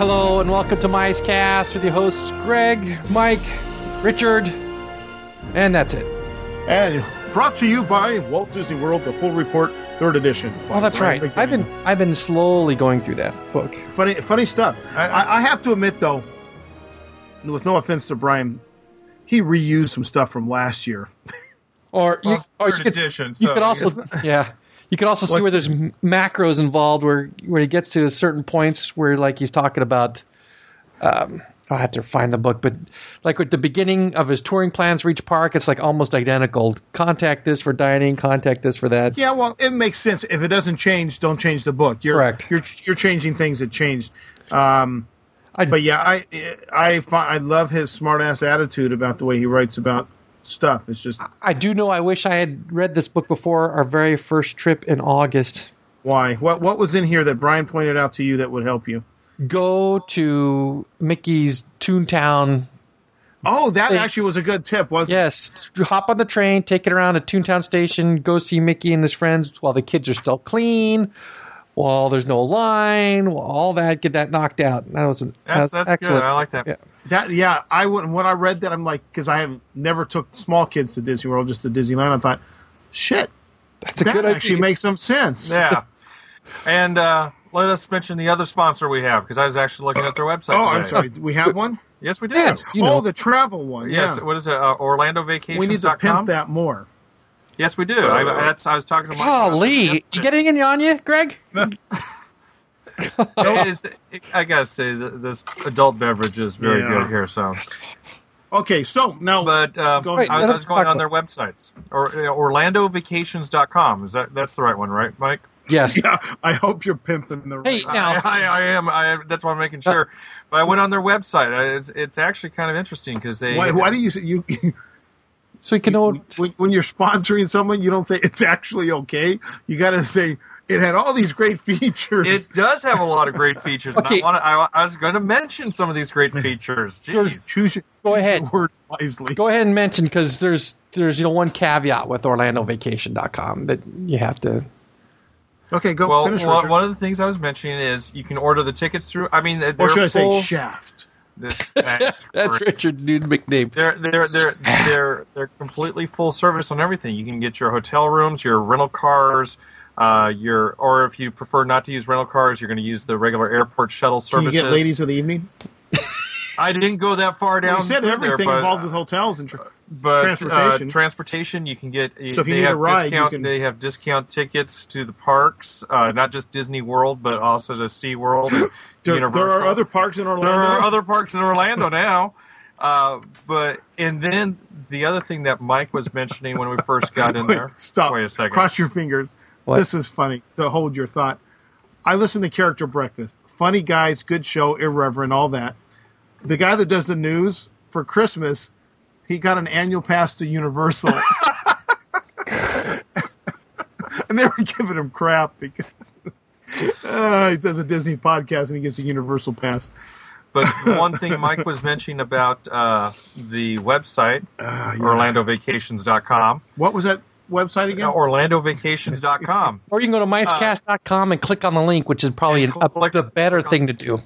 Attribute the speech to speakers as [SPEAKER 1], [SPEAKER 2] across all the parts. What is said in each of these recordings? [SPEAKER 1] Hello and welcome to Mice Cast with your hosts Greg, Mike, Richard, and that's it.
[SPEAKER 2] And brought to you by Walt Disney World, the full report, third edition.
[SPEAKER 1] Oh, that's right. I've been I've been slowly going through that book.
[SPEAKER 2] funny, funny stuff. I, I, I have to admit though, with no offense to Brian, he reused some stuff from last year.
[SPEAKER 1] Or you,
[SPEAKER 3] Well,
[SPEAKER 1] or you
[SPEAKER 3] third
[SPEAKER 1] could
[SPEAKER 3] edition,
[SPEAKER 1] you
[SPEAKER 3] so
[SPEAKER 1] could also yeah. You could also see
[SPEAKER 2] What-
[SPEAKER 1] where there's m- macros involved, where where he gets to certain points where like he's talking about. Um, I have to find the book, but like with the beginning of his touring plans for each park, it's like almost identical. Contact this for dining, contact this for that.
[SPEAKER 2] Yeah, well, it makes sense. If it doesn't change, don't change the book. You're,
[SPEAKER 1] Correct.
[SPEAKER 2] You're you're changing things that changed. Um,
[SPEAKER 1] I-
[SPEAKER 2] but yeah, I I fi- I love his smart ass attitude about the way he writes about stuff. It's just
[SPEAKER 1] I do know. I wish I had read this book before our very first trip in August.
[SPEAKER 2] why what what was in here that Brian pointed out to you that would help you.
[SPEAKER 1] Go to Mickey's Toontown.
[SPEAKER 2] Oh, that
[SPEAKER 1] Hey.
[SPEAKER 2] actually was a good tip, wasn't it?
[SPEAKER 1] Yes, hop on the train, take it around to Toontown Station. Go see Mickey and his friends while the kids are still clean, while there's no line, while all that. Get that knocked out. That was an that was
[SPEAKER 3] That's, that's
[SPEAKER 1] excellent.
[SPEAKER 3] good. I like that.
[SPEAKER 1] Yeah.
[SPEAKER 2] That yeah, I would when I read that I'm like because I have never took small kids to Disney World, just to Disneyland. I thought, shit,
[SPEAKER 1] That's a
[SPEAKER 2] that
[SPEAKER 1] good
[SPEAKER 2] actually
[SPEAKER 1] idea.
[SPEAKER 2] makes some sense.
[SPEAKER 3] Yeah. and uh, let us mention the other sponsor we have because I was actually looking at their website.
[SPEAKER 2] Oh, I'm
[SPEAKER 3] today.
[SPEAKER 2] sorry. Do we have one?
[SPEAKER 3] Yes, we do.
[SPEAKER 1] Yes, you
[SPEAKER 2] oh,
[SPEAKER 1] know.
[SPEAKER 2] the travel one.
[SPEAKER 3] Yes,
[SPEAKER 2] yeah.
[SPEAKER 3] What is it? Uh,
[SPEAKER 2] we need to pimp
[SPEAKER 3] OrlandoVacations.com.
[SPEAKER 2] that more.
[SPEAKER 3] Yes, we do. I, that's, I was talking to Mike. about that
[SPEAKER 1] Golly, you
[SPEAKER 3] yesterday.
[SPEAKER 1] getting any on you, Greg?
[SPEAKER 3] It is, it, I gotta say, th- this adult beverage is very
[SPEAKER 2] Yeah.
[SPEAKER 3] good here. So,
[SPEAKER 2] Okay, so now
[SPEAKER 3] but um,
[SPEAKER 2] Go ahead.
[SPEAKER 3] I, was, I was going
[SPEAKER 1] Wait,
[SPEAKER 3] on their websites or uh, OrlandoVacations.com. Is that that's the right one, right, Mike?
[SPEAKER 1] Yes.
[SPEAKER 2] I hope you're pimping the
[SPEAKER 1] Hey,
[SPEAKER 2] right.
[SPEAKER 1] Now-
[SPEAKER 3] I, I, I am. I, that's why I'm making
[SPEAKER 1] Uh,
[SPEAKER 3] sure. but I went on their website. I, it's, it's actually kind of interesting because they.
[SPEAKER 2] Why, why do you say you
[SPEAKER 1] So you can know.
[SPEAKER 2] when, when you're sponsoring someone, you don't say it's actually okay. You got to say it had all these great features.
[SPEAKER 3] It does have a lot of great features. and
[SPEAKER 1] Okay.
[SPEAKER 3] I, wanna, I, I was going to mention some of these great features.
[SPEAKER 1] There's-
[SPEAKER 3] Jeez.
[SPEAKER 2] Choose your
[SPEAKER 1] Go ahead.
[SPEAKER 2] your words wisely.
[SPEAKER 1] go ahead and mention because there's there's you know one caveat with orlandovacation.com that you have to
[SPEAKER 2] Okay, go
[SPEAKER 3] Well,
[SPEAKER 2] finish.
[SPEAKER 3] one,
[SPEAKER 2] Richard.
[SPEAKER 3] one of the things I was mentioning is you can order the tickets through. I mean, they're
[SPEAKER 2] or should I say
[SPEAKER 3] full-
[SPEAKER 2] shaft?
[SPEAKER 3] this, that's
[SPEAKER 1] that's
[SPEAKER 3] great.
[SPEAKER 1] richard nude mcname
[SPEAKER 3] They're they're they're they're they're completely full service on everything. You can get your hotel rooms, your rental cars, uh, your or if you prefer not to use rental cars, you're going to use the regular airport shuttle
[SPEAKER 2] Can you
[SPEAKER 3] services.
[SPEAKER 2] get ladies of the evening?
[SPEAKER 3] I didn't go that far down.
[SPEAKER 2] You said
[SPEAKER 3] there,
[SPEAKER 2] everything
[SPEAKER 3] but-
[SPEAKER 2] involved with hotels and.
[SPEAKER 3] uh,
[SPEAKER 2] Tra-
[SPEAKER 3] but
[SPEAKER 2] Transportation.
[SPEAKER 3] transportation. Uh, transportation you can get. So
[SPEAKER 2] if you need a ride, you
[SPEAKER 3] discount,
[SPEAKER 2] can-
[SPEAKER 3] they have discount tickets to the parks, uh, not just Disney World, but also to Sea World. and
[SPEAKER 2] there, there
[SPEAKER 3] Universal.
[SPEAKER 2] are other parks in
[SPEAKER 3] There
[SPEAKER 2] Orlando.
[SPEAKER 3] are other parks in Orlando now. Uh, but and then the other thing that Mike was mentioning when we first got in
[SPEAKER 2] Wait,
[SPEAKER 3] there.
[SPEAKER 2] Stop.
[SPEAKER 3] Wait a second.
[SPEAKER 2] Cross your fingers.
[SPEAKER 1] What?
[SPEAKER 2] This is funny. To hold your thought. I listen to Character Breakfast. Funny guys, good show, irreverent, all that. The guy that does the news for Christmas, he got an annual pass to Universal. and they were giving him crap because uh, he does a Disney podcast and he gets a Universal pass.
[SPEAKER 3] But one thing Mike was mentioning about uh, the website
[SPEAKER 2] Ah,
[SPEAKER 3] OrlandoVacations.com,
[SPEAKER 2] What was that website again?
[SPEAKER 3] OrlandoVacations.com.
[SPEAKER 1] or you can go to micecast.com and click on the link which is probably an,
[SPEAKER 3] Yeah,
[SPEAKER 1] a,
[SPEAKER 3] click-
[SPEAKER 1] the better
[SPEAKER 3] click
[SPEAKER 1] thing
[SPEAKER 3] on-
[SPEAKER 1] to do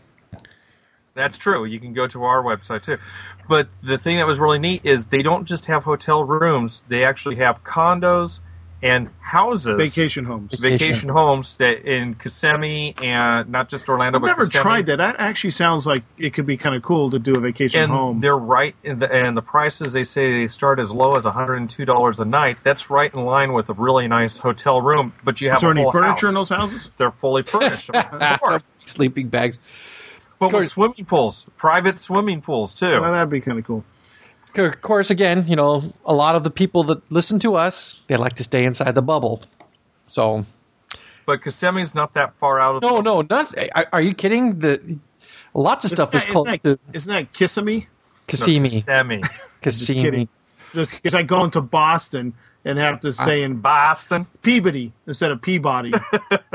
[SPEAKER 3] That's true. You can go to our website too. But the thing that was really neat is they don't just have hotel rooms; they actually have condos and houses,
[SPEAKER 2] Vacation Homes.
[SPEAKER 3] vacation homes that in Kissimmee and not just Orlando.
[SPEAKER 2] I've
[SPEAKER 3] but
[SPEAKER 2] never
[SPEAKER 3] Kissimmee.
[SPEAKER 2] tried that. That actually sounds like it could be kind of cool to do a vacation
[SPEAKER 3] And
[SPEAKER 2] home.
[SPEAKER 3] they're right, in the, and the prices they say they start as low as one hundred and two dollars a night. That's right in line with a really nice hotel room, but you have
[SPEAKER 2] Is there
[SPEAKER 3] a
[SPEAKER 2] any
[SPEAKER 3] whole
[SPEAKER 2] furniture
[SPEAKER 3] house.
[SPEAKER 2] in those houses?
[SPEAKER 3] They're fully furnished, of course,
[SPEAKER 1] Ah, sleeping bags
[SPEAKER 3] but
[SPEAKER 1] course.
[SPEAKER 3] with swimming pools, private swimming pools too.
[SPEAKER 2] Well, that'd be kind of cool.
[SPEAKER 1] of course again you know a lot of the people that listen to us they like to stay inside the bubble so
[SPEAKER 3] But Kissimmee's not that far out of
[SPEAKER 1] no no not I- are you kidding the lots of stuff is
[SPEAKER 2] Isn't that-
[SPEAKER 1] close to
[SPEAKER 2] Isn't that Kissimmee?
[SPEAKER 1] Kissimmee.
[SPEAKER 3] Kissimmee.
[SPEAKER 1] Kissimmee.
[SPEAKER 2] Kidding. Just because I go into Boston and have to say in Bo-
[SPEAKER 3] Boston.
[SPEAKER 2] Peabody instead of Peabody,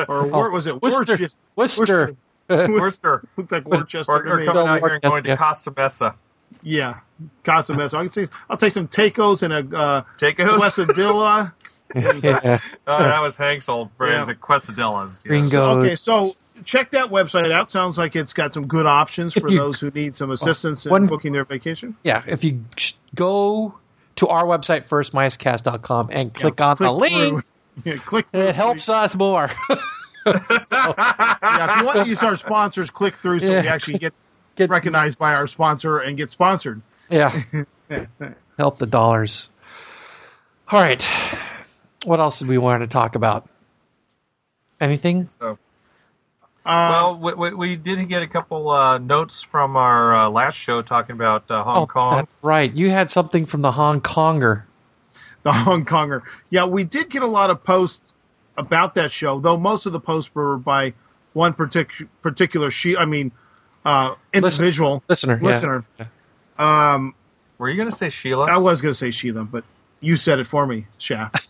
[SPEAKER 2] or where was it?
[SPEAKER 1] Oh, Worcester.
[SPEAKER 2] Worcester.
[SPEAKER 1] Worcester.
[SPEAKER 3] Worcester.
[SPEAKER 2] Looks like
[SPEAKER 3] Or,
[SPEAKER 2] Worcester. to
[SPEAKER 3] or
[SPEAKER 2] me.
[SPEAKER 3] coming out here and going
[SPEAKER 1] Yeah.
[SPEAKER 3] to Costa Mesa.
[SPEAKER 2] yeah, Casa Mesa. I can say I'll take some tacos and a uh,
[SPEAKER 3] Tacos?
[SPEAKER 2] quesadilla
[SPEAKER 1] yeah.
[SPEAKER 3] Uh, that was Hank's old friends
[SPEAKER 2] Yeah.
[SPEAKER 3] at Questadella's. yes.
[SPEAKER 1] Ringo.
[SPEAKER 2] Okay, so check that website out. Sounds like it's got some good options
[SPEAKER 1] If
[SPEAKER 2] for
[SPEAKER 1] you- uh,
[SPEAKER 2] those who need some assistance in
[SPEAKER 1] One-
[SPEAKER 2] booking their vacation.
[SPEAKER 1] Yeah, if you sh- go to our website first, micecast.com, and click on the link,
[SPEAKER 2] through. Yeah, click.
[SPEAKER 1] it helps us more.
[SPEAKER 2] Yeah, if you want to use our sponsors, click through so
[SPEAKER 1] Yeah.
[SPEAKER 2] we actually get
[SPEAKER 1] Get-
[SPEAKER 2] recognized by our sponsor and get sponsored.
[SPEAKER 1] Yeah. Help the dollars. All right. What else did we want to talk about? Anything?
[SPEAKER 3] So,
[SPEAKER 2] Uh,
[SPEAKER 3] well, we, we, we did get a couple uh, notes from our uh, last show talking about uh, Hong Kong.
[SPEAKER 1] Oh, that's right. You had something from the Hong Konger.
[SPEAKER 2] the Hong Konger. Yeah, we did get a lot of posts about that show, though most of the posts were by one partic- particular she. I mean, uh, individual
[SPEAKER 1] Listener. yeah.
[SPEAKER 2] listener.
[SPEAKER 3] Were you going to say Sheila?
[SPEAKER 2] I was going to say Sheila, but you said it for me, Shaft.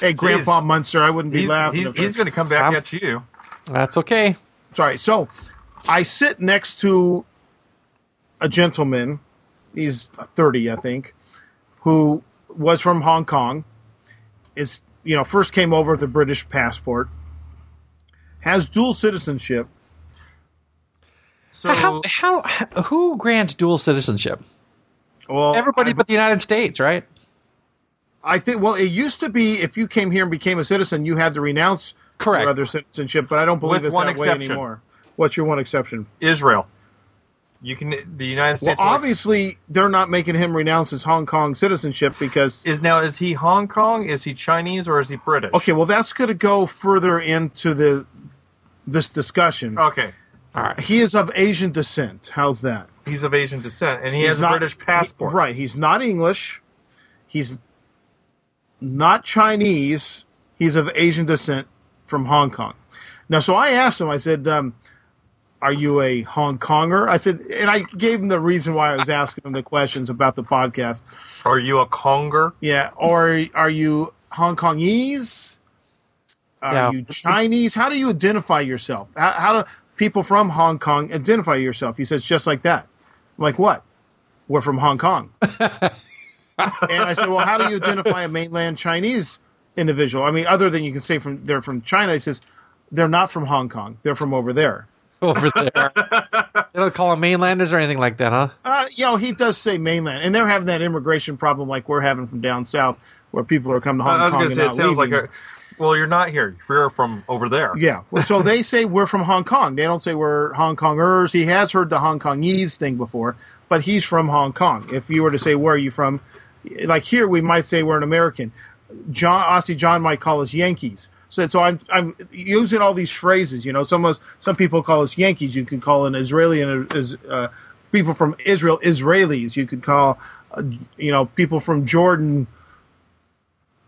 [SPEAKER 2] hey, Grandpa Munster, I wouldn't be
[SPEAKER 3] he's
[SPEAKER 2] laughing.
[SPEAKER 3] he's,
[SPEAKER 2] if I-
[SPEAKER 3] he's going to come back
[SPEAKER 1] I'm-
[SPEAKER 3] at you.
[SPEAKER 1] That's okay.
[SPEAKER 2] Sorry. So I sit next to a gentleman. He's 30, I think, who was from Hong Kong. Is, you know, first came over with a British passport, has dual citizenship.
[SPEAKER 3] So
[SPEAKER 1] how, how, who grants dual citizenship?
[SPEAKER 2] Well,
[SPEAKER 1] Everybody
[SPEAKER 2] I,
[SPEAKER 1] but the United States, right?
[SPEAKER 2] I think, well, it used to be if you came here and became a citizen, you had to renounce
[SPEAKER 1] Correct.
[SPEAKER 2] your other citizenship, but I don't believe
[SPEAKER 3] With
[SPEAKER 2] it's
[SPEAKER 3] one
[SPEAKER 2] that way
[SPEAKER 3] exception.
[SPEAKER 2] anymore. What's your one exception?
[SPEAKER 3] Israel, you can the United
[SPEAKER 2] Well,
[SPEAKER 3] States will-
[SPEAKER 2] obviously, they're not making him renounce his Hong Kong citizenship because
[SPEAKER 3] is now is he Hong Kong? Is he Chinese or is he British?
[SPEAKER 2] Okay, well, that's going to go further into the this discussion.
[SPEAKER 3] Okay.
[SPEAKER 2] He is of Asian descent. How's that?
[SPEAKER 3] He's of Asian descent and he
[SPEAKER 2] He's
[SPEAKER 3] has a
[SPEAKER 2] not-
[SPEAKER 3] British passport.
[SPEAKER 2] he- right. He's not English. He's not Chinese. He's of Asian descent from Hong Kong. Now, so I asked him. I said, um, "Are you a Hong Konger?" I said, and I gave him the reason why I was asking him the questions about the podcast.
[SPEAKER 3] Are you a Conger?
[SPEAKER 2] Yeah, or are you Hong Kongese? Are
[SPEAKER 1] Yeah.
[SPEAKER 2] you Chinese? How do you identify yourself? How, how do people from Hong Kong identify yourself? He says just like that. I'm like, what? We're from Hong Kong. and I said, well, how do you identify a mainland Chinese individual? I mean, other than you can say from they're from China. He says they're not from Hong Kong. They're from over there.
[SPEAKER 1] Over there. they don't call them mainlanders or anything like that, huh?
[SPEAKER 2] Uh, you know, he does say mainland, and they're having that immigration problem like we're having from down south, where people are coming to Hong
[SPEAKER 3] I was
[SPEAKER 2] Kong and
[SPEAKER 3] going to say
[SPEAKER 2] not
[SPEAKER 3] it sounds
[SPEAKER 2] leaving.
[SPEAKER 3] like a well, you're not here. You're from over there.
[SPEAKER 2] Yeah. Well, so they say we're from Hong Kong. They don't say we're Hong Kongers. He has heard the Hong Kongese thing before, but he's from Hong Kong. If you were to say, where are you from? Like here, we might say we're an American. John, Aussie John might call us Yankees. So, so I'm, I'm using all these phrases. You know, some of us, some people call us Yankees. You could call an Israeli and uh, uh, people from Israel Israelis. You could call, uh, you know, people from Jordan.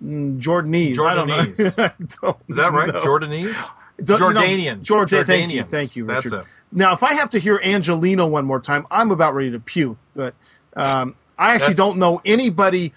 [SPEAKER 2] mm, Jordanese. I don't know.
[SPEAKER 3] Jordanese.
[SPEAKER 2] I don't
[SPEAKER 3] Is that right?
[SPEAKER 2] know.
[SPEAKER 3] Jordanese?
[SPEAKER 2] Do- you know,
[SPEAKER 3] Jordanian.
[SPEAKER 2] Jordan, Thank you,
[SPEAKER 3] Jordanians.
[SPEAKER 2] thank you,
[SPEAKER 3] That's
[SPEAKER 2] Richard.
[SPEAKER 3] it.
[SPEAKER 2] Now, if I have to hear Angelino one more time, I'm about ready to puke. But um, I actually
[SPEAKER 3] That's-
[SPEAKER 2] don't know anybody,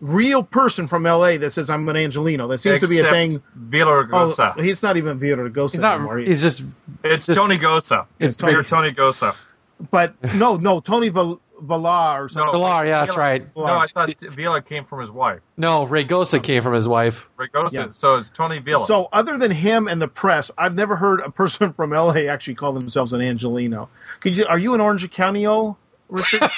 [SPEAKER 2] real person from L.A. that says I'm an Angelino. That seems to be a
[SPEAKER 3] Except
[SPEAKER 2] thing. Oh,
[SPEAKER 3] Villaraigosa.
[SPEAKER 2] he's not even Vieira Gosa
[SPEAKER 1] He's not,
[SPEAKER 2] anymore.
[SPEAKER 1] he's just,
[SPEAKER 3] it's
[SPEAKER 1] just-
[SPEAKER 3] Tony Gosa.
[SPEAKER 1] It's
[SPEAKER 3] It's
[SPEAKER 1] Tony-
[SPEAKER 3] Tony, Tony Gosa.
[SPEAKER 2] but no, no, Tony Val- Villar or something.
[SPEAKER 1] Villar, yeah, that's
[SPEAKER 3] Villa-
[SPEAKER 1] right.
[SPEAKER 3] No, I thought Villa came from his wife.
[SPEAKER 1] no, Regosa came from his wife.
[SPEAKER 3] Rigosa.
[SPEAKER 2] Yeah.
[SPEAKER 3] So it's Tony Villa.
[SPEAKER 2] So, other than him and the press, I've never heard a person from L.A. actually call themselves an Angelino. Could you, are you an Orange County-o, Richard?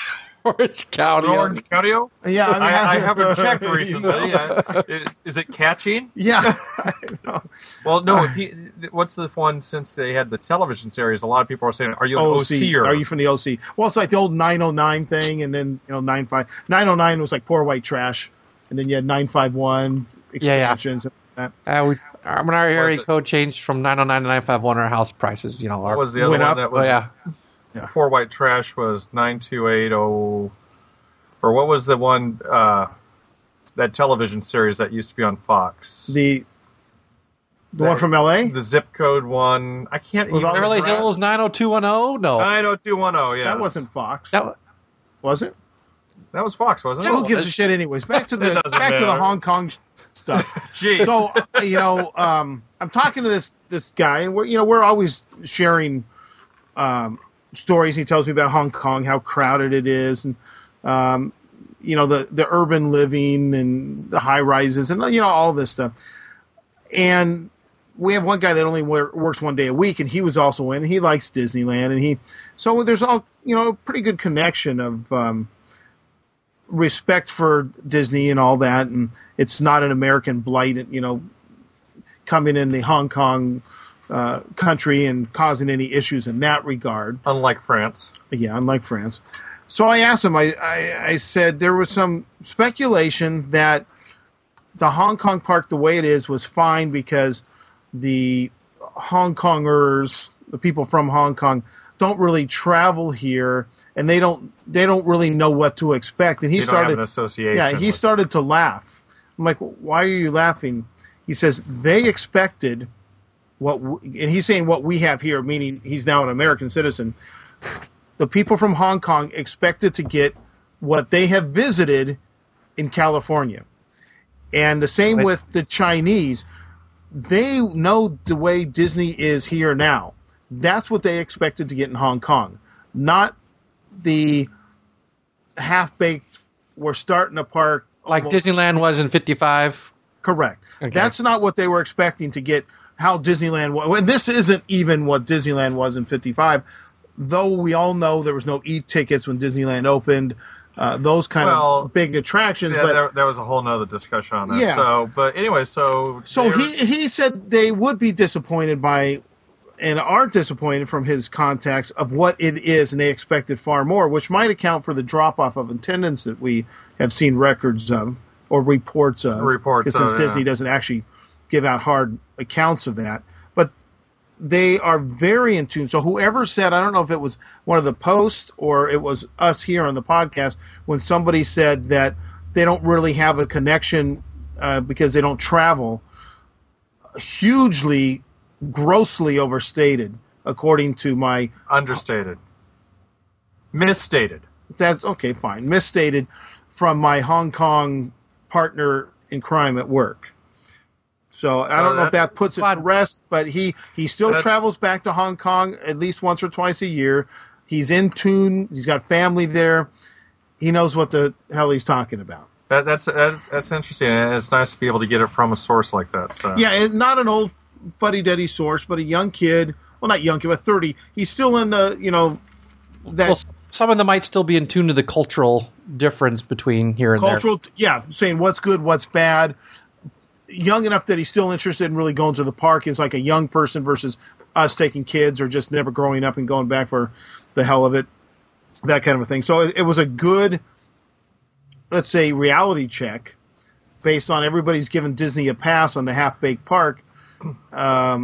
[SPEAKER 1] Orange County.
[SPEAKER 3] Orange County?
[SPEAKER 2] yeah, mean,
[SPEAKER 3] I, I haven't checked
[SPEAKER 2] you know.
[SPEAKER 3] recently. I- is, is it catching?
[SPEAKER 2] Yeah, I know.
[SPEAKER 3] Well, no. He, what's the one since they had the television series? A lot of people are saying, "Are you an
[SPEAKER 2] OC.
[SPEAKER 3] OC or
[SPEAKER 2] Are you from the OC? Well, it's like the old 909 thing, and then you know 95. 909 was like poor white trash, and then you had 951
[SPEAKER 1] Yeah, yeah.
[SPEAKER 2] expansions. And that.
[SPEAKER 1] Uh, we, uh, when our area
[SPEAKER 3] Was it-
[SPEAKER 1] code changed from 909 to 951, our house prices, you know,
[SPEAKER 3] What
[SPEAKER 1] are,
[SPEAKER 3] was the other
[SPEAKER 2] Went
[SPEAKER 3] one
[SPEAKER 2] up.
[SPEAKER 3] that
[SPEAKER 1] oh
[SPEAKER 3] was
[SPEAKER 1] yeah,
[SPEAKER 3] poor white trash was nine two eight oh, or what was the one uh, that television series that used to be on Fox?
[SPEAKER 2] The the one from LA.
[SPEAKER 3] The zip code one. I can't.
[SPEAKER 2] With all the
[SPEAKER 1] Beverly Hills 90210. No,
[SPEAKER 3] Nine oh two one oh. Yeah,
[SPEAKER 2] That wasn't Fox,
[SPEAKER 1] that,
[SPEAKER 2] was it?
[SPEAKER 3] that was Fox, wasn't
[SPEAKER 2] Who
[SPEAKER 3] it?
[SPEAKER 2] gives a shit, anyways? Back to the back
[SPEAKER 3] It doesn't
[SPEAKER 2] to the
[SPEAKER 3] matter.
[SPEAKER 2] Hong Kong sh- stuff.
[SPEAKER 3] Jeez.
[SPEAKER 2] so uh, you know, um, I'm talking to this this guy, and we're you know we're always sharing um, stories. He tells me about Hong Kong, how crowded it is, and um, you know the the urban living and the high rises and you know all this stuff. And we have one guy that only wor- works one day a week, and he was also in. And he likes Disneyland, and he so there's all you know a pretty good connection of um, respect for Disney and all that, and it's not an American blight, you know, coming in the Hong Kong uh, country and causing any issues in that regard.
[SPEAKER 3] unlike France.
[SPEAKER 2] Yeah, unlike France. So I asked him, I, I, I said there was some speculation that the Hong Kong park, the way it is, was fine because the Hong Kongers, the people from Hong Kong, don't really travel here and they don't they don't really know what to expect. And he
[SPEAKER 3] They don't have
[SPEAKER 2] started
[SPEAKER 3] an association.
[SPEAKER 2] yeah, he
[SPEAKER 3] with-
[SPEAKER 2] started to laugh. I'm like, why are you laughing? He says they expected what, w and he's saying what we have here, meaning he's now an American citizen. The people from Hong Kong expected to get what they have visited in California, and the same
[SPEAKER 3] Right.
[SPEAKER 2] with the Chinese. They know the way Disney is here now. That's what they expected to get in Hong Kong, not the half baked. We're starting a park
[SPEAKER 1] Like
[SPEAKER 2] almost-
[SPEAKER 1] Disneyland was in '55.
[SPEAKER 2] Correct. That's not what they were expecting to get. How Disneyland was. And this isn't even what Disneyland was in '55, though. We all know there was no e-tickets when Disneyland opened. Uh, those kind
[SPEAKER 3] Well,
[SPEAKER 2] of big attractions,
[SPEAKER 3] Yeah,
[SPEAKER 2] but
[SPEAKER 3] there, there was a whole nother discussion on that.
[SPEAKER 2] Yeah.
[SPEAKER 3] So, but anyway, so
[SPEAKER 2] So
[SPEAKER 3] they're-
[SPEAKER 2] he he said they would be disappointed by and are disappointed from his contacts of what it is, and they expected far more, which might account for the drop off of attendance that we have seen records of or reports of.
[SPEAKER 3] Reports
[SPEAKER 2] 'cause
[SPEAKER 3] of,
[SPEAKER 2] since Disney
[SPEAKER 3] yeah.
[SPEAKER 2] doesn't actually give out hard accounts of that, but they are very in tune. So whoever said, I don't know if it was one of the posts or it was us here on the podcast when somebody said that they don't really have a connection uh, because they don't travel, hugely, grossly overstated, according to my.
[SPEAKER 3] understated, misstated.
[SPEAKER 2] That's okay, fine, misstated from my Hong Kong partner in crime at work. So I don't know if
[SPEAKER 3] that-
[SPEAKER 2] that puts it to
[SPEAKER 1] but-
[SPEAKER 2] rest, but he he still
[SPEAKER 3] That's-
[SPEAKER 2] travels back to Hong Kong at least once or twice a year. He's in tune. He's got family there. He knows what the hell he's talking about.
[SPEAKER 3] That, that's that's that's interesting, and it's nice to be able to get it from a source like that. So.
[SPEAKER 2] Yeah, and not an old fuddy duddy source, but a young kid. Well, not young kid, but thirty. He's still in the you know that
[SPEAKER 1] Well, s- some of them might still be in tune to the cultural difference between here and
[SPEAKER 2] cultural. Yeah, saying what's good, what's bad. Young enough that he's still interested in really going to the park is like a young person versus us taking kids or just never growing up and going back for the hell of it, that kind of a thing. So it, it was a good, let's say, reality check based on everybody's given Disney a pass on the half baked park. Um,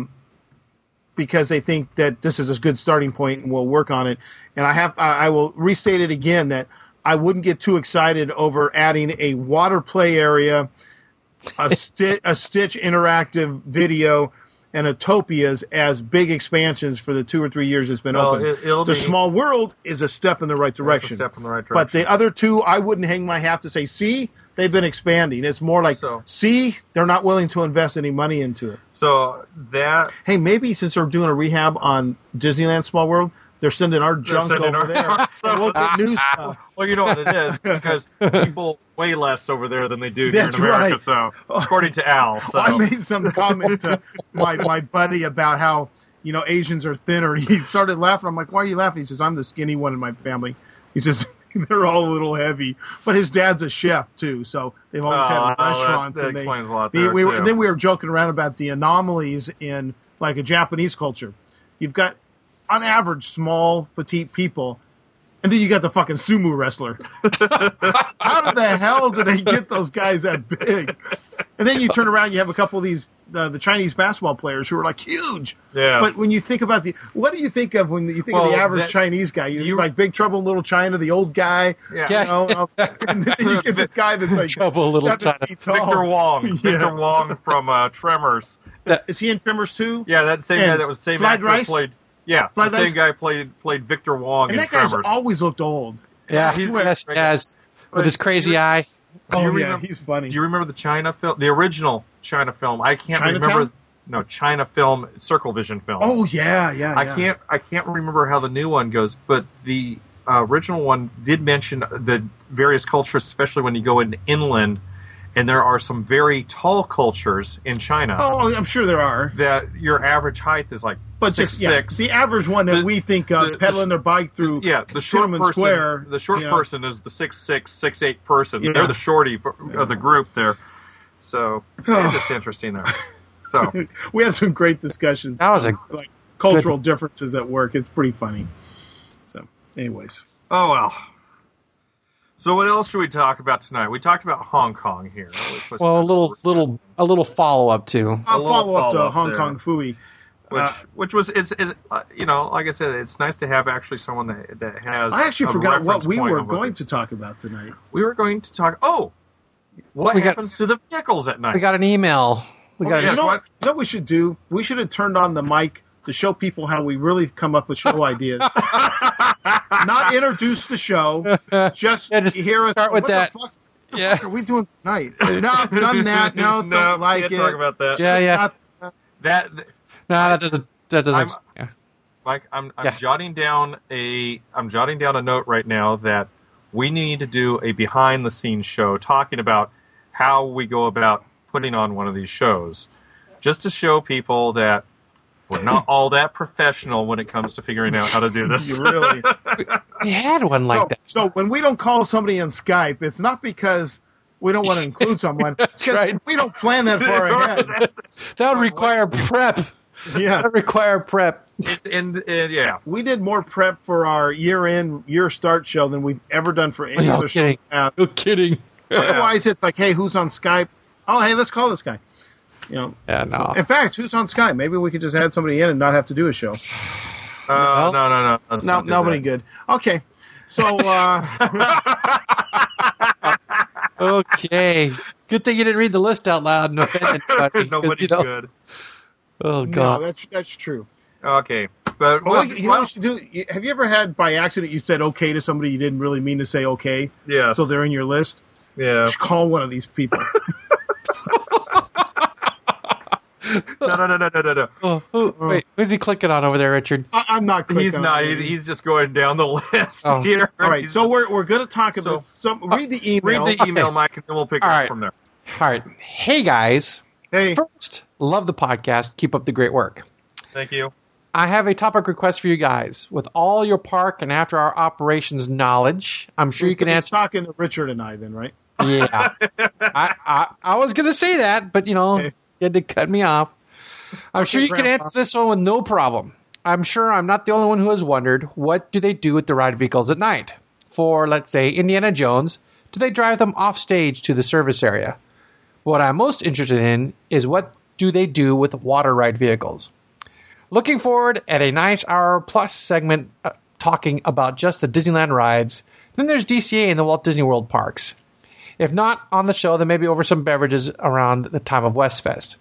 [SPEAKER 2] because they think that this is a good starting point and we'll work on it. And I have I, I will restate it again that I wouldn't get too excited over adding a water play area, a, sti- a Stitch interactive video, and a Topias as big expansions for the two or three years it's been
[SPEAKER 3] Well,
[SPEAKER 2] open.
[SPEAKER 3] it- it'll
[SPEAKER 2] the
[SPEAKER 3] be-
[SPEAKER 2] small world is a step in the right direction.
[SPEAKER 3] step in the right
[SPEAKER 2] But
[SPEAKER 3] direction.
[SPEAKER 2] the other two, I wouldn't hang my hat to say, see, they've been expanding. It's more like,
[SPEAKER 3] So-
[SPEAKER 2] see, they're not willing to invest any money into it.
[SPEAKER 3] So that
[SPEAKER 2] Hey, maybe since they're doing a rehab on Disneyland Small World, they're sending our junk
[SPEAKER 3] sending
[SPEAKER 2] over
[SPEAKER 3] our-
[SPEAKER 2] there. and we'll get new stuff.
[SPEAKER 3] well, you know what it is because people way less over there than they do here in
[SPEAKER 2] That's
[SPEAKER 3] America.
[SPEAKER 2] right.
[SPEAKER 3] So according to Al, so
[SPEAKER 2] I made some comment to my, my buddy about how, you know, Asians are thinner. He started laughing. I'm like, why are you laughing? He says, I'm the skinny one in my family. He says, they're all a little heavy. But his dad's a chef, too. So they've always
[SPEAKER 3] Oh,
[SPEAKER 2] had
[SPEAKER 3] that-
[SPEAKER 2] restaurants.
[SPEAKER 3] that
[SPEAKER 2] and they,
[SPEAKER 3] explains a lot
[SPEAKER 2] the-
[SPEAKER 3] there,
[SPEAKER 2] we were-
[SPEAKER 3] too.
[SPEAKER 2] Then we were joking around about the anomalies in, like, a Japanese culture. You've got, on average, small, petite people. And then you got the fucking sumo wrestler. How the hell do they get those guys that big? And then you turn around, you have a couple of these uh, the Chinese basketball players who are like huge.
[SPEAKER 3] Yeah.
[SPEAKER 2] But when you think about the, what do you think of when you think of the
[SPEAKER 3] Well,
[SPEAKER 2] average
[SPEAKER 3] that-
[SPEAKER 2] Chinese guy? You,
[SPEAKER 3] you-
[SPEAKER 2] like Big Trouble in Little China, the old guy.
[SPEAKER 3] Yeah.
[SPEAKER 2] You know, and all- and then you get this guy that's like
[SPEAKER 1] Trouble in Little
[SPEAKER 2] seven
[SPEAKER 1] China.
[SPEAKER 2] feet tall.
[SPEAKER 3] Victor Wong,
[SPEAKER 2] Yeah.
[SPEAKER 3] Victor Wong from uh, Tremors.
[SPEAKER 2] Is he in Tremors too?
[SPEAKER 3] Yeah, that same guy
[SPEAKER 2] And
[SPEAKER 3] that was same
[SPEAKER 2] Fried
[SPEAKER 3] actor
[SPEAKER 2] rice?
[SPEAKER 3] played. Yeah,
[SPEAKER 2] Fried
[SPEAKER 3] the same
[SPEAKER 2] rice?
[SPEAKER 3] guy played played Victor Wong
[SPEAKER 2] And
[SPEAKER 3] in
[SPEAKER 2] that guy's
[SPEAKER 3] Tremors.
[SPEAKER 2] always looked old.
[SPEAKER 1] there. Yeah,
[SPEAKER 3] he's
[SPEAKER 1] yes,
[SPEAKER 3] right.
[SPEAKER 1] yes, with his crazy
[SPEAKER 3] You're-
[SPEAKER 1] eye.
[SPEAKER 2] Oh yeah,
[SPEAKER 3] you remember-
[SPEAKER 2] he's funny.
[SPEAKER 3] Do you remember the China film, the original China film? I can't
[SPEAKER 2] Chinatown?
[SPEAKER 3] remember. No, China film, Circle Vision film.
[SPEAKER 2] oh yeah, yeah.
[SPEAKER 3] I
[SPEAKER 2] yeah.
[SPEAKER 3] can't I can't remember how the new one goes, but the uh, original one did mention the various cultures, especially when you go in inland, and there are some very tall cultures in China
[SPEAKER 2] Oh, I'm sure there are.
[SPEAKER 3] that your average height is like
[SPEAKER 2] But
[SPEAKER 3] six
[SPEAKER 2] just yeah,
[SPEAKER 3] six.
[SPEAKER 2] the average one that
[SPEAKER 3] The-
[SPEAKER 2] we think of
[SPEAKER 3] the-
[SPEAKER 2] pedaling their bike through
[SPEAKER 3] yeah, the short
[SPEAKER 2] Tiananmen
[SPEAKER 3] person.
[SPEAKER 2] Square.
[SPEAKER 3] the short
[SPEAKER 2] you know.
[SPEAKER 3] person is the six six six eight person.
[SPEAKER 2] Yeah.
[SPEAKER 3] They're the shorty b- of the group there. So it's just interesting there. So
[SPEAKER 2] We have some great discussions.
[SPEAKER 1] That was a
[SPEAKER 2] like cultural differences at work. It's pretty funny. So, anyways,
[SPEAKER 3] oh well. So what else should we talk about tonight? We talked about Hong Kong here. which was-
[SPEAKER 1] well, a little little a little follow up to.
[SPEAKER 2] I'll
[SPEAKER 3] little
[SPEAKER 2] follow up Uh, to
[SPEAKER 3] follow-up
[SPEAKER 2] Hong
[SPEAKER 3] there.
[SPEAKER 2] Kong Fui.
[SPEAKER 3] which
[SPEAKER 2] Uh,
[SPEAKER 3] which was it's, it's uh, you know like I said it's nice to have actually someone that that has.
[SPEAKER 2] I actually
[SPEAKER 3] a
[SPEAKER 2] forgot what
[SPEAKER 3] reference
[SPEAKER 2] we
[SPEAKER 3] point
[SPEAKER 2] were
[SPEAKER 3] of what
[SPEAKER 2] going
[SPEAKER 3] they-
[SPEAKER 2] to talk about tonight.
[SPEAKER 3] We were going to talk. Oh, what
[SPEAKER 1] We got-
[SPEAKER 3] happens to the vehicles at night?
[SPEAKER 1] We got an email. We got
[SPEAKER 3] yeah.
[SPEAKER 2] you, know
[SPEAKER 3] why-
[SPEAKER 2] what, you know what we should do? We should have turned on the mic to show people how we really come up with show ideas. Not introduce the show, just,
[SPEAKER 1] Yeah, just
[SPEAKER 2] hear us.
[SPEAKER 1] start with
[SPEAKER 2] what the
[SPEAKER 1] that.
[SPEAKER 2] fuck- what the
[SPEAKER 1] Yeah.
[SPEAKER 2] fuck are we doing tonight? No, I've done that. No, don't like
[SPEAKER 3] can't
[SPEAKER 2] it.
[SPEAKER 3] Talk about that.
[SPEAKER 1] yeah, yeah.
[SPEAKER 2] Not-
[SPEAKER 3] That
[SPEAKER 1] no, that doesn't that doesn't. yeah.
[SPEAKER 3] Mike, I'm, I'm
[SPEAKER 1] Yeah.
[SPEAKER 3] jotting down a I'm jotting down a note right now that we need to do a behind the scenes show talking about how we go about putting on one of these shows, just to show people that we're not all that professional when it comes to figuring out how to do
[SPEAKER 2] you
[SPEAKER 3] this.
[SPEAKER 2] really.
[SPEAKER 1] We had one like
[SPEAKER 2] so,
[SPEAKER 1] that.
[SPEAKER 2] so when we don't call somebody on Skype, it's not because we don't want to include someone. It's 'cause
[SPEAKER 1] right.
[SPEAKER 2] We don't plan that far ahead.
[SPEAKER 1] That would require prep. That
[SPEAKER 2] yeah.
[SPEAKER 1] would require prep.
[SPEAKER 3] It's- and, and yeah,
[SPEAKER 2] We did more prep for our year end, year start show than we've ever done for any
[SPEAKER 1] No
[SPEAKER 2] other show.
[SPEAKER 1] kidding.
[SPEAKER 2] Uh,
[SPEAKER 1] No kidding.
[SPEAKER 2] Otherwise, it's like, hey, who's on Skype? Oh, hey, let's call this guy. You know,
[SPEAKER 1] Yeah, no.
[SPEAKER 2] in fact, who's on Skype? Maybe we could just add somebody in and not have to do a show.
[SPEAKER 3] uh, no, no, no, let's
[SPEAKER 2] No,
[SPEAKER 3] not do
[SPEAKER 2] nobody
[SPEAKER 3] that.
[SPEAKER 2] good. Okay, so
[SPEAKER 1] Oh,
[SPEAKER 2] uh,
[SPEAKER 1] Okay. Good thing you didn't read the list out loud and offend anybody. 'cause,
[SPEAKER 3] Nobody
[SPEAKER 1] you know-
[SPEAKER 3] good.
[SPEAKER 1] Oh
[SPEAKER 2] no,
[SPEAKER 1] god.
[SPEAKER 2] that's that's true.
[SPEAKER 3] Okay, but
[SPEAKER 2] Well,
[SPEAKER 3] well,
[SPEAKER 2] Oh, you know what you do? You- Have you ever had by accident you said okay to somebody you didn't really mean to say okay,
[SPEAKER 3] yeah,
[SPEAKER 2] so they're in your list?
[SPEAKER 3] yeah.
[SPEAKER 2] Just call one of these people.
[SPEAKER 3] No, no, no, no, no, no, no.
[SPEAKER 1] Oh, who, wait, who's he clicking on over there, Richard?
[SPEAKER 2] I, I'm not. quick
[SPEAKER 3] He's
[SPEAKER 2] on
[SPEAKER 3] not.
[SPEAKER 2] it.
[SPEAKER 3] He's, he's just going down the list
[SPEAKER 1] Oh.
[SPEAKER 3] here.
[SPEAKER 2] All right,
[SPEAKER 3] He's- uh,
[SPEAKER 2] so we're we're going to talk about some. Read the
[SPEAKER 3] read
[SPEAKER 2] email.
[SPEAKER 3] the e- email, Mike, and then we'll pick
[SPEAKER 1] All
[SPEAKER 3] up
[SPEAKER 1] right.
[SPEAKER 3] from there.
[SPEAKER 1] All right. Hey guys.
[SPEAKER 2] hey,
[SPEAKER 1] First, love the podcast. Keep up the great work.
[SPEAKER 3] Thank you.
[SPEAKER 1] I have a topic request for you guys. With all your park and after our operations knowledge, I'm sure you can
[SPEAKER 2] he's
[SPEAKER 1] answer.
[SPEAKER 2] Talking to Richard and I, then right?
[SPEAKER 1] Yeah, I, I I was gonna say that, but you know, you had to cut me off. I'm sure you
[SPEAKER 2] Grandpa.
[SPEAKER 1] can answer this one with no problem. I'm sure I'm not the only one who has wondered what do they do with the ride vehicles at night? For let's say Indiana Jones, do they drive them off stage to the service area? What I'm most interested in is what do they do with water ride vehicles? Looking forward at a nice hour plus segment uh, talking about just the Disneyland rides. Then there's DCA and the Walt Disney World parks. If not on the show, then maybe over some beverages around the time of Westfest.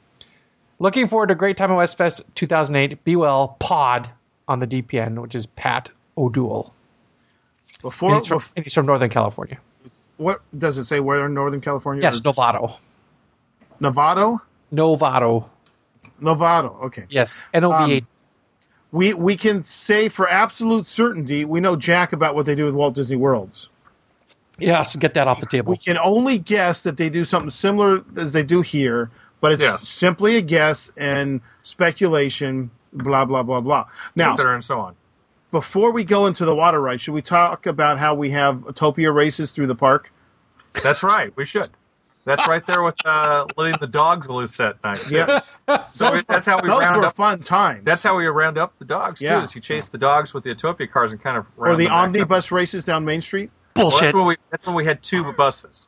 [SPEAKER 1] Looking forward to a great time at Westfest 2008. Be well, Pod on the DPN, which is Pat O'Doul.
[SPEAKER 2] Before,
[SPEAKER 1] And he's from, and he's from Northern California.
[SPEAKER 2] what does it say? Where in Northern California?
[SPEAKER 1] Yes,
[SPEAKER 2] Or-
[SPEAKER 1] Novato.
[SPEAKER 2] Novato.
[SPEAKER 1] Novato.
[SPEAKER 2] Novato. Okay.
[SPEAKER 1] Yes, N O V A.
[SPEAKER 2] Um, We we can say for absolute certainty we know jack about what they do with Walt Disney Worlds.
[SPEAKER 1] Yeah, so get that off the table.
[SPEAKER 2] We can only guess that they do something similar as they do here, but it's
[SPEAKER 3] Yes.
[SPEAKER 2] simply a guess and speculation. Blah blah blah blah. Now,
[SPEAKER 3] Consider and so on.
[SPEAKER 2] before we go into the water ride, should we talk about how we have Utopia races through the park?
[SPEAKER 3] That's right. We should. That's right there with uh, letting the dogs loose at night. too.
[SPEAKER 2] Yes,
[SPEAKER 3] So we- that's how we
[SPEAKER 2] those
[SPEAKER 3] round
[SPEAKER 2] were
[SPEAKER 3] up.
[SPEAKER 2] fun times.
[SPEAKER 3] That's how we round up the dogs
[SPEAKER 2] Yeah.
[SPEAKER 3] too. Is you chase the dogs with the Utopia cars and kind of round
[SPEAKER 2] or the
[SPEAKER 3] them back up.
[SPEAKER 2] omnibus races down Main Street.
[SPEAKER 3] Well, that's
[SPEAKER 1] Bullshit.
[SPEAKER 3] when we that's when we had two buses.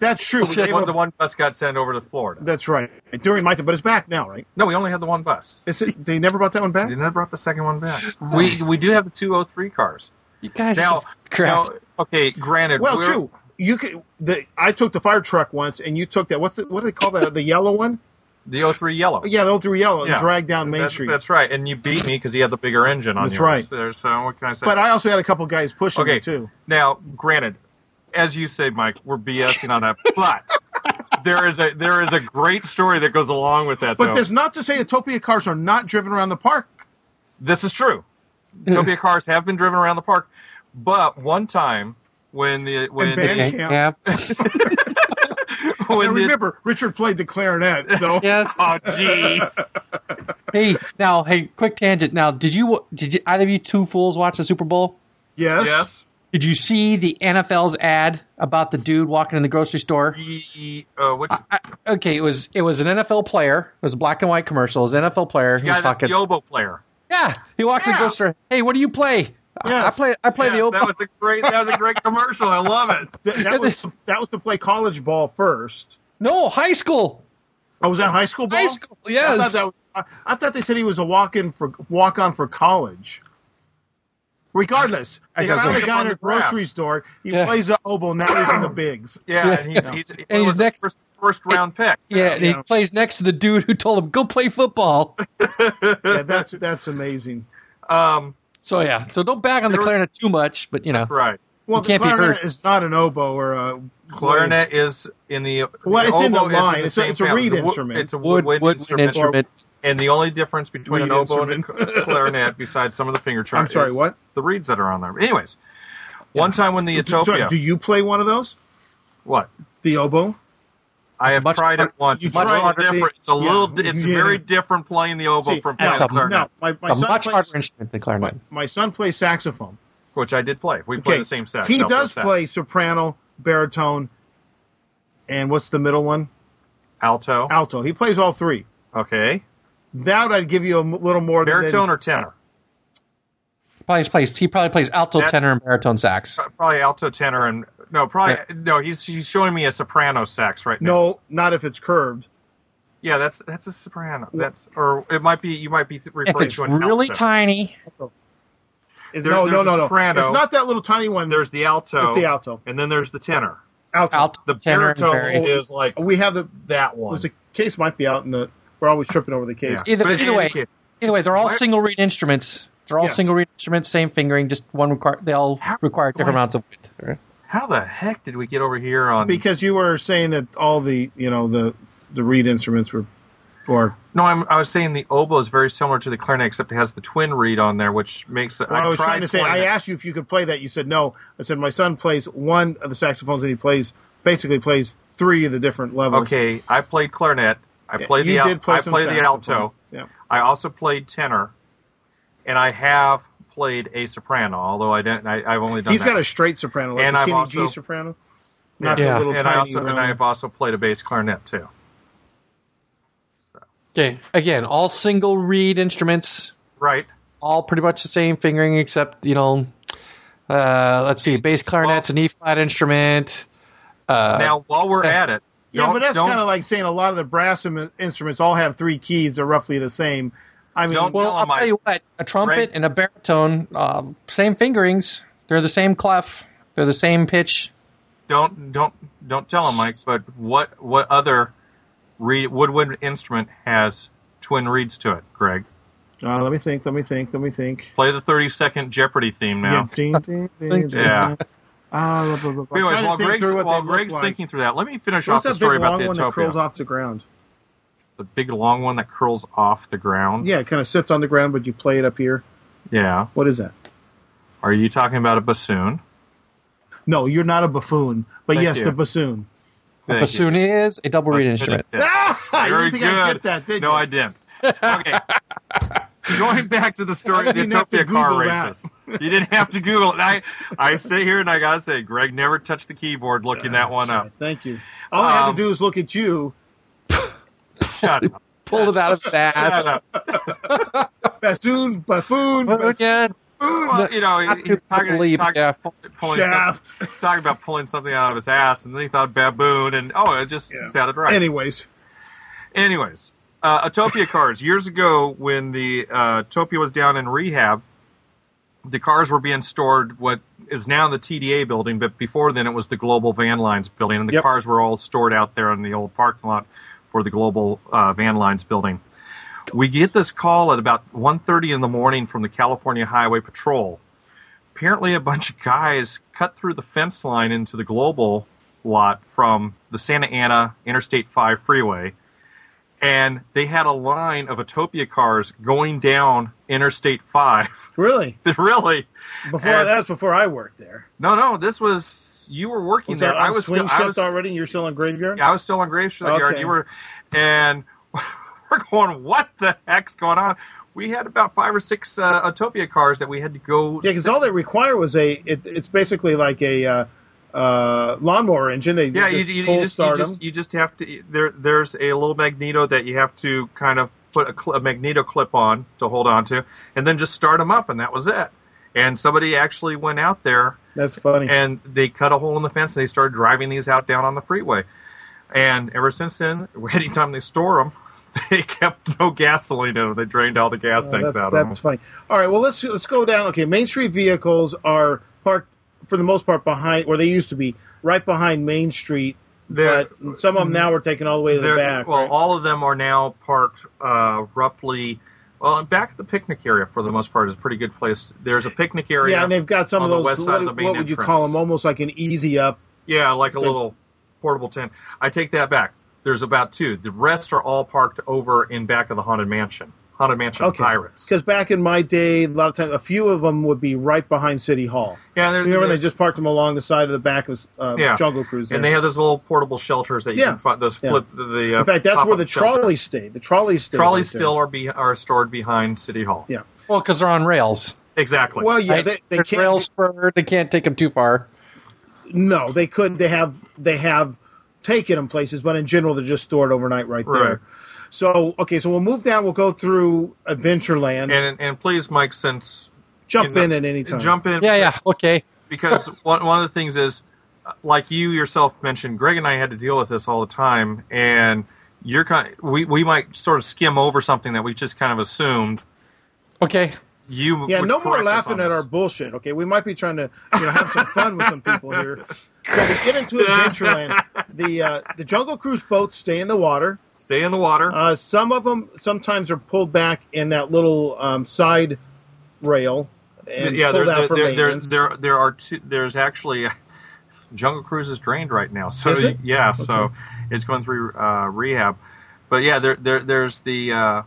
[SPEAKER 2] That's true. We
[SPEAKER 1] Shit.
[SPEAKER 2] gave
[SPEAKER 3] One,
[SPEAKER 2] up-
[SPEAKER 3] the one bus got sent over to Florida.
[SPEAKER 2] that's right. During Mike, but it's back now, right?
[SPEAKER 3] no, we only had the one bus.
[SPEAKER 2] Is it, they never brought that one
[SPEAKER 3] They
[SPEAKER 2] back.
[SPEAKER 3] never brought the second one back. We we do have the two hundred three cars
[SPEAKER 1] You guys
[SPEAKER 3] now.
[SPEAKER 1] are crap.
[SPEAKER 3] now, okay, granted.
[SPEAKER 2] Well,
[SPEAKER 3] we're-
[SPEAKER 2] true. You could. The, I took the fire truck once, and you took that. What's the, what do they call that? The yellow one?
[SPEAKER 3] The 03 yellow.
[SPEAKER 2] Oh, Yeah, the old through yellow and
[SPEAKER 3] Yeah.
[SPEAKER 2] dragged down Main
[SPEAKER 3] that's,
[SPEAKER 2] Street.
[SPEAKER 3] That's right, and you beat me because he had the bigger engine on
[SPEAKER 2] That's
[SPEAKER 3] yours.
[SPEAKER 2] right.
[SPEAKER 3] There, so what can I say?
[SPEAKER 2] but I also had a couple guys pushing
[SPEAKER 3] okay,
[SPEAKER 2] me too.
[SPEAKER 3] Now, granted, as you say, Mike, we're BSing on that, but there is a there is a great story that goes along with that.
[SPEAKER 2] But
[SPEAKER 3] though.
[SPEAKER 2] that's not to say Utopia cars are not driven around the park.
[SPEAKER 3] This is true. Utopia cars have been driven around the park, But one time when the when
[SPEAKER 2] band-
[SPEAKER 3] the,
[SPEAKER 1] Okay,
[SPEAKER 2] Bandcamp.
[SPEAKER 1] yeah.
[SPEAKER 3] when
[SPEAKER 2] And
[SPEAKER 3] the-
[SPEAKER 2] remember, Richard played the clarinet, so
[SPEAKER 1] Yes.
[SPEAKER 3] oh jeez,
[SPEAKER 1] hey, now, hey, quick tangent. Now, did you did you, either of you two fools watch the Super Bowl?
[SPEAKER 2] yes,
[SPEAKER 3] yes.
[SPEAKER 1] Did you see the NFL's ad about the dude walking in the grocery store?
[SPEAKER 3] He, uh, which,
[SPEAKER 1] I, okay, it was it was an NFL player. It was a black and white commercial. It was an NFL player. He
[SPEAKER 3] yeah,
[SPEAKER 1] was
[SPEAKER 3] that's
[SPEAKER 1] talking.
[SPEAKER 3] the oboe player.
[SPEAKER 1] yeah, he walks in the
[SPEAKER 2] Yeah.
[SPEAKER 1] grocery store. Hey, what do you play? I- I
[SPEAKER 2] Yes.
[SPEAKER 1] play I play the
[SPEAKER 3] Yes,
[SPEAKER 1] oboe.
[SPEAKER 3] that was a great that was a great commercial. I love it.
[SPEAKER 2] Th- that was that was to play college ball first.
[SPEAKER 1] no, high school.
[SPEAKER 2] Oh, was that high school ball?
[SPEAKER 1] High school,
[SPEAKER 2] I
[SPEAKER 1] yes.
[SPEAKER 2] thought, that was, I, I thought they said he was a walk in for walk on for college. Regardless,
[SPEAKER 1] I
[SPEAKER 2] they
[SPEAKER 1] guess
[SPEAKER 2] found
[SPEAKER 1] so.
[SPEAKER 2] a guy in a
[SPEAKER 3] Under grab.
[SPEAKER 2] grocery store. He
[SPEAKER 1] Yeah.
[SPEAKER 2] plays the oboe. Now he's in the bigs.
[SPEAKER 3] Yeah,
[SPEAKER 1] Yeah.
[SPEAKER 3] and he's, he's, he
[SPEAKER 1] And he's
[SPEAKER 3] was the
[SPEAKER 1] next-
[SPEAKER 3] first, first round pick.
[SPEAKER 1] Yeah, and he
[SPEAKER 2] Yeah.
[SPEAKER 1] plays next to the dude who told him go play football.
[SPEAKER 2] Yeah, that's that's amazing.
[SPEAKER 3] Um,
[SPEAKER 1] So yeah, so don't bag on the
[SPEAKER 3] There was-
[SPEAKER 1] clarinet too much, but you know,
[SPEAKER 3] right.
[SPEAKER 1] You
[SPEAKER 2] Well, the
[SPEAKER 1] can't be
[SPEAKER 2] clarinet
[SPEAKER 1] hurt.
[SPEAKER 2] is not an oboe or a
[SPEAKER 3] Clarinet is in the
[SPEAKER 2] Well, it's in the
[SPEAKER 3] oboe is
[SPEAKER 2] line. It's a-
[SPEAKER 3] same
[SPEAKER 2] it's a
[SPEAKER 3] family.
[SPEAKER 2] reed
[SPEAKER 3] It's wo-
[SPEAKER 2] instrument.
[SPEAKER 3] It's a
[SPEAKER 1] wood
[SPEAKER 3] woodwind,
[SPEAKER 1] wood, instrument.
[SPEAKER 3] instrument. And the only difference between
[SPEAKER 2] Reed
[SPEAKER 3] an oboe
[SPEAKER 2] instrument.
[SPEAKER 3] and a clarinet, besides some of the finger charts,
[SPEAKER 2] sorry,
[SPEAKER 3] is
[SPEAKER 2] what?
[SPEAKER 3] The reeds that are on there. Anyways, one time when the Utopia,
[SPEAKER 2] Do you play one of those?
[SPEAKER 3] what?
[SPEAKER 2] The oboe?
[SPEAKER 3] I
[SPEAKER 1] It's
[SPEAKER 3] have
[SPEAKER 1] much
[SPEAKER 3] tried
[SPEAKER 1] harder-
[SPEAKER 3] it once.
[SPEAKER 2] you
[SPEAKER 3] It's a
[SPEAKER 2] tried
[SPEAKER 3] little
[SPEAKER 2] it, see?
[SPEAKER 3] different. It's a
[SPEAKER 2] Yeah.
[SPEAKER 3] little. It's
[SPEAKER 2] Yeah.
[SPEAKER 3] very different playing the oboe
[SPEAKER 2] See,
[SPEAKER 3] from playing
[SPEAKER 1] that's
[SPEAKER 2] no,
[SPEAKER 3] the
[SPEAKER 1] a-
[SPEAKER 3] clarinet,
[SPEAKER 2] no, my, my
[SPEAKER 1] a
[SPEAKER 2] son
[SPEAKER 1] much harder
[SPEAKER 2] plays,
[SPEAKER 1] instrument than clarinet.
[SPEAKER 2] my son plays saxophone.
[SPEAKER 3] which I did play. We played the same set.
[SPEAKER 2] He
[SPEAKER 3] alto
[SPEAKER 2] does
[SPEAKER 3] sax.
[SPEAKER 2] play soprano, baritone, and what's the middle one?
[SPEAKER 3] alto.
[SPEAKER 2] Alto. He plays all three.
[SPEAKER 3] Okay,
[SPEAKER 2] That I'd give you a m- little more
[SPEAKER 3] baritone
[SPEAKER 2] than
[SPEAKER 3] or tenor.
[SPEAKER 1] Probably plays he probably plays alto,
[SPEAKER 3] That-
[SPEAKER 1] tenor, and baritone sax.
[SPEAKER 3] probably alto tenor and no probably no he's he's showing me a soprano sax right now
[SPEAKER 2] no, not if it's curved.
[SPEAKER 3] yeah that's that's a soprano that's or it might be you might be referring
[SPEAKER 1] If it's
[SPEAKER 3] to an
[SPEAKER 1] really
[SPEAKER 3] alto.
[SPEAKER 1] tiny,
[SPEAKER 2] It's-
[SPEAKER 3] There-
[SPEAKER 2] no,
[SPEAKER 3] there's
[SPEAKER 2] no,
[SPEAKER 3] a
[SPEAKER 2] no, no.
[SPEAKER 3] soprano.
[SPEAKER 2] It's not that little tiny one.
[SPEAKER 3] there's the alto
[SPEAKER 2] It's the alto.
[SPEAKER 3] and then there's the tenor
[SPEAKER 2] alto.
[SPEAKER 1] alto,
[SPEAKER 3] the
[SPEAKER 1] tenor, and
[SPEAKER 3] baritone
[SPEAKER 1] baritone.
[SPEAKER 3] is like
[SPEAKER 2] We have the
[SPEAKER 3] that one
[SPEAKER 2] there's a case might be out in the. We're always tripping over the case.
[SPEAKER 3] Yeah.
[SPEAKER 1] Either-
[SPEAKER 3] But in
[SPEAKER 1] either
[SPEAKER 3] any
[SPEAKER 1] way.
[SPEAKER 3] case,
[SPEAKER 1] Either way, they're all
[SPEAKER 3] Why-
[SPEAKER 1] single reed instruments. They're all
[SPEAKER 2] Yes.
[SPEAKER 1] single reed instruments, same fingering, just one require they all
[SPEAKER 3] How-
[SPEAKER 1] require different
[SPEAKER 3] why-
[SPEAKER 1] amounts of width.
[SPEAKER 3] how the heck did we get over here on
[SPEAKER 2] Because you were saying that all the you know the the reed instruments were, or
[SPEAKER 3] no I'm, i was saying the oboe is very similar to the clarinet except it has the twin reed on there which makes it
[SPEAKER 2] Well, I, was
[SPEAKER 3] tried
[SPEAKER 2] trying to say,
[SPEAKER 3] playing
[SPEAKER 2] I
[SPEAKER 3] it.
[SPEAKER 2] asked you if you could play that. You said no. I said my son plays one of the saxophones, and he plays basically plays three of the different levels.
[SPEAKER 3] okay i played clarinet i
[SPEAKER 2] Yeah,
[SPEAKER 3] played
[SPEAKER 2] you
[SPEAKER 3] the al-
[SPEAKER 2] did play
[SPEAKER 3] i
[SPEAKER 2] some
[SPEAKER 3] played the
[SPEAKER 2] saxophone.
[SPEAKER 3] alto
[SPEAKER 2] Yeah,
[SPEAKER 3] I also played tenor, and I have played a soprano. Although I didn't, I, I've only done.
[SPEAKER 2] he's
[SPEAKER 3] that.
[SPEAKER 2] got a straight soprano, like
[SPEAKER 3] And
[SPEAKER 2] the
[SPEAKER 3] I've
[SPEAKER 2] Kenny
[SPEAKER 3] also-
[SPEAKER 2] G soprano, not
[SPEAKER 1] Yeah.
[SPEAKER 2] the little
[SPEAKER 3] and
[SPEAKER 2] tiny
[SPEAKER 3] I also
[SPEAKER 2] round.
[SPEAKER 3] and I have also played a bass clarinet too.
[SPEAKER 1] Okay. Again, all single reed instruments,
[SPEAKER 3] Right.
[SPEAKER 1] all pretty much the same fingering, except you know, uh, let's see, bass clarinet's an E flat instrument.
[SPEAKER 3] now, while we're
[SPEAKER 1] yeah.
[SPEAKER 3] at it,
[SPEAKER 2] yeah,
[SPEAKER 3] don't,
[SPEAKER 2] but that's
[SPEAKER 3] don't,
[SPEAKER 2] kind of like saying a lot of the brass im- instruments all have three keys. They're roughly the same. I mean,
[SPEAKER 3] Don't-
[SPEAKER 1] Well,
[SPEAKER 3] No,
[SPEAKER 1] I'll
[SPEAKER 3] my-
[SPEAKER 1] tell you what, a trumpet
[SPEAKER 3] Right.
[SPEAKER 1] and a baritone, um, same fingerings. They're the same clef. They're the same pitch.
[SPEAKER 3] don't don't don't tell him, Mike. But what what other reed, woodwind instrument has twin reeds to it? Greg,
[SPEAKER 2] uh, let me think. Let me think. Let me think.
[SPEAKER 3] play the thirty second Jeopardy theme now.
[SPEAKER 2] ding, ding, ding, ding.
[SPEAKER 3] Yeah.
[SPEAKER 2] Ah, blah, blah, blah, blah.
[SPEAKER 3] Anyways,
[SPEAKER 2] Trying to
[SPEAKER 3] while
[SPEAKER 2] think
[SPEAKER 3] Greg's,
[SPEAKER 2] through what
[SPEAKER 3] while
[SPEAKER 2] they look
[SPEAKER 3] Greg's
[SPEAKER 2] like.
[SPEAKER 3] thinking through that, let me finish
[SPEAKER 2] what's
[SPEAKER 3] off
[SPEAKER 2] that
[SPEAKER 3] the story
[SPEAKER 2] big long
[SPEAKER 3] about the
[SPEAKER 2] one that curls
[SPEAKER 3] Utopia.
[SPEAKER 2] off the ground?
[SPEAKER 3] The big long one that curls off the ground.
[SPEAKER 2] Yeah, it kind of sits on the ground, but you play it up here.
[SPEAKER 3] Yeah.
[SPEAKER 2] What is that?
[SPEAKER 3] Are you talking about a bassoon?
[SPEAKER 2] No, you're not a buffoon, but
[SPEAKER 3] Thank
[SPEAKER 2] yes,
[SPEAKER 3] you.
[SPEAKER 2] the bassoon.
[SPEAKER 1] A
[SPEAKER 3] Thank
[SPEAKER 1] bassoon is a double
[SPEAKER 3] you.
[SPEAKER 1] reed
[SPEAKER 3] That's
[SPEAKER 1] instrument.
[SPEAKER 3] what it said.
[SPEAKER 2] Ah, you didn't
[SPEAKER 3] Very
[SPEAKER 2] think
[SPEAKER 3] good.
[SPEAKER 2] I get that, did
[SPEAKER 3] no,
[SPEAKER 2] you?
[SPEAKER 3] I didn't. Okay. Going back to the story
[SPEAKER 2] I
[SPEAKER 3] of the
[SPEAKER 2] didn't have to
[SPEAKER 3] Utopia car
[SPEAKER 2] Google that.
[SPEAKER 3] races. You didn't have to Google it. I, I sit here and I gotta say, Greg never touched the keyboard looking that one up.
[SPEAKER 2] Thank you. All I had
[SPEAKER 3] Um,
[SPEAKER 2] to do is look at you.
[SPEAKER 3] Shut up.
[SPEAKER 1] Pulled it out of that.
[SPEAKER 3] Shut up.
[SPEAKER 2] Bassoon, buffoon, bassoon,
[SPEAKER 1] yeah,
[SPEAKER 3] Well, you know,
[SPEAKER 1] Not
[SPEAKER 3] he- he's
[SPEAKER 1] to
[SPEAKER 3] talking, he's
[SPEAKER 1] believe,
[SPEAKER 3] talking,
[SPEAKER 1] yeah.
[SPEAKER 3] pulling something,
[SPEAKER 2] shaft.
[SPEAKER 3] talking about pulling something out of his ass, and then he thought baboon, and oh, it just
[SPEAKER 2] Yeah.
[SPEAKER 3] sounded right.
[SPEAKER 2] Anyways,
[SPEAKER 3] Anyways, uh, Atopia cars. Years ago, when the uh, Atopia was down in rehab, the cars were being stored what is now the TDA building, but before then it was the Global Van Lines building, and the
[SPEAKER 2] Yep.
[SPEAKER 3] cars were all stored out there in the old parking lot for the Global uh, Van Lines building. We get this call at about 1.30 in the morning from the California Highway Patrol. Apparently, a bunch of guys cut through the fence line into the Global lot from the Santa Ana Interstate 5 freeway and they had a line of Atopia cars going down Interstate 5.
[SPEAKER 2] Really?
[SPEAKER 3] really?
[SPEAKER 2] Before
[SPEAKER 3] And-
[SPEAKER 2] that's before I worked there.
[SPEAKER 3] No, no, this was you were working
[SPEAKER 2] Was
[SPEAKER 3] there.
[SPEAKER 2] I,
[SPEAKER 3] I was
[SPEAKER 2] swing
[SPEAKER 3] still I
[SPEAKER 2] shift
[SPEAKER 3] was,
[SPEAKER 2] already. and You're still in graveyard.
[SPEAKER 3] I was still on Grave Shipyard.
[SPEAKER 2] Okay.
[SPEAKER 3] You were and we're going, what the heck's going on? We had about five or six uh, Atopia cars that we had to go
[SPEAKER 2] Yeah, because all they require was a. It, it's basically like a uh, uh, lawnmower engine. They
[SPEAKER 3] yeah,
[SPEAKER 2] just
[SPEAKER 3] you, you,
[SPEAKER 2] cold
[SPEAKER 3] you just you
[SPEAKER 2] start
[SPEAKER 3] just
[SPEAKER 2] them.
[SPEAKER 3] you just have to there. There's a little magneto that you have to kind of put a, cl- a magneto clip on to hold on to, and then just start them up, and that was it. And somebody actually went out there
[SPEAKER 2] That's funny.
[SPEAKER 3] and they cut a hole in the fence and they started driving these out down on the freeway. And ever since then, anytime they store them, they kept no gasoline in them. They drained all the gas
[SPEAKER 2] Uh,
[SPEAKER 3] tanks
[SPEAKER 2] that's,
[SPEAKER 3] out of them.
[SPEAKER 2] that's funny. All right, well let's let's go down. Okay, Main Street vehicles are parked for the most part behind, or they used to be right behind Main Street.
[SPEAKER 3] They're-
[SPEAKER 2] but some of them now are taken all the way to the
[SPEAKER 3] They're-
[SPEAKER 2] back.
[SPEAKER 3] Well,
[SPEAKER 2] right?
[SPEAKER 3] all of them are now parked uh, roughly. Well, back at the picnic area for the most part is a pretty good place. There's a picnic area.
[SPEAKER 2] yeah, and they've got some of
[SPEAKER 3] on the
[SPEAKER 2] those.
[SPEAKER 3] west side
[SPEAKER 2] what,
[SPEAKER 3] of the main
[SPEAKER 2] what would you
[SPEAKER 3] entrance.
[SPEAKER 2] call them? Almost like an easy up.
[SPEAKER 3] Yeah, like a
[SPEAKER 2] Good.
[SPEAKER 3] little portable tent. I take that back. There's about two. The rest are all parked over in back of the haunted mansion. Haunted mansion pirates.
[SPEAKER 2] Because back in my day, a lot of times, a few of them would be right behind City Hall.
[SPEAKER 3] Yeah, there-
[SPEAKER 2] Remember, they
[SPEAKER 3] there's-
[SPEAKER 2] just parked them along the side of the back of uh,
[SPEAKER 3] Yeah.
[SPEAKER 2] Jungle Cruise.
[SPEAKER 3] and
[SPEAKER 2] there.
[SPEAKER 3] they have those little portable shelters that you
[SPEAKER 2] Yeah.
[SPEAKER 3] can find. Those
[SPEAKER 2] Yeah.
[SPEAKER 3] flip the. Uh,
[SPEAKER 2] in fact, that's
[SPEAKER 3] pop-up
[SPEAKER 2] where the
[SPEAKER 3] shelters.
[SPEAKER 2] trolleys stayed. The trolleys stayed.
[SPEAKER 3] trolleys
[SPEAKER 2] right there.
[SPEAKER 3] still are be, are stored behind City Hall.
[SPEAKER 2] Yeah.
[SPEAKER 1] Well, because they're on rails.
[SPEAKER 3] Exactly.
[SPEAKER 2] Well, yeah,
[SPEAKER 1] right?
[SPEAKER 2] they, they
[SPEAKER 1] They're
[SPEAKER 2] can't.
[SPEAKER 1] rail spurred. They can't take them too far.
[SPEAKER 2] No, they could. They have. They have taken them places, but in general, they're just stored overnight right there.
[SPEAKER 3] Right.
[SPEAKER 2] So okay, so we'll move down. We'll go through Adventureland.
[SPEAKER 3] and and please, Mike, since
[SPEAKER 2] jump
[SPEAKER 3] you
[SPEAKER 2] in
[SPEAKER 3] know,
[SPEAKER 2] at any time.
[SPEAKER 3] jump in.
[SPEAKER 1] Yeah, yeah. Okay.
[SPEAKER 3] because one, one of the things is uh, like you yourself mentioned greg and i had to deal with this all the time and you're kind we, we might sort of skim over something that we just kind of assumed
[SPEAKER 1] Okay.
[SPEAKER 3] you
[SPEAKER 2] Yeah,
[SPEAKER 3] would
[SPEAKER 2] no more
[SPEAKER 3] correct us
[SPEAKER 2] laughing
[SPEAKER 3] on
[SPEAKER 2] at
[SPEAKER 3] this.
[SPEAKER 2] our bullshit. Okay, we might be trying to you know have some fun with some people here. So we get into Adventureland. The uh, the Jungle Cruise boats stay in the water.
[SPEAKER 3] stay in the water
[SPEAKER 2] Uh, some of them sometimes are pulled back in that little um, side rail and
[SPEAKER 3] yeah there,
[SPEAKER 2] pulled out
[SPEAKER 3] there,
[SPEAKER 2] for
[SPEAKER 3] there, there,
[SPEAKER 2] maintenance.
[SPEAKER 3] there there are two there's actually jungle cruise is drained right now so
[SPEAKER 2] Is it?
[SPEAKER 3] yeah so it's going through uh, rehab but yeah there, there there's the uh,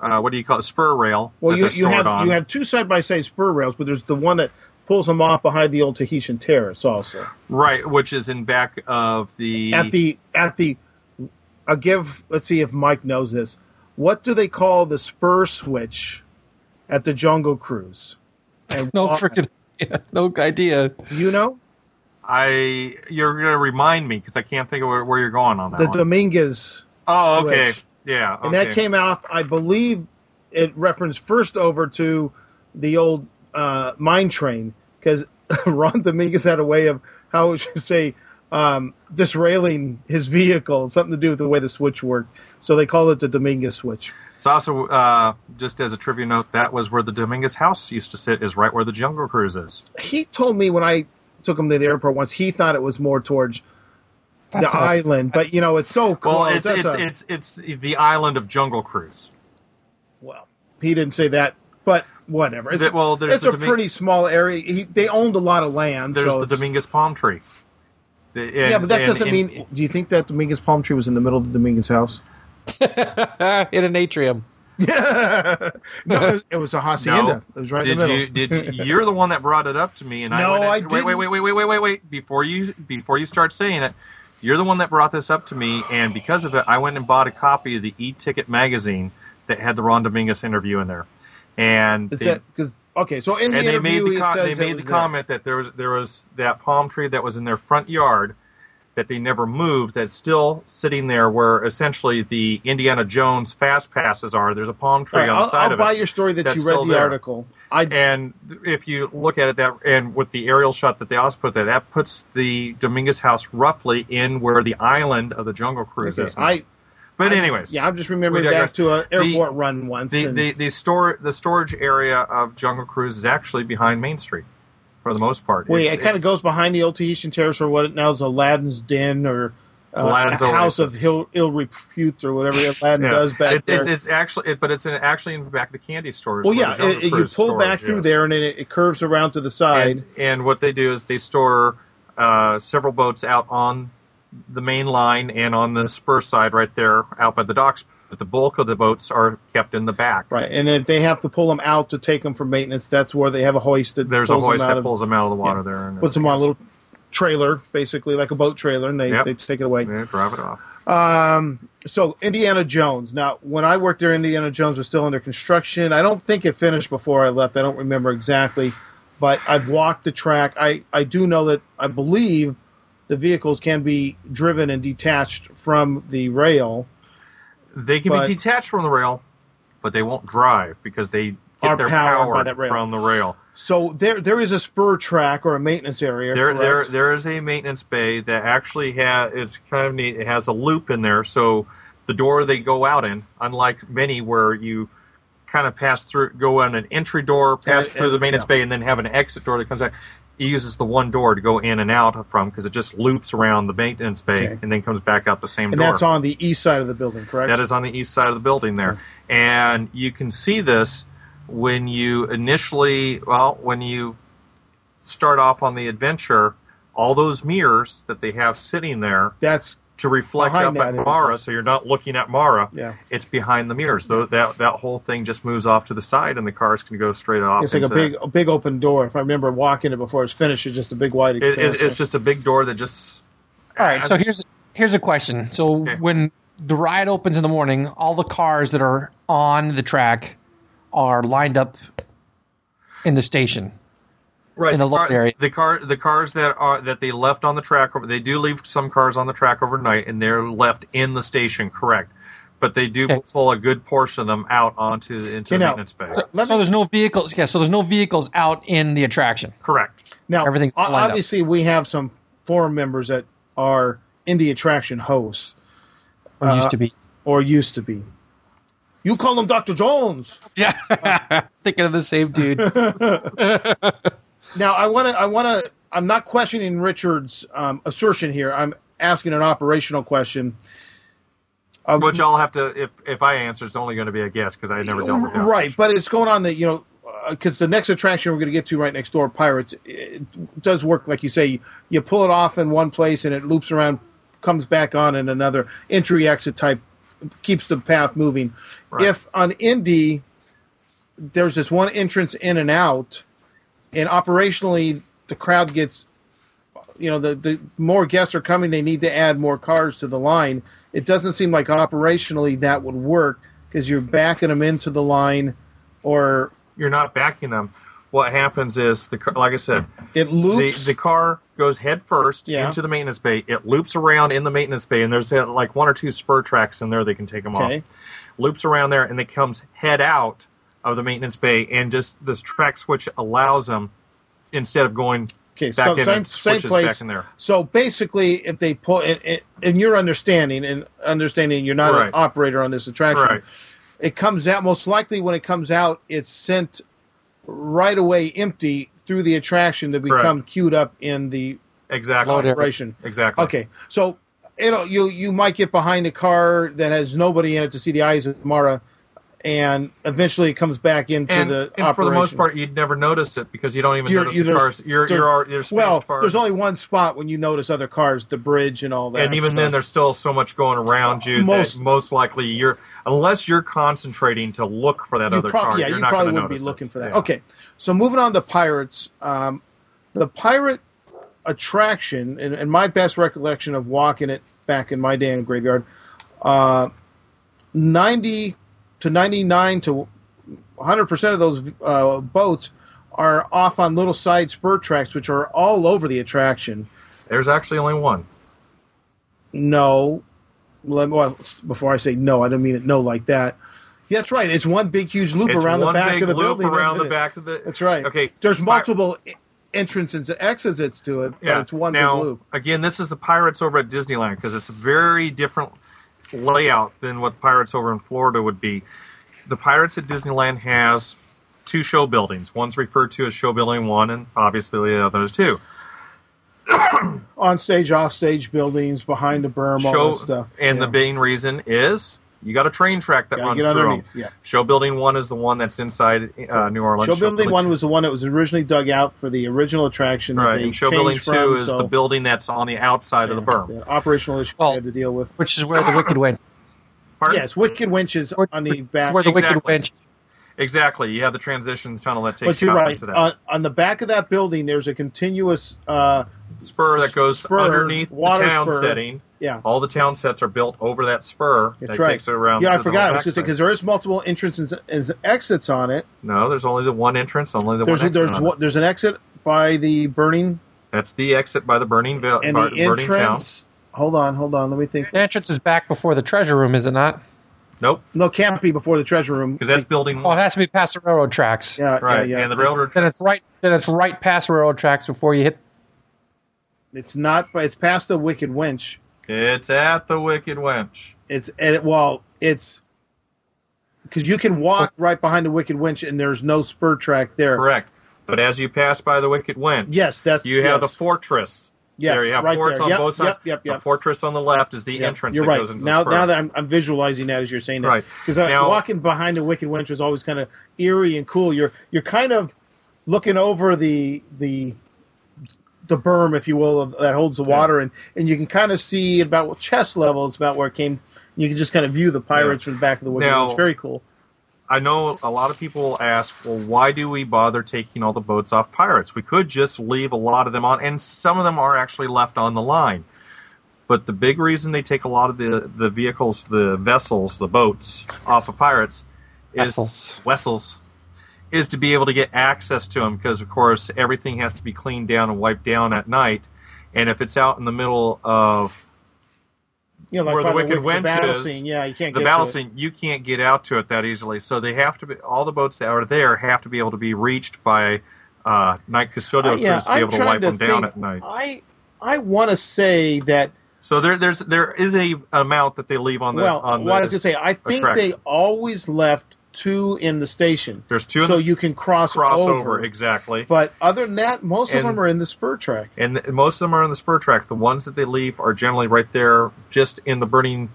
[SPEAKER 3] uh, what do you call it spur rail
[SPEAKER 2] well,
[SPEAKER 3] that
[SPEAKER 2] you,
[SPEAKER 3] they're
[SPEAKER 2] you have
[SPEAKER 3] stored on.
[SPEAKER 2] you have two side by side spur rails, but there's the one that pulls them off behind the old Tahitian terrace also.
[SPEAKER 3] right which is in back of the
[SPEAKER 2] at the at the I'll give let's see if Mike knows this. What do they call the spur switch at the Jungle Cruise? And
[SPEAKER 1] No
[SPEAKER 2] why-
[SPEAKER 1] freaking. no idea.
[SPEAKER 2] you know
[SPEAKER 3] I you're gonna remind me because I can't think of where, where you're going on that
[SPEAKER 2] the
[SPEAKER 3] one.
[SPEAKER 2] Dominguez,
[SPEAKER 3] oh, okay,
[SPEAKER 2] switch.
[SPEAKER 3] yeah, okay.
[SPEAKER 2] and that came out. I believe it referenced first over to the old uh, mine train because Ron Dominguez had a way of how would you say um, disrailing his vehicle, something to do with the way the switch worked. So they called it the Dominguez switch.
[SPEAKER 3] It's also uh, just as a trivia note that was where the Dominguez house used to sit is right where the Jungle Cruise is.
[SPEAKER 2] he told me when I took him to the airport once, he thought it was more towards the island, but you know, it's so close.
[SPEAKER 3] Well, it's
[SPEAKER 2] That's
[SPEAKER 3] it's,
[SPEAKER 2] a-
[SPEAKER 3] it's it's the island of Jungle Cruise.
[SPEAKER 2] well, he didn't say that, but whatever. It's,
[SPEAKER 3] The- well, there's
[SPEAKER 2] it's
[SPEAKER 3] the
[SPEAKER 2] a
[SPEAKER 3] Domi-
[SPEAKER 2] pretty small area. He, they owned a lot of land.
[SPEAKER 3] There's
[SPEAKER 2] so
[SPEAKER 3] the
[SPEAKER 2] it's-
[SPEAKER 3] Dominguez palm tree. The- and-
[SPEAKER 2] yeah, but that
[SPEAKER 3] and-
[SPEAKER 2] doesn't
[SPEAKER 3] and-
[SPEAKER 2] mean. do you think that Dominguez palm tree was in the middle of the Dominguez house?
[SPEAKER 1] Ah, in an atrium.
[SPEAKER 2] Yeah, no, it was, it was a hacienda. It was right
[SPEAKER 3] did
[SPEAKER 2] in the middle.
[SPEAKER 3] you did you, you're the one that brought it up to me and I
[SPEAKER 2] No,
[SPEAKER 3] went in-
[SPEAKER 2] I
[SPEAKER 3] wait wait
[SPEAKER 2] didn't.
[SPEAKER 3] wait wait wait wait wait wait before you before you start saying it you're the one that brought this up to me and because of it I went and bought a copy of the e-ticket magazine that had the Ron Dominguez interview in there and
[SPEAKER 2] Is
[SPEAKER 3] they,
[SPEAKER 2] that because okay? So in the
[SPEAKER 3] and they
[SPEAKER 2] interview,
[SPEAKER 3] made the
[SPEAKER 2] it
[SPEAKER 3] com-
[SPEAKER 2] says
[SPEAKER 3] they
[SPEAKER 2] it
[SPEAKER 3] made
[SPEAKER 2] was
[SPEAKER 3] the
[SPEAKER 2] there.
[SPEAKER 3] comment that there was there was that palm tree that was in their front yard that they never moved that's still sitting there where essentially the Indiana Jones fast passes are there's a palm tree
[SPEAKER 2] All right,
[SPEAKER 3] on
[SPEAKER 2] I'll,
[SPEAKER 3] the side
[SPEAKER 2] I'll
[SPEAKER 3] of
[SPEAKER 2] buy
[SPEAKER 3] it
[SPEAKER 2] your story that
[SPEAKER 3] That's
[SPEAKER 2] you read
[SPEAKER 3] still
[SPEAKER 2] the
[SPEAKER 3] there.
[SPEAKER 2] article. I
[SPEAKER 3] and if you look at it that and with the aerial shot that they also put there, that puts the Dominguez house roughly in where the island of the Jungle Cruise
[SPEAKER 2] Okay,
[SPEAKER 3] is. now.
[SPEAKER 2] I
[SPEAKER 3] but
[SPEAKER 2] I-
[SPEAKER 3] anyways,
[SPEAKER 2] yeah, I'm just remembering
[SPEAKER 3] we
[SPEAKER 2] back
[SPEAKER 3] digress.
[SPEAKER 2] to an
[SPEAKER 3] The-
[SPEAKER 2] airport run once.
[SPEAKER 3] the,
[SPEAKER 2] and
[SPEAKER 3] the the store the storage area of Jungle Cruise is actually behind Main Street for the most part.
[SPEAKER 2] wait,
[SPEAKER 3] It's-
[SPEAKER 2] it kind
[SPEAKER 3] it's-
[SPEAKER 2] of goes behind the old Tahitian Terrace or what it now is Aladdin's Den or uh,
[SPEAKER 3] Aladdin's
[SPEAKER 2] the House
[SPEAKER 3] Oasis.
[SPEAKER 2] of Ill, Ill Repute or whatever Aladdin
[SPEAKER 3] yeah.
[SPEAKER 2] does back
[SPEAKER 3] it's,
[SPEAKER 2] there.
[SPEAKER 3] it's, it's actually it, but it's in, actually in back of the candy store. is
[SPEAKER 2] well,
[SPEAKER 3] where
[SPEAKER 2] yeah,
[SPEAKER 3] the Jungle
[SPEAKER 2] it, it- you
[SPEAKER 3] Cruise
[SPEAKER 2] pull back
[SPEAKER 3] storage
[SPEAKER 2] through
[SPEAKER 3] is.
[SPEAKER 2] there and then it, it curves around to the side.
[SPEAKER 3] And, and what they do is they store uh, several boats out on the main line and on the spur side right there out by the docks. But the bulk of the boats are kept in the back.
[SPEAKER 2] Right, and if they have to pull them out to take them for maintenance, that's where they have a hoist that
[SPEAKER 3] There's a
[SPEAKER 2] pulls
[SPEAKER 3] hoist
[SPEAKER 2] them out
[SPEAKER 3] that
[SPEAKER 2] of,
[SPEAKER 3] pulls them out of the water
[SPEAKER 2] yeah,
[SPEAKER 3] there. And
[SPEAKER 2] puts them on a
[SPEAKER 3] everything
[SPEAKER 2] little trailer, basically like a boat trailer, and they,
[SPEAKER 3] Yep.
[SPEAKER 2] they take it away.
[SPEAKER 3] else. Yeah, drive it off.
[SPEAKER 2] So Indiana Jones. Now, when I worked there, Indiana Jones was still under construction. I don't think it finished before I left. I don't remember exactly, but I've walked the track. I I do know that I believe the vehicles can be driven and detached from the rail.
[SPEAKER 3] They can
[SPEAKER 2] But-
[SPEAKER 3] be detached from the rail, but they won't drive because they get
[SPEAKER 2] Are
[SPEAKER 3] their
[SPEAKER 2] powered by
[SPEAKER 3] power
[SPEAKER 2] that rail.
[SPEAKER 3] from the rail.
[SPEAKER 2] So there there is a spur track or a maintenance area.
[SPEAKER 3] There, there,
[SPEAKER 2] correct?
[SPEAKER 3] there is a maintenance bay that actually has it's kind of neat. It has a loop in there, so the door they go out in, unlike many where you kind of pass through, go on an entry door, pass
[SPEAKER 2] And-
[SPEAKER 3] through the
[SPEAKER 2] and-
[SPEAKER 3] maintenance
[SPEAKER 2] yeah.
[SPEAKER 3] bay, and then have an exit door that comes out. It uses the one door to go in and out from because it just loops around the maintenance bay
[SPEAKER 2] Okay.
[SPEAKER 3] and then comes back out the same
[SPEAKER 2] and
[SPEAKER 3] door.
[SPEAKER 2] that's on the east side of the building, correct?
[SPEAKER 3] That is on the east side of the building there. And you can see this when you initially, well, when you start off on the adventure, all those mirrors that they have sitting there
[SPEAKER 2] That's-
[SPEAKER 3] to reflect
[SPEAKER 2] Behind
[SPEAKER 3] up
[SPEAKER 2] that
[SPEAKER 3] at
[SPEAKER 2] is-
[SPEAKER 3] Mara, so you're not looking at Mara.
[SPEAKER 2] Yeah.
[SPEAKER 3] It's behind the mirrors. Though that that whole thing just moves off to the side, and the cars can go straight off.
[SPEAKER 2] it's like a
[SPEAKER 3] into that.
[SPEAKER 2] big a big open door. If I remember walking it before it's finished, it's just a big wide.
[SPEAKER 3] It- it's-
[SPEAKER 2] expanse.
[SPEAKER 3] it's just a big door that just.
[SPEAKER 1] All right. So here's here's a question. So
[SPEAKER 3] Okay.
[SPEAKER 1] when the ride opens in the morning, all the cars that are on the track are lined up in the station.
[SPEAKER 3] right
[SPEAKER 1] in the
[SPEAKER 3] car-
[SPEAKER 1] local area.
[SPEAKER 3] The car, the cars that are that they left on the track, over- they do leave some cars on the track overnight, and they're left in the station. Correct, but they do
[SPEAKER 1] Okay.
[SPEAKER 3] pull a good portion of them out onto the- into
[SPEAKER 2] You
[SPEAKER 3] the
[SPEAKER 2] know,
[SPEAKER 3] maintenance bay.
[SPEAKER 1] So, there's no vehicles. Yeah. So there's no vehicles out in the attraction.
[SPEAKER 3] Correct.
[SPEAKER 2] Now,
[SPEAKER 1] Everything's
[SPEAKER 2] o-
[SPEAKER 1] lined up.
[SPEAKER 2] obviously, we have some forum members that are indie attraction hosts
[SPEAKER 1] Or used
[SPEAKER 2] Uh,
[SPEAKER 1] to be.
[SPEAKER 2] or used to be. You call them Dr. Jones.
[SPEAKER 1] Yeah. Thinking of the same dude.
[SPEAKER 2] Now, I want to. I want to. I'm not questioning Richard's um, assertion here. I'm asking an operational question. Um,
[SPEAKER 3] Which I'll have to, if if I answer, it's only going to be a guess because I never dealt with that.
[SPEAKER 2] right, but it's going on the you know because the next attraction we're going to get to right next door, Pirates, it does work like you say. You, you pull it off in one place and it loops around, comes back on in another entry exit type, keeps the path moving.
[SPEAKER 3] Right.
[SPEAKER 2] If on Indy, there's this one entrance in and out, and operationally the crowd gets. You know, the, the more guests are coming, they need to add more cars to the line. It doesn't seem like operationally that would work because you're backing them into the line, or
[SPEAKER 3] You're not backing them. What happens is the car, like I said,
[SPEAKER 2] It
[SPEAKER 3] the,
[SPEAKER 2] loops.
[SPEAKER 3] the car goes head first
[SPEAKER 2] Yeah.
[SPEAKER 3] into the maintenance bay. It loops around in the maintenance bay, and there's uh, like one or two spur tracks in there they can take them
[SPEAKER 2] okay.
[SPEAKER 3] off. Loops around there, and it comes head out of the maintenance bay, and just this track switch allows them instead of going
[SPEAKER 2] Okay.
[SPEAKER 3] back
[SPEAKER 2] so
[SPEAKER 3] in
[SPEAKER 2] same
[SPEAKER 3] and
[SPEAKER 2] same
[SPEAKER 3] switches
[SPEAKER 2] place.
[SPEAKER 3] back in there.
[SPEAKER 2] So basically, if they pull, it, it, in your understanding, and understanding you're not an
[SPEAKER 3] Right.
[SPEAKER 2] operator on this attraction,
[SPEAKER 3] Right.
[SPEAKER 2] it comes out most likely when it comes out, it's sent right away empty through the attraction to become queued up in the
[SPEAKER 3] Exactly.
[SPEAKER 1] Load it.
[SPEAKER 2] operation.
[SPEAKER 3] Exactly.
[SPEAKER 2] Okay, so it'll you you might get behind a car that has nobody in it to see the eyes of Mara, and eventually it comes back into
[SPEAKER 3] And,
[SPEAKER 2] the
[SPEAKER 3] and for the most
[SPEAKER 2] operation.
[SPEAKER 3] part, you'd never notice it because you don't even
[SPEAKER 2] You're-
[SPEAKER 3] notice
[SPEAKER 2] you
[SPEAKER 3] the
[SPEAKER 2] just-
[SPEAKER 3] cars. You're,
[SPEAKER 2] there's-
[SPEAKER 3] you're, already- you're spaced
[SPEAKER 2] well,
[SPEAKER 3] far.
[SPEAKER 2] there's only one spot when you notice other cars, the bridge and all that.
[SPEAKER 3] and even then,
[SPEAKER 2] stuff.
[SPEAKER 3] there's still so much going around you
[SPEAKER 2] Most-
[SPEAKER 3] that most likely you're, unless you're concentrating to look for that
[SPEAKER 2] you
[SPEAKER 3] other
[SPEAKER 2] prob-
[SPEAKER 3] car,
[SPEAKER 2] yeah,
[SPEAKER 3] you're
[SPEAKER 2] you
[SPEAKER 3] not
[SPEAKER 2] probably
[SPEAKER 3] going to
[SPEAKER 2] wouldn't
[SPEAKER 3] notice
[SPEAKER 2] be looking
[SPEAKER 3] it.
[SPEAKER 2] for that.
[SPEAKER 3] Yeah.
[SPEAKER 2] Okay, so moving on to pirates, um, the pirate attraction, and, and my best recollection of walking it back in my day in the graveyard, uh, ninety to ninety nine to hundred percent of those uh, boats are off on little side spur tracks, which are all over the attraction.
[SPEAKER 3] There's actually only one.
[SPEAKER 2] no. Let, well, before I say no, I don't mean it no like that. Yeah, that's right. It's one big, huge loop
[SPEAKER 3] It's
[SPEAKER 2] around the
[SPEAKER 3] one
[SPEAKER 2] back
[SPEAKER 3] big
[SPEAKER 2] of the
[SPEAKER 3] loop
[SPEAKER 2] building.
[SPEAKER 3] around
[SPEAKER 2] isn't
[SPEAKER 3] the
[SPEAKER 2] it?
[SPEAKER 3] back of the.
[SPEAKER 2] That's right.
[SPEAKER 3] Okay.
[SPEAKER 2] There's
[SPEAKER 3] Pir-
[SPEAKER 2] multiple i- entrances and exits to it, but it's one
[SPEAKER 3] now,
[SPEAKER 2] big loop.
[SPEAKER 3] Again, this is the Pirates over at Disneyland because it's a very different layout than what Pirates over in Florida would be. The Pirates at Disneyland has two show buildings. One's referred to as Show Building One, and obviously the other is two.
[SPEAKER 2] On stage, off stage, buildings behind the berm, all
[SPEAKER 3] show
[SPEAKER 2] that stuff.
[SPEAKER 3] and
[SPEAKER 2] Yeah.
[SPEAKER 3] the main reason is You got a train track that
[SPEAKER 2] Gotta
[SPEAKER 3] runs
[SPEAKER 2] get
[SPEAKER 3] through 'em.
[SPEAKER 2] underneath, yeah.
[SPEAKER 3] Show Building One is the one that's inside uh, New Orleans.
[SPEAKER 2] Show building one was the one that was originally dug out for the original attraction. that
[SPEAKER 3] right,
[SPEAKER 2] they
[SPEAKER 3] and Show
[SPEAKER 2] changed
[SPEAKER 3] Building Two
[SPEAKER 2] from,
[SPEAKER 3] is
[SPEAKER 2] so-
[SPEAKER 3] the building that's on the outside of the berm.
[SPEAKER 2] Yeah, operational issue
[SPEAKER 1] Well-
[SPEAKER 2] we had to deal with.
[SPEAKER 1] which is where the Wicked Wench.
[SPEAKER 3] Pardon?
[SPEAKER 2] Yes, wicked winches
[SPEAKER 1] Or-
[SPEAKER 2] on the back.
[SPEAKER 1] Where the Wicked
[SPEAKER 3] Exactly.
[SPEAKER 1] Wench.
[SPEAKER 3] exactly. You have the transition tunnel that takes
[SPEAKER 2] but
[SPEAKER 3] you
[SPEAKER 2] you're
[SPEAKER 3] out
[SPEAKER 2] right. Uh,
[SPEAKER 3] into that
[SPEAKER 2] On, on the back of that building, there's a continuous. Uh,
[SPEAKER 3] spur that goes
[SPEAKER 2] spur,
[SPEAKER 3] underneath the
[SPEAKER 2] water
[SPEAKER 3] town
[SPEAKER 2] spur.
[SPEAKER 3] setting.
[SPEAKER 2] yeah,
[SPEAKER 3] All the town sets are built over that spur
[SPEAKER 2] that's
[SPEAKER 3] that
[SPEAKER 2] right.
[SPEAKER 3] takes it around.
[SPEAKER 2] yeah,
[SPEAKER 3] to
[SPEAKER 2] I
[SPEAKER 3] the
[SPEAKER 2] forgot. I was going to
[SPEAKER 3] backside.
[SPEAKER 2] say because there is multiple entrances and exits on it.
[SPEAKER 3] no, there's only the one entrance, only the
[SPEAKER 2] There's
[SPEAKER 3] one.
[SPEAKER 2] a,
[SPEAKER 3] Exit
[SPEAKER 2] there's
[SPEAKER 3] on it.
[SPEAKER 2] one, there's an exit by the burning
[SPEAKER 3] That's the exit by the burning vil-
[SPEAKER 2] and
[SPEAKER 3] bar-
[SPEAKER 2] the
[SPEAKER 3] burning town.
[SPEAKER 2] entrance. Hold on, hold on. Let me think.
[SPEAKER 1] The entrance is back before the treasure room, is it not?
[SPEAKER 3] Nope,
[SPEAKER 2] No, can't be before the treasure room.
[SPEAKER 3] because that's building
[SPEAKER 1] Well,
[SPEAKER 3] one.
[SPEAKER 1] Oh, it has to be past the railroad tracks.
[SPEAKER 2] Oh, yeah,
[SPEAKER 3] right,
[SPEAKER 2] yeah, yeah.
[SPEAKER 3] and the railroad.
[SPEAKER 1] Then it's right. Then it's right past the railroad tracks before you hit.
[SPEAKER 2] It's not. It's past the wicked winch.
[SPEAKER 3] It's at the Wicked Wench.
[SPEAKER 2] It's and it, well, it's because you can walk right behind the wicked winch, and there's no spur track there.
[SPEAKER 3] Oh. Correct. But as you pass by the Wicked Wench,
[SPEAKER 2] Yes, that's
[SPEAKER 3] you have
[SPEAKER 2] yes.
[SPEAKER 3] the fortress.
[SPEAKER 2] Yeah,
[SPEAKER 3] there you have
[SPEAKER 2] right
[SPEAKER 3] forts
[SPEAKER 2] there.
[SPEAKER 3] on
[SPEAKER 2] Yep,
[SPEAKER 3] both sides.
[SPEAKER 2] yep, yep,
[SPEAKER 3] The
[SPEAKER 2] yep.
[SPEAKER 3] fortress on the left is the
[SPEAKER 2] Yeah,
[SPEAKER 3] entrance
[SPEAKER 2] You're
[SPEAKER 3] that
[SPEAKER 2] right.
[SPEAKER 3] goes into
[SPEAKER 2] now,
[SPEAKER 3] the spur.
[SPEAKER 2] now that I'm, I'm visualizing that as you're saying that,
[SPEAKER 3] Right.
[SPEAKER 2] Because
[SPEAKER 3] Now-
[SPEAKER 2] walking behind the Wicked Winch was always kind of eerie and cool. You're you're kind of looking over the the the berm, if you will, of, that holds the water, and and you can kind of see about chest level. It's about where it came. You can just kind of view the pirates from the back of the Wicked
[SPEAKER 3] Now-
[SPEAKER 2] Winch. Very cool.
[SPEAKER 3] I know a lot of people will ask, well, why do we bother taking all the boats off pirates? We could just leave a lot of them on, and some of them are actually left on the line. But the big reason they take a lot of the, the vehicles, the vessels, the boats off of pirates is
[SPEAKER 1] Vessels.
[SPEAKER 3] vessels, is to be able to get access to them because, of course, everything has to be cleaned down and wiped down at night. And if it's out in the middle of
[SPEAKER 2] You know, like
[SPEAKER 3] where the
[SPEAKER 2] by
[SPEAKER 3] Wicked
[SPEAKER 2] Wicked-
[SPEAKER 3] Winch
[SPEAKER 2] battle
[SPEAKER 3] is,
[SPEAKER 2] scene. Yeah, you can't
[SPEAKER 3] the
[SPEAKER 2] get
[SPEAKER 3] battle
[SPEAKER 2] to it.
[SPEAKER 3] scene, you can't get out to it that easily. So they have to be all the boats that are there have to be able to be reached by uh, night custodial
[SPEAKER 2] Uh, yeah,
[SPEAKER 3] crews to be
[SPEAKER 2] I'm
[SPEAKER 3] able to wipe
[SPEAKER 2] trying to
[SPEAKER 3] them down
[SPEAKER 2] think.
[SPEAKER 3] at night.
[SPEAKER 2] I I want to say that
[SPEAKER 3] so there, there's there is a amount that they leave on the
[SPEAKER 2] well,
[SPEAKER 3] on the.
[SPEAKER 2] what I was gonna say, I think
[SPEAKER 3] attraction.
[SPEAKER 2] they always left two in the station,
[SPEAKER 3] there's two in
[SPEAKER 2] so
[SPEAKER 3] the
[SPEAKER 2] you can cross,
[SPEAKER 3] crossover
[SPEAKER 2] over.
[SPEAKER 3] exactly,
[SPEAKER 2] But other than that, most
[SPEAKER 3] And-
[SPEAKER 2] of them are in the spur track.
[SPEAKER 3] and most of them are on the spur track. The ones that they leave are generally right there, just in the burning,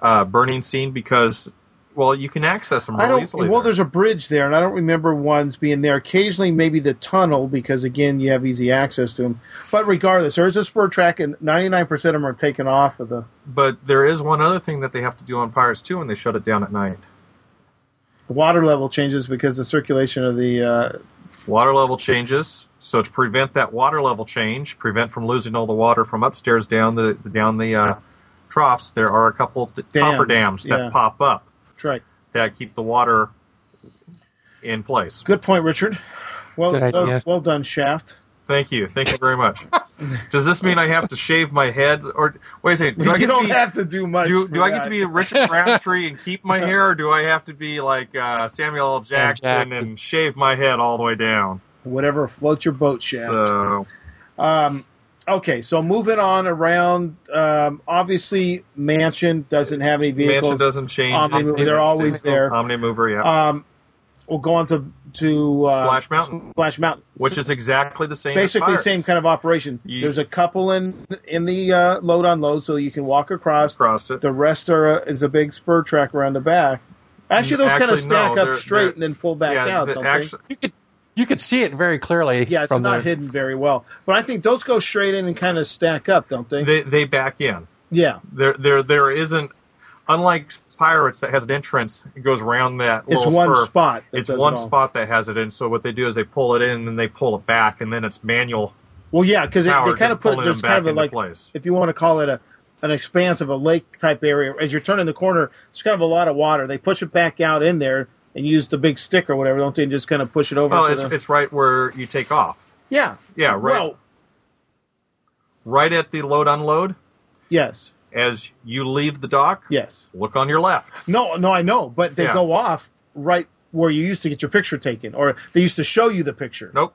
[SPEAKER 3] uh, burning scene because. Well, you can access them
[SPEAKER 2] I
[SPEAKER 3] really
[SPEAKER 2] don't.
[SPEAKER 3] easily.
[SPEAKER 2] Well,
[SPEAKER 3] there.
[SPEAKER 2] there's a bridge there, and I don't remember ones being there. Occasionally, maybe the tunnel because again, you have easy access to them. But regardless, there is a spur track, and 99% of them are taken off of the
[SPEAKER 3] but there is one other thing that they have to do on Pirates too when they shut it down at night.
[SPEAKER 2] the water level changes because the circulation of the. Uh,
[SPEAKER 3] water level changes. So to prevent that water level change, prevent from losing all the water from upstairs down the down the uh, troughs, there are a couple d- copper
[SPEAKER 2] Dams,
[SPEAKER 3] dams that
[SPEAKER 2] yeah.
[SPEAKER 3] pop up
[SPEAKER 2] that's right.
[SPEAKER 3] that keep the water in place.
[SPEAKER 2] Good point, Richard. Well,
[SPEAKER 1] Good
[SPEAKER 2] so-
[SPEAKER 1] idea.
[SPEAKER 2] well done, Shaft.
[SPEAKER 3] Thank you, thank you very much. Does this mean I have to shave my head, or wait a second? Do I
[SPEAKER 2] you
[SPEAKER 3] get
[SPEAKER 2] don't
[SPEAKER 3] to be,
[SPEAKER 2] have to do much.
[SPEAKER 3] do,
[SPEAKER 2] for
[SPEAKER 3] do I get
[SPEAKER 2] that.
[SPEAKER 3] to be Richard Crabtree and keep my hair, or do I have to be like uh, Samuel L.
[SPEAKER 1] Sam
[SPEAKER 3] Jackson
[SPEAKER 1] Jackson.
[SPEAKER 3] and shave my head all the way down?
[SPEAKER 2] whatever floats your boat, Shaft?
[SPEAKER 3] So
[SPEAKER 2] Um, okay, so moving on around. Um, obviously, Mansion doesn't have any vehicles.
[SPEAKER 3] mansion doesn't change.
[SPEAKER 2] Omni-
[SPEAKER 3] It
[SPEAKER 2] they're
[SPEAKER 3] stays
[SPEAKER 2] always there.
[SPEAKER 3] Omni mover, yeah.
[SPEAKER 2] Um, we'll go on to to uh,
[SPEAKER 3] Splash Mountain.
[SPEAKER 2] Splash Mountain,
[SPEAKER 3] which is exactly the same. as
[SPEAKER 2] basically
[SPEAKER 3] Pirates.
[SPEAKER 2] same kind of operation.
[SPEAKER 3] You-
[SPEAKER 2] There's a couple in in the uh, load unload, so you can walk across.
[SPEAKER 3] Crossed it.
[SPEAKER 2] The rest are uh, is a big spur track around the back. Actually, those kind of
[SPEAKER 3] Actually, no,
[SPEAKER 2] stack up
[SPEAKER 3] they're-
[SPEAKER 2] straight
[SPEAKER 3] they're-
[SPEAKER 2] and then pull back
[SPEAKER 3] yeah,
[SPEAKER 2] out.
[SPEAKER 3] the
[SPEAKER 2] Don't they?
[SPEAKER 3] actu-
[SPEAKER 1] You could you could see it very clearly.
[SPEAKER 2] Yeah, it's
[SPEAKER 1] from
[SPEAKER 2] not
[SPEAKER 1] there.
[SPEAKER 2] hidden very well, but I think those go straight in and kind of stack up, don't they?
[SPEAKER 3] they they back in.
[SPEAKER 2] yeah,
[SPEAKER 3] There there there isn't. Unlike Pirates that has an entrance, it goes around that
[SPEAKER 2] it's
[SPEAKER 3] little
[SPEAKER 2] one
[SPEAKER 3] spur.
[SPEAKER 2] spot. that
[SPEAKER 3] It's
[SPEAKER 2] does it
[SPEAKER 3] one
[SPEAKER 2] all.
[SPEAKER 3] spot that has it in. So what they do is they pull it in and then they pull it back, and then it's manual
[SPEAKER 2] Well, yeah, because they,
[SPEAKER 3] power
[SPEAKER 2] kind
[SPEAKER 3] just
[SPEAKER 2] of put
[SPEAKER 3] pulling
[SPEAKER 2] there's
[SPEAKER 3] them back
[SPEAKER 2] kind of a,
[SPEAKER 3] into
[SPEAKER 2] like
[SPEAKER 3] place.
[SPEAKER 2] if you want to call it a an expanse of a lake type area. As you're turning the corner, it's kind of a lot of water. They push it back out in there and use the big stick or whatever, don't they? And just kind of push it over.
[SPEAKER 3] Well,
[SPEAKER 2] to
[SPEAKER 3] it's
[SPEAKER 2] the,
[SPEAKER 3] it's right where you take off.
[SPEAKER 2] yeah,
[SPEAKER 3] Yeah, right
[SPEAKER 2] Well,
[SPEAKER 3] right at the load unload
[SPEAKER 2] yes,
[SPEAKER 3] as you leave the dock.
[SPEAKER 2] yes.
[SPEAKER 3] Look on your left.
[SPEAKER 2] No, no, I know, but they
[SPEAKER 3] Yeah.
[SPEAKER 2] go off right where you used to get your picture taken, or they used to show you the picture.
[SPEAKER 3] Nope.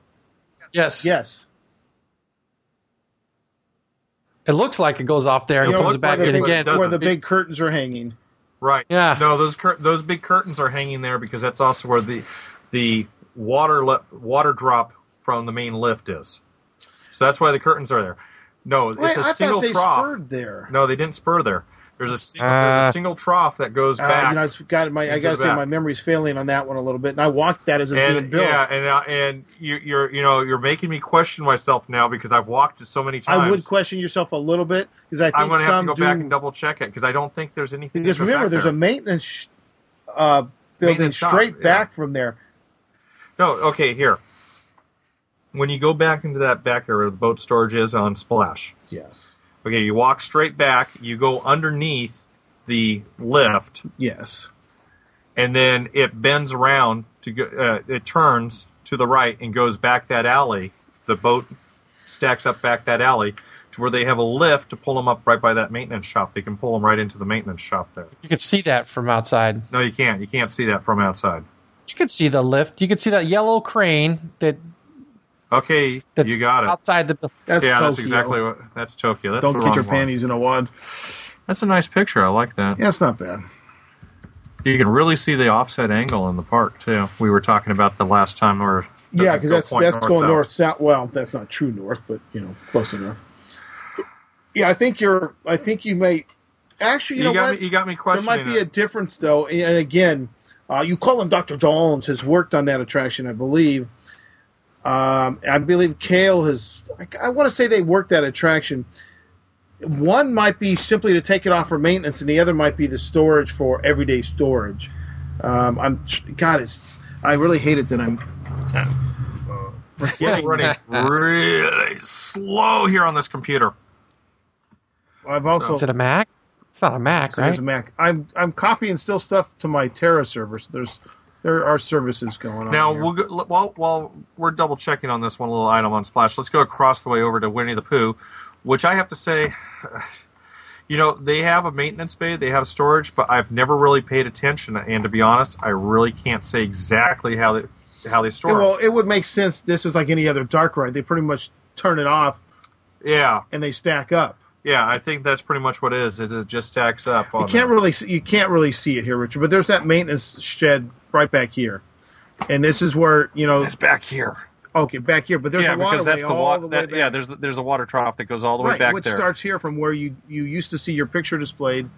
[SPEAKER 1] Yes.
[SPEAKER 2] Yes.
[SPEAKER 1] It looks like it goes off there and
[SPEAKER 3] It
[SPEAKER 1] comes
[SPEAKER 3] looks
[SPEAKER 1] back
[SPEAKER 3] like it,
[SPEAKER 1] in
[SPEAKER 3] but it
[SPEAKER 1] again.
[SPEAKER 3] doesn't.
[SPEAKER 2] where the big curtains are hanging.
[SPEAKER 3] Right.
[SPEAKER 1] Yeah.
[SPEAKER 3] No, those cur- those big curtains are hanging there because that's also where the the water le- water drop from the main lift is. So that's why the curtains are there. No,
[SPEAKER 2] Wait,
[SPEAKER 3] it's a
[SPEAKER 2] I
[SPEAKER 3] single
[SPEAKER 2] thought they
[SPEAKER 3] trough.
[SPEAKER 2] spurred there.
[SPEAKER 3] No, they didn't spur there. There's a single, there's
[SPEAKER 1] Uh,
[SPEAKER 3] a single trough that goes
[SPEAKER 2] Uh,
[SPEAKER 3] back.
[SPEAKER 2] you know, it's got my. I
[SPEAKER 3] Into
[SPEAKER 2] gotta
[SPEAKER 3] the
[SPEAKER 2] say,
[SPEAKER 3] back.
[SPEAKER 2] my memory's failing on that one a little bit, and I want that as a being
[SPEAKER 3] and
[SPEAKER 2] built.
[SPEAKER 3] yeah, and uh, and you, you're you know you're making me question myself now because I've walked it so many times.
[SPEAKER 2] I would question yourself a little bit because I think
[SPEAKER 3] I'm going to have
[SPEAKER 2] some
[SPEAKER 3] to go
[SPEAKER 2] do.
[SPEAKER 3] back and double check it because I don't think there's anything.
[SPEAKER 2] because
[SPEAKER 3] that goes back
[SPEAKER 2] remember, there's
[SPEAKER 3] there.
[SPEAKER 2] a maintenance sh- uh, building
[SPEAKER 3] Maintenance shop,
[SPEAKER 2] straight
[SPEAKER 3] yeah.
[SPEAKER 2] back from there.
[SPEAKER 3] No, okay, here. When you go back into that back area where the boat storage is on Splash,
[SPEAKER 2] Yes.
[SPEAKER 3] okay, you walk straight back, you go underneath the lift,
[SPEAKER 2] Yes.
[SPEAKER 3] and then it bends around to go, uh, it turns to the right and goes back that alley. The boat stacks up back that alley to where they have a lift to pull them up right by that maintenance shop. They can pull them right into the maintenance shop there.
[SPEAKER 1] You could see that from outside.
[SPEAKER 3] No, you can't. You can't see that from outside.
[SPEAKER 1] You could see the lift. You could see that yellow crane that
[SPEAKER 3] Okay,
[SPEAKER 1] that's
[SPEAKER 3] you got it.
[SPEAKER 1] outside the.
[SPEAKER 2] That's
[SPEAKER 3] yeah,
[SPEAKER 2] Tokyo.
[SPEAKER 3] that's exactly what. That's Tokyo. That's
[SPEAKER 2] Don't
[SPEAKER 3] the
[SPEAKER 2] get your
[SPEAKER 3] wrong one.
[SPEAKER 2] panties in a wad.
[SPEAKER 3] That's a nice picture. I like that.
[SPEAKER 2] Yeah, it's not bad.
[SPEAKER 3] You can really see the offset angle in the park too. We were talking about the last time we were.
[SPEAKER 2] Yeah, because that's
[SPEAKER 3] point
[SPEAKER 2] that's going
[SPEAKER 3] south.
[SPEAKER 2] north south. Well, that's not true north, but you know, close enough. Yeah, I think you're. I think you may. Actually,
[SPEAKER 3] You,
[SPEAKER 2] you, know
[SPEAKER 3] got
[SPEAKER 2] what?
[SPEAKER 3] me. You got me
[SPEAKER 2] there
[SPEAKER 3] questioning.
[SPEAKER 2] might be a
[SPEAKER 3] it.
[SPEAKER 2] difference though. And again, uh, you call him Doctor Jones has worked on that attraction, I believe. Um, I believe Kale has. I, want to say they worked that attraction. One might be simply to take it off for maintenance, and the other might be the storage for everyday storage. Um, I'm God, it's, I really hate it that I'm
[SPEAKER 3] We're running really slow here on this computer.
[SPEAKER 2] I've also
[SPEAKER 1] Is it a Mac? It's not a Mac,
[SPEAKER 2] so there's
[SPEAKER 1] right?
[SPEAKER 2] a Mac. I'm I'm copying still stuff to my Terra servers. There's there are services going on.
[SPEAKER 3] Now
[SPEAKER 2] here.
[SPEAKER 3] we'll go, l- while while we're double checking on this one little item on Splash, let's go across the way over to Winnie the Pooh, which I have to say, you know, they have a maintenance bay, they have storage, but I've never really paid attention. And to be honest, I really can't say exactly how they how they
[SPEAKER 2] Yeah,
[SPEAKER 3] store.
[SPEAKER 2] well,
[SPEAKER 3] it.
[SPEAKER 2] it would make sense. This is like any other dark ride. They pretty much turn it off
[SPEAKER 3] yeah,
[SPEAKER 2] and they stack up.
[SPEAKER 3] yeah, I think that's pretty much what it is. is It just stacks up. On
[SPEAKER 2] You can't
[SPEAKER 3] there.
[SPEAKER 2] really see, you can't really see it here, Richard. But there's that maintenance shed right back here, and this is where you know.
[SPEAKER 3] it's back here.
[SPEAKER 2] Okay, back here, but there's
[SPEAKER 3] yeah,
[SPEAKER 2] a
[SPEAKER 3] because
[SPEAKER 2] waterway
[SPEAKER 3] that's the
[SPEAKER 2] all
[SPEAKER 3] water.
[SPEAKER 2] the way
[SPEAKER 3] That,
[SPEAKER 2] back.
[SPEAKER 3] yeah, there's there's a water trough that goes all the way
[SPEAKER 2] right,
[SPEAKER 3] back
[SPEAKER 2] which
[SPEAKER 3] there.
[SPEAKER 2] starts here from where you you used to see your picture displayed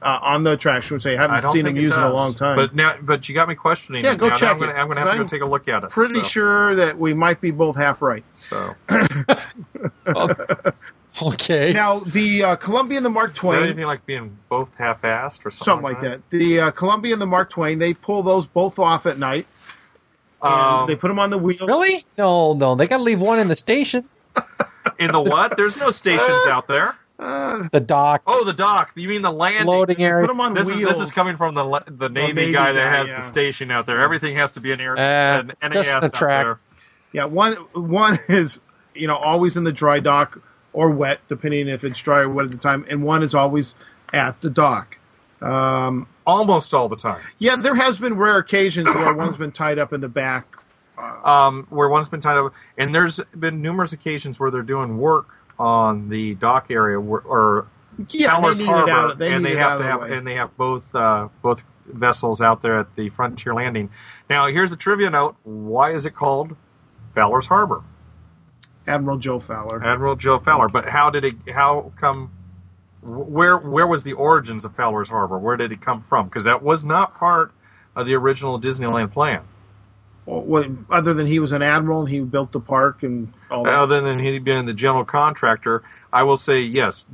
[SPEAKER 2] uh, on the attraction, which they
[SPEAKER 3] I
[SPEAKER 2] haven't
[SPEAKER 3] don't
[SPEAKER 2] seen
[SPEAKER 3] think
[SPEAKER 2] them
[SPEAKER 3] it
[SPEAKER 2] using in a
[SPEAKER 3] does.
[SPEAKER 2] long time.
[SPEAKER 3] But now, but you got me questioning.
[SPEAKER 2] Yeah,
[SPEAKER 3] it
[SPEAKER 2] go
[SPEAKER 3] now. Now
[SPEAKER 2] check
[SPEAKER 3] I'm gonna,
[SPEAKER 2] it,
[SPEAKER 3] I'm gonna
[SPEAKER 2] 'cause
[SPEAKER 3] have to go
[SPEAKER 2] I'm
[SPEAKER 3] take a look at it.
[SPEAKER 2] pretty
[SPEAKER 3] so-
[SPEAKER 2] sure that we might be both half right.
[SPEAKER 3] So.
[SPEAKER 1] Okay.
[SPEAKER 2] Now, the uh, Columbia and the Mark
[SPEAKER 3] Is that
[SPEAKER 2] Twain
[SPEAKER 3] anything like being both half-assed or something,
[SPEAKER 2] something like that. The uh, Columbia and the Mark Twain, they pull those both off at night. and
[SPEAKER 3] Um,
[SPEAKER 2] they put them on the wheel.
[SPEAKER 1] really? No, no. They got to leave one in the station.
[SPEAKER 3] Um, in the what? There's no stations out there.
[SPEAKER 2] Uh,
[SPEAKER 1] The dock,
[SPEAKER 3] Oh, the dock. You mean the landing?
[SPEAKER 1] loading
[SPEAKER 2] put
[SPEAKER 1] area.
[SPEAKER 2] them on
[SPEAKER 3] This is,
[SPEAKER 2] wheels.
[SPEAKER 3] this is coming from the la- the Navy,
[SPEAKER 2] Navy
[SPEAKER 3] guy
[SPEAKER 2] guy,
[SPEAKER 3] that has
[SPEAKER 2] yeah.
[SPEAKER 3] the station out there. Everything has to be an air.
[SPEAKER 1] Uh,
[SPEAKER 3] an
[SPEAKER 1] it's just
[SPEAKER 3] NAS
[SPEAKER 1] the
[SPEAKER 3] out
[SPEAKER 1] track.
[SPEAKER 3] there.
[SPEAKER 2] Yeah, one one is you know always in the dry dock or wet, depending if it's dry or wet at the time, and one is always at the dock. Um,
[SPEAKER 3] Almost all the time.
[SPEAKER 2] yeah, there has been rare occasions where one's been tied up in the back.
[SPEAKER 3] um, where one's been tied up, and there's been numerous occasions where they're doing work on the dock area where, or
[SPEAKER 2] Yeah,
[SPEAKER 3] Towers
[SPEAKER 2] they need
[SPEAKER 3] Harbor,
[SPEAKER 2] it out. They
[SPEAKER 3] and
[SPEAKER 2] need
[SPEAKER 3] they
[SPEAKER 2] it
[SPEAKER 3] have
[SPEAKER 2] out
[SPEAKER 3] to
[SPEAKER 2] of
[SPEAKER 3] have
[SPEAKER 2] the way.
[SPEAKER 3] and they have both uh, both vessels out there at the Frontier Landing. Now, here's the trivia note: Why is it called Fowler's Harbor?
[SPEAKER 2] Admiral Joe Fowler.
[SPEAKER 3] Admiral Joe Fowler. But how did it? How come? Where where was the origins of Fowler's Harbor? Where did it come from? Because that was not part of the original Disneyland plan.
[SPEAKER 2] Well, what- other than he was an admiral and he built the park and all that.
[SPEAKER 3] Other than he being the general contractor, I will say yes.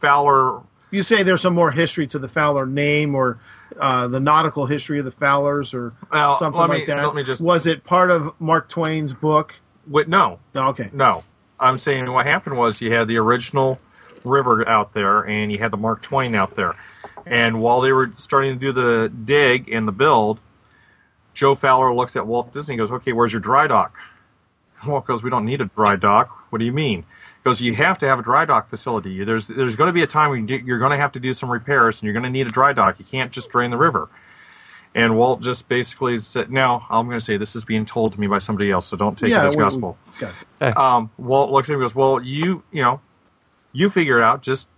[SPEAKER 3] Fowler
[SPEAKER 2] you say there's some more history to the Fowler name or uh, the nautical history of the Fowlers or
[SPEAKER 3] Well,
[SPEAKER 2] something
[SPEAKER 3] let
[SPEAKER 2] like
[SPEAKER 3] me-
[SPEAKER 2] that.
[SPEAKER 3] let me just-
[SPEAKER 2] Was it part of Mark Twain's book?
[SPEAKER 3] Wait, no,
[SPEAKER 2] Okay.
[SPEAKER 3] no. I'm saying what happened was you had the original river out there, and you had the Mark Twain out there. And while they were starting to do the dig and the build, Joe Fowler looks at Walt Disney and goes, "Okay, where's your dry dock?" Walt goes, "We don't need a dry dock. What do you mean?" He goes, "You have to have a dry dock facility. There's there's going to be a time when you do- you're going to have to do some repairs, and you're going to need a dry dock. You can't just drain the river." And Walt just basically said, "Now I'm going to say this is being told to me by somebody else, so don't take it
[SPEAKER 2] yeah.
[SPEAKER 3] as
[SPEAKER 2] we- we-
[SPEAKER 3] gospel."
[SPEAKER 2] got it.
[SPEAKER 3] um, Walt looks at him and goes, "Well, you you know, you figure it out. Just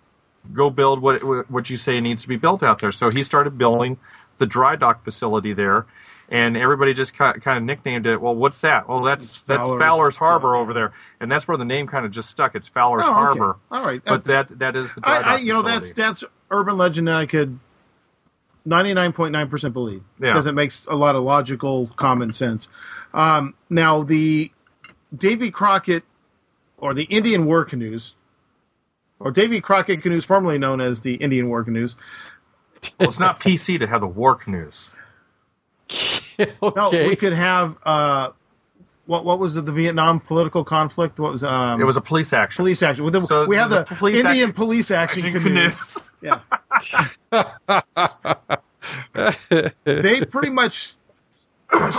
[SPEAKER 3] go build what what you say needs to be built out there." So he started building the dry dock facility there, and everybody just kind of nicknamed it. Well, what's that? Well, that's that's
[SPEAKER 2] Fowler's-
[SPEAKER 3] Fowler's Harbor over there, and that's where the name kind of just stuck. It's Fowler's
[SPEAKER 2] Oh, okay.
[SPEAKER 3] Harbor,
[SPEAKER 2] All right.
[SPEAKER 3] but that that is the dry
[SPEAKER 2] I,
[SPEAKER 3] dock
[SPEAKER 2] I, you know,
[SPEAKER 3] facility.
[SPEAKER 2] that's that's urban legend that I could 99.9% believe
[SPEAKER 3] Yeah.
[SPEAKER 2] because it makes a lot of logical common sense. Um, now, the Davy Crockett or the Indian War canoes, or Davy Crockett canoes, formerly known as the Indian War canoes.
[SPEAKER 3] Well, it's not PC to have the war canoes.
[SPEAKER 2] No,
[SPEAKER 1] okay.
[SPEAKER 2] we could have uh, what what was it? The Vietnam political conflict. What was um,
[SPEAKER 3] It was a police action.
[SPEAKER 2] police action? Well, the-
[SPEAKER 3] So
[SPEAKER 2] we have
[SPEAKER 3] the
[SPEAKER 2] the,
[SPEAKER 3] police
[SPEAKER 2] Indian
[SPEAKER 3] action-
[SPEAKER 2] police action,
[SPEAKER 3] Action
[SPEAKER 2] canoes.
[SPEAKER 3] canoes.
[SPEAKER 2] Yeah. they pretty much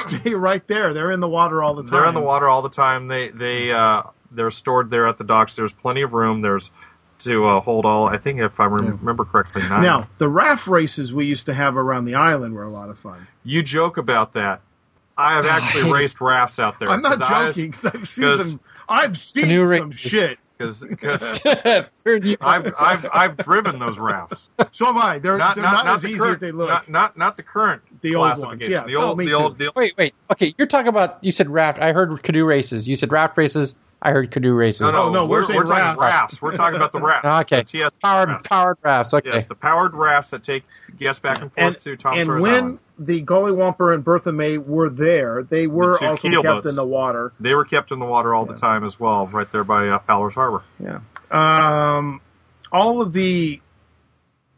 [SPEAKER 2] stay right there. They're in the water all the time.
[SPEAKER 3] They're in the water all the time. They they uh, they're stored there at the docks. There's plenty of room. There's to uh, hold all. I think if I rem- remember correctly, nine.
[SPEAKER 2] Now, the raft races we used to have around the island were a lot of fun.
[SPEAKER 3] you joke about that. I have actually raced rafts out there.
[SPEAKER 2] I'm not
[SPEAKER 3] 'cause I was-
[SPEAKER 2] joking. 'cause I've seen
[SPEAKER 3] 'cause-
[SPEAKER 2] some. I've seen
[SPEAKER 1] new
[SPEAKER 2] some
[SPEAKER 1] races.
[SPEAKER 2] shit.
[SPEAKER 3] Cause, 'cause
[SPEAKER 1] Turn you-
[SPEAKER 3] I've, I've, I've driven those rafts.
[SPEAKER 2] So have I. They're
[SPEAKER 3] Not,
[SPEAKER 2] they're
[SPEAKER 3] not,
[SPEAKER 2] not,
[SPEAKER 3] not
[SPEAKER 2] as
[SPEAKER 3] the
[SPEAKER 2] easy
[SPEAKER 3] current,
[SPEAKER 2] as they look.
[SPEAKER 3] Not, not, not the current
[SPEAKER 2] The old ones,
[SPEAKER 3] classification.
[SPEAKER 2] yeah.
[SPEAKER 3] The old,
[SPEAKER 2] Oh, me
[SPEAKER 3] the old,
[SPEAKER 2] too.
[SPEAKER 3] the old-
[SPEAKER 1] wait, wait. Okay, you're talking about you said raft. I heard canoe races. You said raft races. I heard canoe races.
[SPEAKER 3] no, no,
[SPEAKER 2] Oh, no, we're
[SPEAKER 3] we're,
[SPEAKER 2] saying
[SPEAKER 3] talking
[SPEAKER 2] rafts.
[SPEAKER 3] rafts. We're talking about the rafts.
[SPEAKER 1] Okay.
[SPEAKER 3] The TS
[SPEAKER 1] Powered
[SPEAKER 3] rafts.
[SPEAKER 1] powered rafts. Okay.
[SPEAKER 3] Yes, the powered rafts that take guests back and forth
[SPEAKER 2] and
[SPEAKER 3] to Tom
[SPEAKER 2] and
[SPEAKER 3] Sawyer's
[SPEAKER 2] when
[SPEAKER 3] Island.
[SPEAKER 2] the Gully Womper and Bertha May were there, they were
[SPEAKER 3] two
[SPEAKER 2] also
[SPEAKER 3] keel
[SPEAKER 2] kept
[SPEAKER 3] boats.
[SPEAKER 2] in the water.
[SPEAKER 3] They were kept in the water all the time as well, right there by uh, Fowler's Harbor.
[SPEAKER 2] Yeah. Um, all of the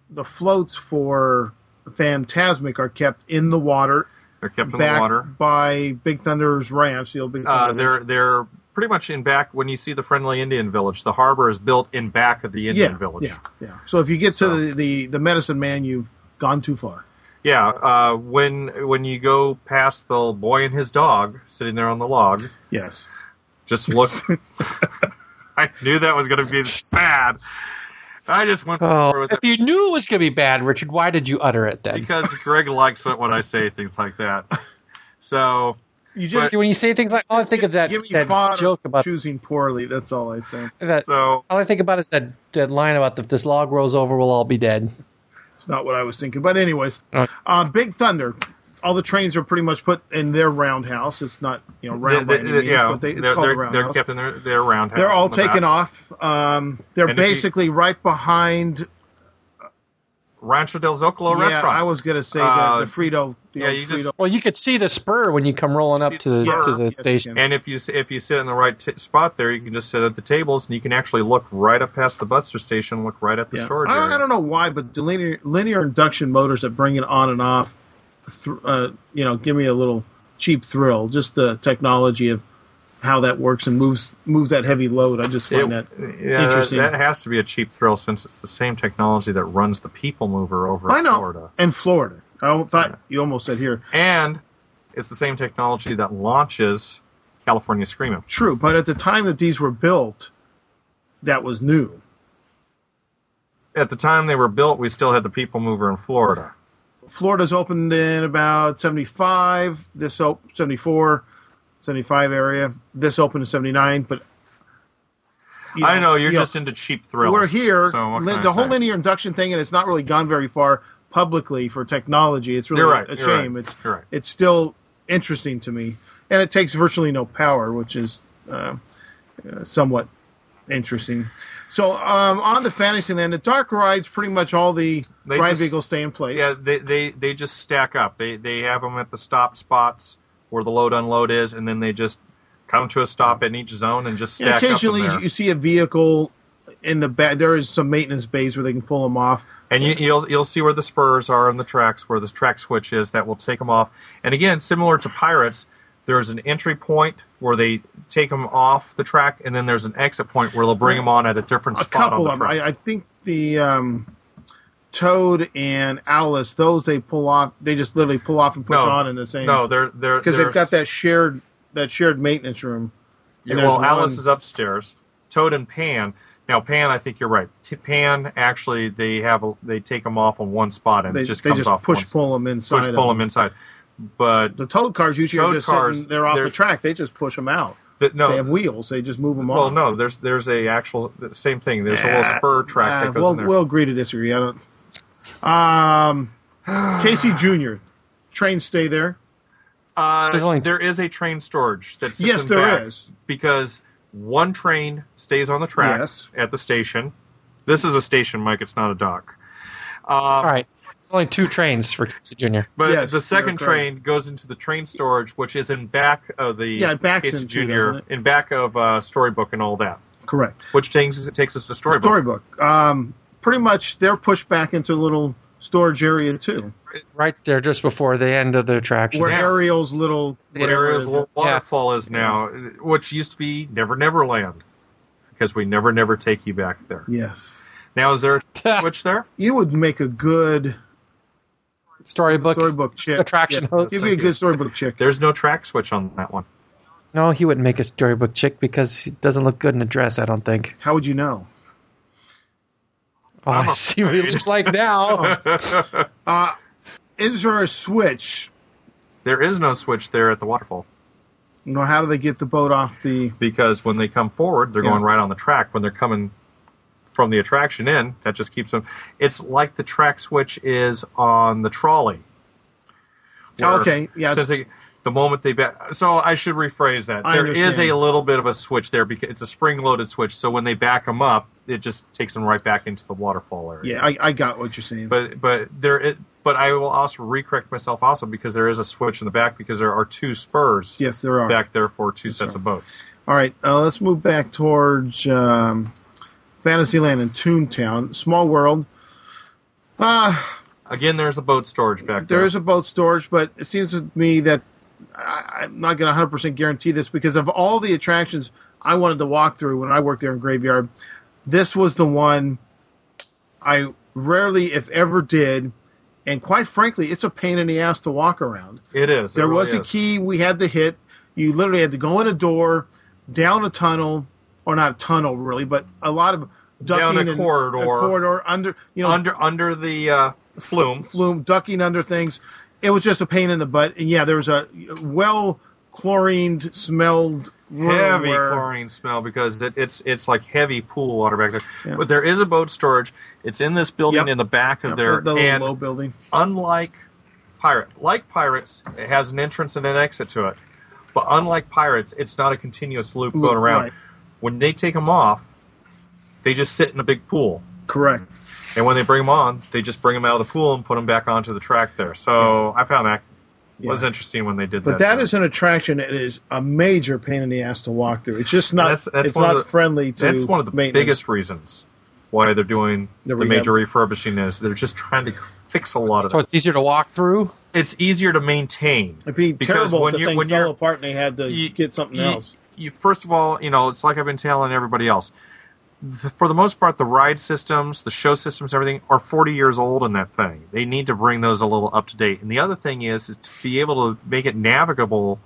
[SPEAKER 2] the floats for Phantasmic are kept in the water,
[SPEAKER 3] They're kept in
[SPEAKER 2] back
[SPEAKER 3] the water.
[SPEAKER 2] by Big Thunder's ranch. The old Big
[SPEAKER 3] Uh,
[SPEAKER 2] Thunder
[SPEAKER 3] they're they're pretty much in back when you see the friendly Indian village. The harbor is built in back of the Indian
[SPEAKER 2] yeah,
[SPEAKER 3] village.
[SPEAKER 2] yeah, yeah. So if you get to
[SPEAKER 3] So-
[SPEAKER 2] the, the the Medicine Man, you've gone too far.
[SPEAKER 3] Yeah, uh, when when you go past the boy and his dog sitting there on the log,
[SPEAKER 2] Yes.
[SPEAKER 3] just look. I knew that was going to be bad. I just went forward
[SPEAKER 1] Oh,
[SPEAKER 3] with
[SPEAKER 1] if
[SPEAKER 3] it
[SPEAKER 1] you knew it was going to be bad, Richard, why did you utter it then?
[SPEAKER 3] because Greg likes it when I say things like that. So
[SPEAKER 2] You just
[SPEAKER 1] when you say things like, all I think of that,
[SPEAKER 2] give me
[SPEAKER 1] that
[SPEAKER 2] fodder
[SPEAKER 1] joke
[SPEAKER 2] for
[SPEAKER 1] about
[SPEAKER 2] choosing poorly. That's all I say.
[SPEAKER 1] that.
[SPEAKER 3] so
[SPEAKER 1] All I think about is that, that line about if this log rolls over, we'll all be dead.
[SPEAKER 2] It's not what I was thinking. But anyways,
[SPEAKER 1] Uh.
[SPEAKER 2] uh, Big Thunder. All the trains are pretty much put in their roundhouse. It's not you know round by
[SPEAKER 3] they-
[SPEAKER 2] any
[SPEAKER 3] they-
[SPEAKER 2] means, but they, it's
[SPEAKER 3] they're,
[SPEAKER 2] called a
[SPEAKER 3] they're, they're
[SPEAKER 2] roundhouse.
[SPEAKER 3] kept in their, their roundhouse.
[SPEAKER 2] They're all
[SPEAKER 3] in the back.
[SPEAKER 2] taken off. Um, they're
[SPEAKER 3] And if you-
[SPEAKER 2] basically right behind.
[SPEAKER 3] Rancho del Zocalo
[SPEAKER 2] yeah,
[SPEAKER 3] restaurant.
[SPEAKER 2] I was gonna say
[SPEAKER 3] Uh,
[SPEAKER 2] the, the Frito. The
[SPEAKER 3] yeah,
[SPEAKER 2] old
[SPEAKER 3] you
[SPEAKER 2] Frito.
[SPEAKER 3] just-
[SPEAKER 1] Well, you could see the spur when you come rolling up
[SPEAKER 3] See
[SPEAKER 1] to
[SPEAKER 3] the
[SPEAKER 1] the,
[SPEAKER 3] spur.
[SPEAKER 1] to the
[SPEAKER 2] Yes, you
[SPEAKER 1] station.
[SPEAKER 2] can.
[SPEAKER 3] And if you if you sit in the right t- spot there, you can just sit at the tables and you can actually look right up past the buster station, look right at the
[SPEAKER 2] Yeah.
[SPEAKER 3] storage
[SPEAKER 2] I,
[SPEAKER 3] area.
[SPEAKER 2] I don't know why, but the linear, linear induction motors that bring it on and off, thr uh, you know, give me a little cheap thrill. Just the technology of how that works and moves moves that heavy load. I just find
[SPEAKER 3] It-
[SPEAKER 2] that.
[SPEAKER 3] yeah, that-
[SPEAKER 2] interesting.
[SPEAKER 3] That, has to be a cheap thrill since it's the same technology that runs the people mover over
[SPEAKER 2] I
[SPEAKER 3] in
[SPEAKER 2] know.
[SPEAKER 3] Florida,
[SPEAKER 2] And Florida. I don't- thought you almost said here.
[SPEAKER 3] and it's the same technology that launches California Screaming.
[SPEAKER 2] True, but at the time that these were built, that was new.
[SPEAKER 3] At the time they were built, we still had the people mover in Florida.
[SPEAKER 2] Florida's opened in about 75, this op- 74, 75 area. This opened in 79, but. you
[SPEAKER 3] I know you're
[SPEAKER 2] you
[SPEAKER 3] just into cheap thrills.
[SPEAKER 2] We're here.
[SPEAKER 3] So what
[SPEAKER 2] Lin-
[SPEAKER 3] can I
[SPEAKER 2] the whole
[SPEAKER 3] say?
[SPEAKER 2] linear induction thing, and it's not really gone very far publicly for technology. It's really
[SPEAKER 3] You're right,
[SPEAKER 2] a
[SPEAKER 3] you're right,
[SPEAKER 2] shame. It's
[SPEAKER 3] you're right.
[SPEAKER 2] it's still interesting to me, and it takes virtually no power, which is uh, uh, somewhat interesting. So um, on to Fantasyland, the dark rides pretty much all the
[SPEAKER 3] They
[SPEAKER 2] ride
[SPEAKER 3] just-
[SPEAKER 2] vehicles stay in place.
[SPEAKER 3] Yeah, they, they, they just stack up. They they have them at the stop spots where the load unload is, and then they just come to a stop in each zone and just
[SPEAKER 2] Yeah,
[SPEAKER 3] stack
[SPEAKER 2] occasionally
[SPEAKER 3] up. in
[SPEAKER 2] you-
[SPEAKER 3] there.
[SPEAKER 2] you see a vehicle in the back. There is some maintenance bays where they can pull them off.
[SPEAKER 3] and you, you'll you'll see where the spurs are on the tracks, where the track switch is that will take them off. And again, similar to pirates, there's an entry point where they take them off the track, and then there's an exit point where they'll bring them on at a different
[SPEAKER 2] a
[SPEAKER 3] spot
[SPEAKER 2] couple
[SPEAKER 3] on
[SPEAKER 2] of
[SPEAKER 3] the
[SPEAKER 2] them.
[SPEAKER 3] track.
[SPEAKER 2] I, I think the um, Toad and Owlus, those they pull off. They just literally pull off and push
[SPEAKER 3] No.
[SPEAKER 2] on in the same.
[SPEAKER 3] no, they're they're
[SPEAKER 2] because they've
[SPEAKER 3] they're-
[SPEAKER 2] got that shared that shared maintenance room.
[SPEAKER 3] Yeah,
[SPEAKER 2] And there's
[SPEAKER 3] well, Alice
[SPEAKER 2] one-
[SPEAKER 3] is upstairs. Toad and Pan. Now, Pan, I think you're right. T- Pan actually, they have a, they take them off on one spot and
[SPEAKER 2] They
[SPEAKER 3] it
[SPEAKER 2] just,
[SPEAKER 3] just
[SPEAKER 2] they
[SPEAKER 3] comes
[SPEAKER 2] just
[SPEAKER 3] off
[SPEAKER 2] push
[SPEAKER 3] one-
[SPEAKER 2] pull them inside.
[SPEAKER 3] push
[SPEAKER 2] of
[SPEAKER 3] pull them inside. But
[SPEAKER 2] The Toad cars usually
[SPEAKER 3] Toad
[SPEAKER 2] are just
[SPEAKER 3] cars,
[SPEAKER 2] sitting. They're off
[SPEAKER 3] they're-
[SPEAKER 2] the track. They just push them out.
[SPEAKER 3] th- no,
[SPEAKER 2] they have wheels. They just move them
[SPEAKER 3] well,
[SPEAKER 2] off.
[SPEAKER 3] no. There's there's a actual the same thing. There's a little
[SPEAKER 2] Ah,
[SPEAKER 3] spur track
[SPEAKER 2] Ah,
[SPEAKER 3] that goes
[SPEAKER 2] we'll,
[SPEAKER 3] in there.
[SPEAKER 2] we'll agree to disagree. I don't. Um, Casey Jr. Trains stay there.
[SPEAKER 3] Uh,
[SPEAKER 1] There's only-
[SPEAKER 3] there is a train storage that's
[SPEAKER 2] Yes,
[SPEAKER 3] there is
[SPEAKER 2] there is.
[SPEAKER 3] because one train stays on the track
[SPEAKER 2] Yes.
[SPEAKER 3] at the station. This is a station, Mike. It's not a dock.
[SPEAKER 1] All right. There's only two trains for Casey Jr.
[SPEAKER 3] But
[SPEAKER 2] Yes,
[SPEAKER 3] the second
[SPEAKER 2] you're correct.
[SPEAKER 3] train goes into the train storage, which is in back of the
[SPEAKER 2] Yeah, it backs
[SPEAKER 3] Casey
[SPEAKER 2] him too,
[SPEAKER 3] Jr.
[SPEAKER 2] doesn't it?
[SPEAKER 3] in back of uh, Storybook and all that,
[SPEAKER 2] Correct.
[SPEAKER 3] which takes takes us to Storybook.
[SPEAKER 2] Storybook. Um, pretty much, they're pushed back into a little storage area too,
[SPEAKER 1] Right there, just before the end of the attraction.
[SPEAKER 2] where
[SPEAKER 3] Yeah.
[SPEAKER 2] Ariel's little
[SPEAKER 3] where
[SPEAKER 2] whatever
[SPEAKER 3] Ariel's
[SPEAKER 2] it is.
[SPEAKER 3] little
[SPEAKER 1] Yeah.
[SPEAKER 3] waterfall is now, which used to be Never Never Land, because we never never take you back there.
[SPEAKER 2] Yes,
[SPEAKER 3] Now is there a switch there?
[SPEAKER 2] you would make a good
[SPEAKER 1] Storybook.
[SPEAKER 2] storybook chick.
[SPEAKER 1] Attraction host.
[SPEAKER 2] You'd be a good storybook chick.
[SPEAKER 3] There's no track switch on that one.
[SPEAKER 1] No, he wouldn't make a storybook chick because he doesn't look good in a dress, I don't think.
[SPEAKER 2] How would you know?
[SPEAKER 1] Oh, I see what he looks like now.
[SPEAKER 2] Is there a switch?
[SPEAKER 3] There is no switch there at the waterfall
[SPEAKER 2] You know, how do they get the boat off the?
[SPEAKER 3] because when they come forward, they're
[SPEAKER 2] Yeah.
[SPEAKER 3] going right on the track. When they're coming from the attraction in, that just keeps them. It's like the track switch is on the trolley.
[SPEAKER 2] Oh, okay, yeah.
[SPEAKER 3] since they- the moment they back, so I should rephrase that.
[SPEAKER 2] I
[SPEAKER 3] there is
[SPEAKER 2] understand.
[SPEAKER 3] a little bit of a switch there because it's a spring-loaded switch. So when they back them up, it just takes them right back into the waterfall area.
[SPEAKER 2] Yeah, I, I got what you're saying.
[SPEAKER 3] but but there it, but I will also recorrect myself also because there is a switch in the back because there are two spurs
[SPEAKER 2] yes, there are.
[SPEAKER 3] back there for two sets of boats.
[SPEAKER 2] All right, uh, let's move back towards um, Fantasyland and Toontown, Small World.
[SPEAKER 3] Again, there's a boat storage back there.
[SPEAKER 2] There is a boat storage, but it seems to me that I, I'm not going to 100% guarantee this because of all the attractions I wanted to walk through when I worked there in Graveyard, this was the one I rarely, if ever, did. And quite frankly, it's a pain in the ass to walk around.
[SPEAKER 3] it is. It
[SPEAKER 2] There
[SPEAKER 3] really
[SPEAKER 2] was a
[SPEAKER 3] is.
[SPEAKER 2] key we had to hit. You literally had to go in a door, down a tunnel, or not a tunnel really, but a lot of ducking
[SPEAKER 3] a
[SPEAKER 2] and-
[SPEAKER 3] corridor.
[SPEAKER 2] a corridor under you know
[SPEAKER 3] under under the uh, flume.
[SPEAKER 2] flume, ducking under things. It was just a pain in the butt, and yeah, there was a well chlorined smelled room
[SPEAKER 3] Heavy
[SPEAKER 2] where-
[SPEAKER 3] chlorine smell because it, it's it's like heavy pool water back there.
[SPEAKER 2] Yeah.
[SPEAKER 3] But there is a boat storage. It's in this building
[SPEAKER 2] Yep.
[SPEAKER 3] in the back of
[SPEAKER 2] yeah,
[SPEAKER 3] there,
[SPEAKER 2] the, the
[SPEAKER 3] and
[SPEAKER 2] low building.
[SPEAKER 3] unlike pirate like pirates it has an entrance and an exit to it but unlike pirates it's not a continuous loop
[SPEAKER 2] Loop,
[SPEAKER 3] going around
[SPEAKER 2] right.
[SPEAKER 3] when they take them off they just sit in a big pool
[SPEAKER 2] Correct.
[SPEAKER 3] and when they bring them on they just bring them out of the pool and put them back onto the track there so i found that was
[SPEAKER 2] Yeah.
[SPEAKER 3] interesting when they did
[SPEAKER 2] But
[SPEAKER 3] that
[SPEAKER 2] that is an attraction that is a major pain in the ass to walk through. It's just not
[SPEAKER 3] That's- that's
[SPEAKER 2] it's
[SPEAKER 3] one of
[SPEAKER 2] not
[SPEAKER 3] the-
[SPEAKER 2] friendly to
[SPEAKER 3] that's one of the
[SPEAKER 2] maintenance.
[SPEAKER 3] biggest reasons why they're doing
[SPEAKER 2] The
[SPEAKER 3] the,
[SPEAKER 2] rehab.
[SPEAKER 3] major refurbishing is they're just trying to fix a lot of
[SPEAKER 1] so
[SPEAKER 3] it.
[SPEAKER 1] it's easier to walk through.
[SPEAKER 3] It's easier to maintain
[SPEAKER 2] It'd be
[SPEAKER 3] because
[SPEAKER 2] terrible if
[SPEAKER 3] when
[SPEAKER 2] the
[SPEAKER 3] you-
[SPEAKER 2] thing
[SPEAKER 3] when
[SPEAKER 2] fell
[SPEAKER 3] you're-
[SPEAKER 2] apart and they had to
[SPEAKER 3] you-
[SPEAKER 2] get something
[SPEAKER 3] you-
[SPEAKER 2] else.
[SPEAKER 3] You, first of all, you know, it's like I've been telling everybody else. The, for the most part, the ride systems, the show systems, everything are 40 years old in that thing. They need to bring those a little up to date. And the other thing is, is to be able to make it navigable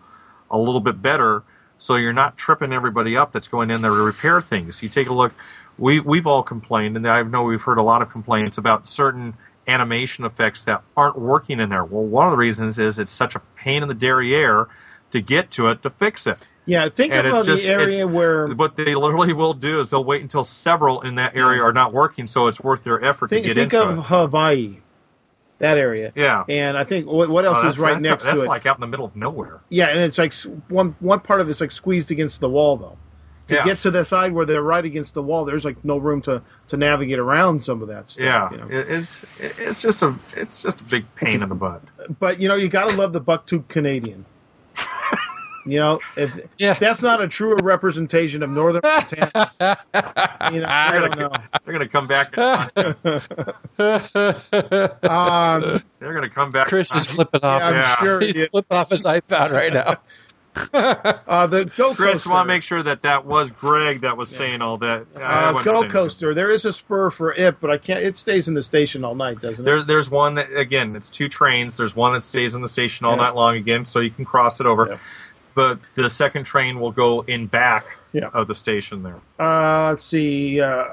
[SPEAKER 3] a little bit better so you're not tripping everybody up that's going in there to repair things. You take a look. We, we've all complained, and I know we've heard a lot of complaints about certain animation effects that aren't working in there. Well, one of the reasons is it's such a pain in the derriere to get to it to fix it.
[SPEAKER 2] Yeah, think
[SPEAKER 3] And
[SPEAKER 2] about
[SPEAKER 3] it's just
[SPEAKER 2] the area
[SPEAKER 3] it's-
[SPEAKER 2] where
[SPEAKER 3] What they literally will do is they'll wait until several in that area are not working, so it's worth their effort
[SPEAKER 2] think,
[SPEAKER 3] to get
[SPEAKER 2] think
[SPEAKER 3] into
[SPEAKER 2] of
[SPEAKER 3] it.
[SPEAKER 2] Hawaii, that area.
[SPEAKER 3] Yeah.
[SPEAKER 2] And I think what, what else
[SPEAKER 3] Oh,
[SPEAKER 2] is right
[SPEAKER 3] that's,
[SPEAKER 2] next
[SPEAKER 3] that's
[SPEAKER 2] to it?
[SPEAKER 3] like out in the middle of nowhere.
[SPEAKER 2] yeah, and it's like s- one one part of it's like squeezed against the wall though. To
[SPEAKER 3] Yeah.
[SPEAKER 2] get to the side where they're right against the wall, there's like no room to, to navigate around some of that stuff.
[SPEAKER 3] Yeah,
[SPEAKER 2] you know?
[SPEAKER 3] It- it's it's just a it's just a big pain in the butt.
[SPEAKER 2] But you know, you gotta love the bucktooth Canadian. you know, if
[SPEAKER 1] Yeah.
[SPEAKER 2] that's not a truer representation of northern Montana, you know, I don't know.
[SPEAKER 3] They're gonna come back. They're
[SPEAKER 2] Um,
[SPEAKER 3] gonna come back.
[SPEAKER 1] Chris is flipping off.
[SPEAKER 2] I'm
[SPEAKER 3] Yeah.
[SPEAKER 2] sure
[SPEAKER 1] He's
[SPEAKER 2] it is.
[SPEAKER 1] flipping off his iPad right now.
[SPEAKER 2] Uh, the Go
[SPEAKER 3] Chris,
[SPEAKER 2] Coaster.
[SPEAKER 3] want to make sure that that was Greg that was saying all that. I
[SPEAKER 2] uh,
[SPEAKER 3] wasn't
[SPEAKER 2] go
[SPEAKER 3] saying anything.
[SPEAKER 2] coaster. There is a spur for it, but I can't. It stays in the station all night, doesn't it?
[SPEAKER 3] There, there's one that again, it's two trains. There's one that stays in the station all
[SPEAKER 2] Yeah.
[SPEAKER 3] night long again, so you can cross it over.
[SPEAKER 2] Yeah.
[SPEAKER 3] But the second train will go in back
[SPEAKER 2] Yeah.
[SPEAKER 3] of the station there.
[SPEAKER 2] Uh, let's see. Uh,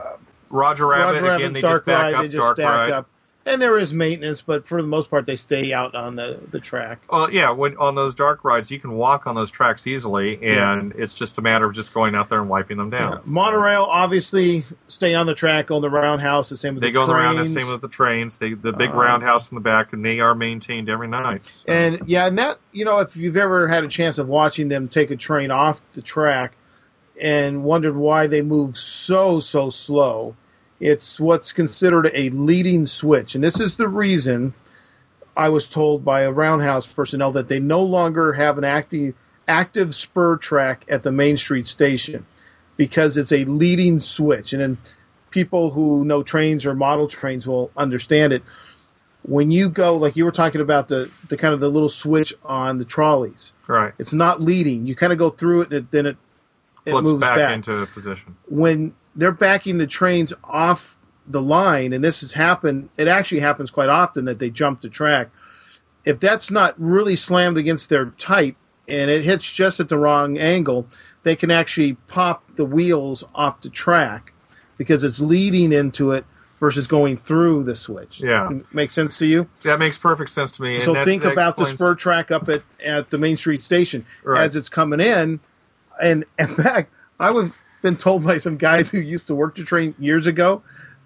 [SPEAKER 3] Roger Rabbit,
[SPEAKER 2] Roger Rabbit,
[SPEAKER 3] again, they
[SPEAKER 2] Dark
[SPEAKER 3] just back
[SPEAKER 2] Ride.
[SPEAKER 3] up
[SPEAKER 2] they just
[SPEAKER 3] Dark
[SPEAKER 2] stack
[SPEAKER 3] Ride.
[SPEAKER 2] up, and there is maintenance, but for the most part, they stay out on the the track.
[SPEAKER 3] Well, Uh, yeah, when on those dark rides, you can walk on those tracks easily, and it's just a matter of just going out there and wiping them down.
[SPEAKER 2] Monorail, obviously, stay on the track, on the roundhouse. The same with
[SPEAKER 3] They
[SPEAKER 2] the
[SPEAKER 3] go around the
[SPEAKER 2] trains.
[SPEAKER 3] same with the trains. They, the big
[SPEAKER 2] Uh,
[SPEAKER 3] roundhouse in the back, and they are maintained every night. so.
[SPEAKER 2] And yeah, and that you know, if you've ever had a chance of watching them take a train off the track and wondered why they move so so slow, It's what's considered a leading switch. And this is the reason I was told by a roundhouse personnel that they no longer have an active, active spur track at the Main Street station because it's a leading switch. And then people who know trains or model trains will understand it. When you go, like you were talking about the, the kind of the little switch on the trolleys,
[SPEAKER 3] Right.
[SPEAKER 2] it's not leading. You kind of go through it, and it- then it, it
[SPEAKER 3] Flips
[SPEAKER 2] moves
[SPEAKER 3] back,
[SPEAKER 2] back.
[SPEAKER 3] into position.
[SPEAKER 2] when they're backing the trains off the line, and this has happened, it actually happens quite often that they jump the track. If that's not really slammed against their tight and it hits just at the wrong angle, they can actually pop the wheels off the track because it's leading into it versus going through the switch.
[SPEAKER 3] Yeah.
[SPEAKER 2] Make sense to you?
[SPEAKER 3] That makes perfect sense to me. and
[SPEAKER 2] so
[SPEAKER 3] that-
[SPEAKER 2] think
[SPEAKER 3] that
[SPEAKER 2] about the
[SPEAKER 3] explains-
[SPEAKER 2] spur track up at, at the Main Street station
[SPEAKER 3] Right.
[SPEAKER 2] as it's coming in. And in fact, I was been told by some guys who used to work the train years ago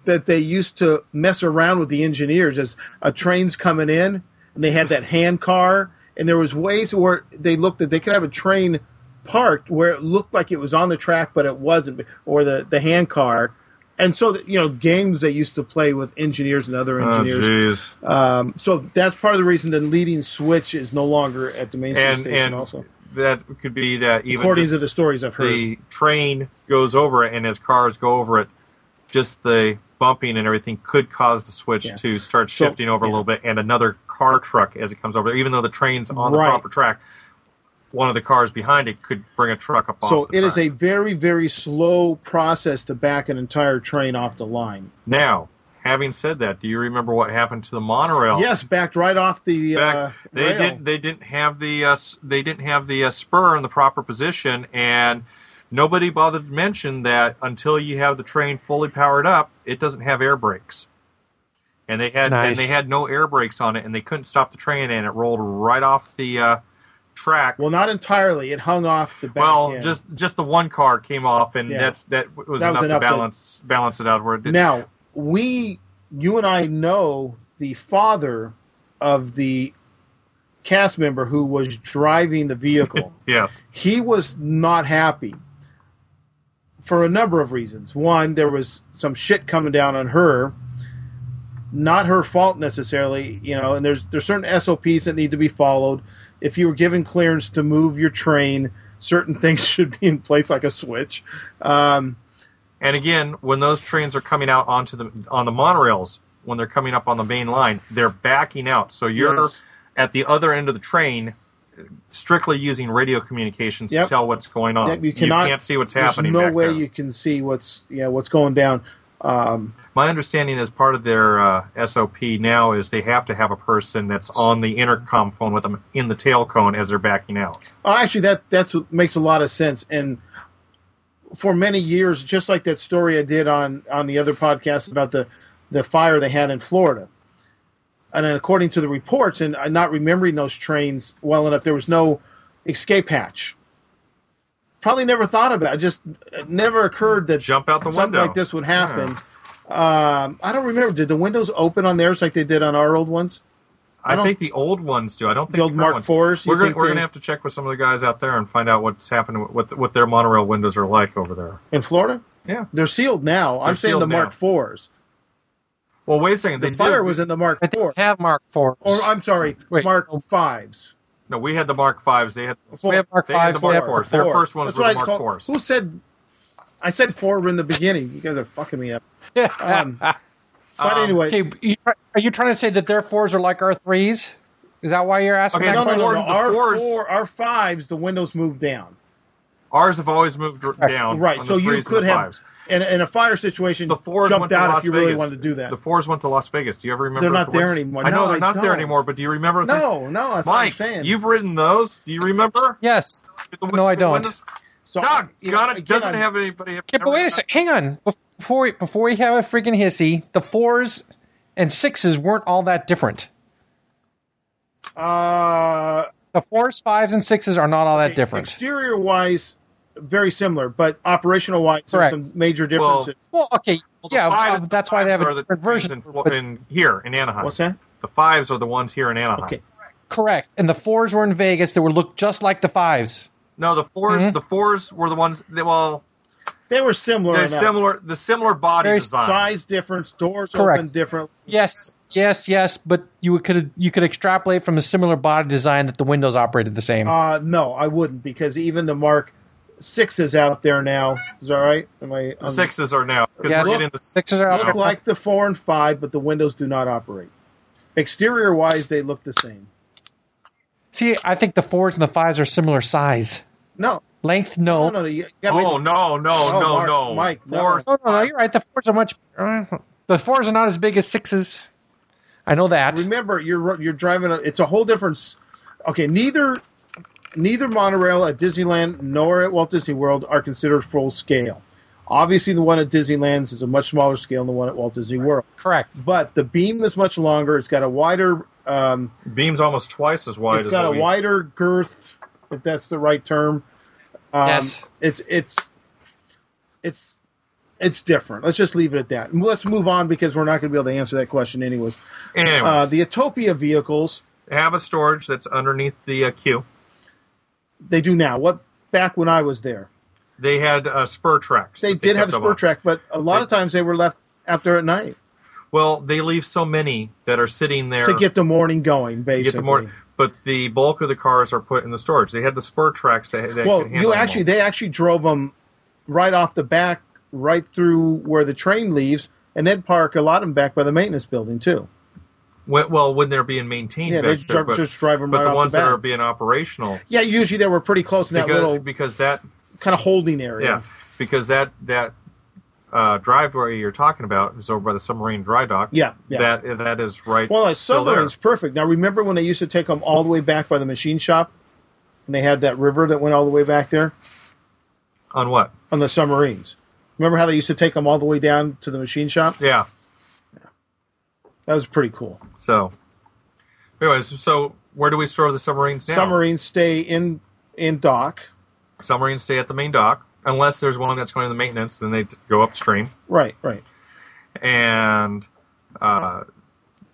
[SPEAKER 2] that they used to mess around with the engineers as a train's coming in and they had that hand car and there was ways where they looked that they could have a train parked where it looked like it was on the track but it wasn't or the, the hand car and so that, you know games they used to play with engineers and other
[SPEAKER 3] Oh,
[SPEAKER 2] engineers
[SPEAKER 3] jeez.
[SPEAKER 2] um, so that's part of the reason the leading switch is no longer at the main street
[SPEAKER 3] and
[SPEAKER 2] station.
[SPEAKER 3] and
[SPEAKER 2] also,
[SPEAKER 3] that could be that even
[SPEAKER 2] according
[SPEAKER 3] just
[SPEAKER 2] to the stories I've heard,
[SPEAKER 3] the train goes over it, and as cars go over it, just the bumping and everything could cause the switch
[SPEAKER 2] Yeah.
[SPEAKER 3] to start
[SPEAKER 2] So-
[SPEAKER 3] shifting over a
[SPEAKER 2] yeah.
[SPEAKER 3] little bit, and another car truck as it comes over, even though the train's on the
[SPEAKER 2] Right.
[SPEAKER 3] proper track, one of the cars behind it could bring a truck up.
[SPEAKER 2] so
[SPEAKER 3] off the
[SPEAKER 2] it is
[SPEAKER 3] track.
[SPEAKER 2] a very very slow process to back an entire train off the line.
[SPEAKER 3] now. Having said that, do you remember what happened to the monorail?
[SPEAKER 2] Yes, backed right off the
[SPEAKER 3] Oh. back,
[SPEAKER 2] uh,
[SPEAKER 3] they
[SPEAKER 2] rail.
[SPEAKER 3] didn't. They didn't have the. Uh, s- they didn't have the uh, spur in the proper position, and nobody bothered to mention that until you have the train fully powered up, it doesn't have air brakes. And they had and
[SPEAKER 1] Nice.
[SPEAKER 3] they had no air brakes on it, and they couldn't stop the train, and it rolled right off the uh, track. Well,
[SPEAKER 2] Well, not entirely. It hung off the back. end.
[SPEAKER 3] just just the one car came off, and
[SPEAKER 2] Yeah.
[SPEAKER 3] that's that was
[SPEAKER 2] That was
[SPEAKER 3] enough,
[SPEAKER 2] enough
[SPEAKER 3] to
[SPEAKER 2] to-
[SPEAKER 3] balance balance it out where it did.
[SPEAKER 2] now we, you and I know the father of the cast member who was driving the vehicle.
[SPEAKER 3] yes,
[SPEAKER 2] he was not happy for a number of reasons. One, there was some shit coming down on her, not her fault necessarily, you know. And there's there's certain SOPs that need to be followed. If you were given clearance to move your train, certain things should be in place, like a switch. Um,
[SPEAKER 3] And again, when those trains are coming out onto the on the monorails, when they're coming up on the main line, they're backing out. So you're
[SPEAKER 2] Yes.
[SPEAKER 3] at the other end of the train, strictly using radio communications
[SPEAKER 2] Yep.
[SPEAKER 3] to tell what's going on.
[SPEAKER 2] Yep, you cannot-
[SPEAKER 3] can't see what's
[SPEAKER 2] there's
[SPEAKER 3] happening.
[SPEAKER 2] no
[SPEAKER 3] back
[SPEAKER 2] way
[SPEAKER 3] there.
[SPEAKER 2] you can see what's yeah what's going down. Um,
[SPEAKER 3] My understanding is part of their uh, SOP now is they have to have a person that's on the intercom phone with them in the tail cone as they're backing out.
[SPEAKER 2] Oh, actually, that that's what makes a lot of sense. And for many years, just like that story I did on on the other podcast about the the fire they had in Florida, and then according to the reports, and I'm not remembering those trains well enough, there was no escape hatch. Probably never thought about it. Just it never occurred that
[SPEAKER 3] Jump out the
[SPEAKER 2] something
[SPEAKER 3] window.
[SPEAKER 2] like this would happen. Um, I don't remember. Did the windows open on theirs like they did on our old ones? I
[SPEAKER 3] I,
[SPEAKER 2] don't-
[SPEAKER 3] think the old ones do. I don't think
[SPEAKER 2] The old
[SPEAKER 3] current
[SPEAKER 2] Mark
[SPEAKER 3] ones.
[SPEAKER 2] IVs, you
[SPEAKER 3] We're, gonna,
[SPEAKER 2] think
[SPEAKER 3] we're
[SPEAKER 2] they-
[SPEAKER 3] gonna have to check with some of the guys out there and find out what's happening, with- what what their monorail windows are like over there.
[SPEAKER 2] In Florida,
[SPEAKER 3] Yeah.
[SPEAKER 2] they're sealed now. I'm
[SPEAKER 3] They're
[SPEAKER 2] saying the
[SPEAKER 3] sealed now.
[SPEAKER 2] Mark Fours.
[SPEAKER 3] Well, wait a second.
[SPEAKER 2] The
[SPEAKER 3] they
[SPEAKER 2] fire
[SPEAKER 3] did,
[SPEAKER 2] was in the Mark
[SPEAKER 1] I think
[SPEAKER 2] Four.
[SPEAKER 1] we have Mark Four.
[SPEAKER 2] or I'm sorry,
[SPEAKER 1] Wait.
[SPEAKER 2] Mark Fives.
[SPEAKER 3] No, we had the Mark Fives. They had.
[SPEAKER 1] we have Mark
[SPEAKER 3] They had
[SPEAKER 1] Fives.
[SPEAKER 3] the
[SPEAKER 1] we
[SPEAKER 3] Mark
[SPEAKER 1] have
[SPEAKER 3] Fours. Their first ones were the
[SPEAKER 2] what I
[SPEAKER 3] Mark
[SPEAKER 2] saw.
[SPEAKER 3] Fours.
[SPEAKER 2] Who said? I said four in the beginning. You guys are fucking me up. Um, but
[SPEAKER 3] Um,
[SPEAKER 2] anyway,
[SPEAKER 1] Okay, you- are you trying to say that their fours are like our threes? Is that why you're asking
[SPEAKER 3] Okay,
[SPEAKER 1] that
[SPEAKER 2] no, no,
[SPEAKER 1] question?
[SPEAKER 2] no, no.
[SPEAKER 3] Ford- the
[SPEAKER 2] Our
[SPEAKER 3] Fours-
[SPEAKER 2] four, our fives, the windows move down.
[SPEAKER 3] Ours have always moved r- down.
[SPEAKER 2] Right,
[SPEAKER 3] on
[SPEAKER 2] so
[SPEAKER 3] the
[SPEAKER 2] you
[SPEAKER 3] threes
[SPEAKER 2] could
[SPEAKER 3] and the
[SPEAKER 2] have
[SPEAKER 3] Fives.
[SPEAKER 2] in, in a fire situation
[SPEAKER 3] The fours
[SPEAKER 2] jumped
[SPEAKER 3] went to
[SPEAKER 2] out
[SPEAKER 3] Las
[SPEAKER 2] if you
[SPEAKER 3] Vegas.
[SPEAKER 2] really wanted to do that.
[SPEAKER 3] The fours went to Las Vegas. Do you ever remember?
[SPEAKER 2] They're not
[SPEAKER 3] if the
[SPEAKER 2] there
[SPEAKER 3] ones-
[SPEAKER 2] anymore.
[SPEAKER 3] I know
[SPEAKER 2] No,
[SPEAKER 3] they're
[SPEAKER 2] I
[SPEAKER 3] not there
[SPEAKER 2] don't.
[SPEAKER 3] anymore. But do you remember? the-
[SPEAKER 2] no, no, that's what I'm
[SPEAKER 3] Mike,
[SPEAKER 2] saying.
[SPEAKER 3] you've ridden those. Do you remember?
[SPEAKER 1] Yes.
[SPEAKER 3] The
[SPEAKER 1] No, I don't.
[SPEAKER 3] windows-
[SPEAKER 2] so,
[SPEAKER 3] God,
[SPEAKER 2] you know,
[SPEAKER 3] God, it
[SPEAKER 2] again,
[SPEAKER 3] doesn't
[SPEAKER 2] I'm-
[SPEAKER 3] have anybody.
[SPEAKER 1] Okay, but wait a second. Hang on. Bef- Before we, before we have a freaking hissy, the fours and sixes weren't all that different.
[SPEAKER 2] Uh,
[SPEAKER 1] The fours, fives, and sixes are not all that different.
[SPEAKER 2] Exterior wise, very similar, but operational wise, there's
[SPEAKER 1] Correct.
[SPEAKER 2] some major differences.
[SPEAKER 1] Well, okay,
[SPEAKER 3] Well, the
[SPEAKER 1] yeah,
[SPEAKER 3] five
[SPEAKER 1] uh,
[SPEAKER 3] and the
[SPEAKER 1] that's why they have
[SPEAKER 3] fives
[SPEAKER 1] a
[SPEAKER 3] are the
[SPEAKER 1] different
[SPEAKER 3] things
[SPEAKER 1] version.
[SPEAKER 3] in, Flo-
[SPEAKER 1] but
[SPEAKER 3] in here in Anaheim.
[SPEAKER 2] What's that?
[SPEAKER 3] The fives are the ones here in Anaheim.
[SPEAKER 2] Okay.
[SPEAKER 1] correct, and the fours were in Vegas. They were looked just like the fives.
[SPEAKER 3] No, the 4s
[SPEAKER 1] Mhm.
[SPEAKER 3] The fours were the ones. That, well,
[SPEAKER 2] They were similar.
[SPEAKER 3] They're
[SPEAKER 2] enough.
[SPEAKER 3] similar. The similar body
[SPEAKER 1] Very
[SPEAKER 3] design.
[SPEAKER 2] Size difference, doors
[SPEAKER 1] Correct.
[SPEAKER 2] open different.
[SPEAKER 1] Yes, yes, yes. But you could you could extrapolate from a similar body design that the windows operated the
[SPEAKER 3] Oh,
[SPEAKER 1] same.
[SPEAKER 2] Uh, no, I wouldn't because even the Mark Sixes out there now is all right. Am I?
[SPEAKER 3] The
[SPEAKER 2] um,
[SPEAKER 3] sixes are now. 'cause
[SPEAKER 1] yes,
[SPEAKER 3] we're getting the-
[SPEAKER 1] sixes are out
[SPEAKER 2] look
[SPEAKER 1] there.
[SPEAKER 2] like the four and five, but the windows do not operate. Exterior wise, they look the same.
[SPEAKER 1] See, I think the fours and the fives are similar size.
[SPEAKER 2] No,
[SPEAKER 1] Length, no.
[SPEAKER 2] no, no. You gotta
[SPEAKER 3] Oh no no no no!
[SPEAKER 2] Oh, Mark- Mike, no.
[SPEAKER 3] Four-
[SPEAKER 1] no, no, no, You're right. The fours are much. Uh, the fours are not as big as sixes. I know that.
[SPEAKER 2] remember you're ru- you're driving a, it's a whole different s- okay neither neither monorail at disneyland nor at walt disney world are considered full scale obviously the one at disneyland's is a much smaller scale than the one at walt disney world
[SPEAKER 1] Correct.
[SPEAKER 2] but the beam is much longer it's got a wider um,
[SPEAKER 3] Beam's almost twice as wide.
[SPEAKER 2] it's
[SPEAKER 3] as
[SPEAKER 2] got a
[SPEAKER 3] what we-
[SPEAKER 2] wider girth if that's the right term um,
[SPEAKER 1] Yes.
[SPEAKER 2] it's it's it's it's different let's just leave it at that let's move on because we're not going to be able to answer that question anyways
[SPEAKER 3] Anyways,
[SPEAKER 2] uh, the utopia vehicles
[SPEAKER 3] have a storage that's underneath the uh, queue.
[SPEAKER 2] They do now. What back when I was there,
[SPEAKER 3] They had uh, spur tracks.
[SPEAKER 2] they
[SPEAKER 3] that
[SPEAKER 2] did have a
[SPEAKER 3] kept them
[SPEAKER 2] spur
[SPEAKER 3] on.
[SPEAKER 2] track, but a lot of times they were left out there at night
[SPEAKER 3] Well, they leave so many that are sitting there
[SPEAKER 2] to get the morning going.
[SPEAKER 3] to
[SPEAKER 2] Basically,
[SPEAKER 3] get the more. But the bulk of the cars are put in the storage. They had the spur tracks that, that
[SPEAKER 2] well,
[SPEAKER 3] could handle
[SPEAKER 2] you actually
[SPEAKER 3] them
[SPEAKER 2] they actually drove them right off the back, right through where the train leaves, and they'd park a lot of them back by the maintenance building too.
[SPEAKER 3] all. When- well when they're being maintained.
[SPEAKER 2] Yeah, they
[SPEAKER 3] back there,
[SPEAKER 2] ju-
[SPEAKER 3] but,
[SPEAKER 2] just drive them
[SPEAKER 3] but
[SPEAKER 2] right
[SPEAKER 3] the
[SPEAKER 2] off
[SPEAKER 3] ones
[SPEAKER 2] the
[SPEAKER 3] that
[SPEAKER 2] back.
[SPEAKER 3] are being operational
[SPEAKER 2] yeah, usually they were pretty close in that
[SPEAKER 3] because
[SPEAKER 2] little
[SPEAKER 3] because that
[SPEAKER 2] kind of holding area.
[SPEAKER 3] yeah because that that uh, driveway you're talking about is over by the submarine dry dock.
[SPEAKER 2] Yeah, yeah.
[SPEAKER 3] that that is right.
[SPEAKER 2] Well, a
[SPEAKER 3] still there.
[SPEAKER 2] submarine's perfect. Now, remember when they used to take them all the way back by the machine shop, and they had that river that went all the way back there.
[SPEAKER 3] on what?
[SPEAKER 2] on the submarines. Remember how they used to take them all the way down to the machine shop?
[SPEAKER 3] Yeah.
[SPEAKER 2] That was pretty cool.
[SPEAKER 3] So, anyways, so where do we store the submarines now?
[SPEAKER 2] Submarines stay in in dock,
[SPEAKER 3] Submarines stay at the main dock unless there's one that's going to the maintenance. Then they go upstream.
[SPEAKER 2] right? Right.
[SPEAKER 3] And uh,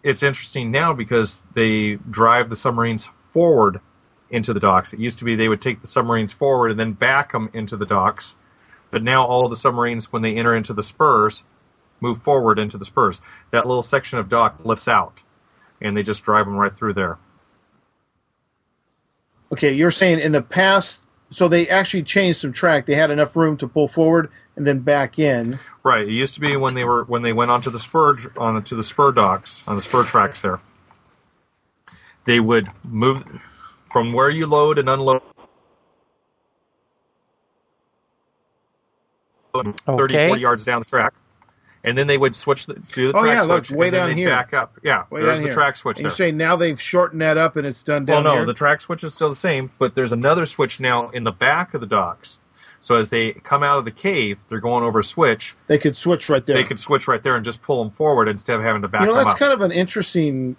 [SPEAKER 3] it's interesting now because they drive the submarines forward into the docks. It used to be they would take the submarines forward and then back them into the docks, but now all the submarines, when they enter into the spurs, move forward into the spurs. That little section of dock lifts out, and they just drive them right through there.
[SPEAKER 2] Okay, you're saying in the past, so they actually changed some track. They had enough room to pull forward and then back in.
[SPEAKER 3] Right. It used to be when they were when they went onto the spur on to the spur docks on the spur tracks there. They would move from where you load and unload. thirty,
[SPEAKER 1] Okay.
[SPEAKER 3] 40 yards down the track, and then they would switch the, do the
[SPEAKER 2] Oh,
[SPEAKER 3] track
[SPEAKER 2] yeah, look,
[SPEAKER 3] switch
[SPEAKER 2] way
[SPEAKER 3] and then
[SPEAKER 2] down
[SPEAKER 3] they'd
[SPEAKER 2] here.
[SPEAKER 3] back up. Yeah,
[SPEAKER 2] Way
[SPEAKER 3] there's
[SPEAKER 2] down
[SPEAKER 3] the
[SPEAKER 2] here.
[SPEAKER 3] track switch
[SPEAKER 2] And you
[SPEAKER 3] there.
[SPEAKER 2] say now they've shortened that up and it's done down
[SPEAKER 3] well, no,
[SPEAKER 2] here.
[SPEAKER 3] the track switch is still the same, but there's another switch now in the back of the docks. So as they come out of the cave, they're going over a switch,
[SPEAKER 2] they could switch right there.
[SPEAKER 3] they could switch right there and just pull them forward instead of having to back
[SPEAKER 2] you know,
[SPEAKER 3] them
[SPEAKER 2] that's
[SPEAKER 3] up.
[SPEAKER 2] kind of an interesting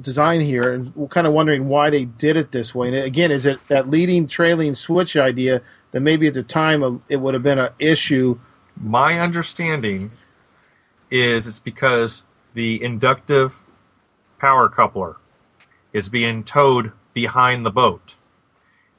[SPEAKER 2] design here, and we're kind of wondering why they did it this way. And again, is it that leading trailing switch idea that maybe at the time uh, it would have been an issue?
[SPEAKER 3] My understanding is it's because the inductive power coupler is being towed behind the boat,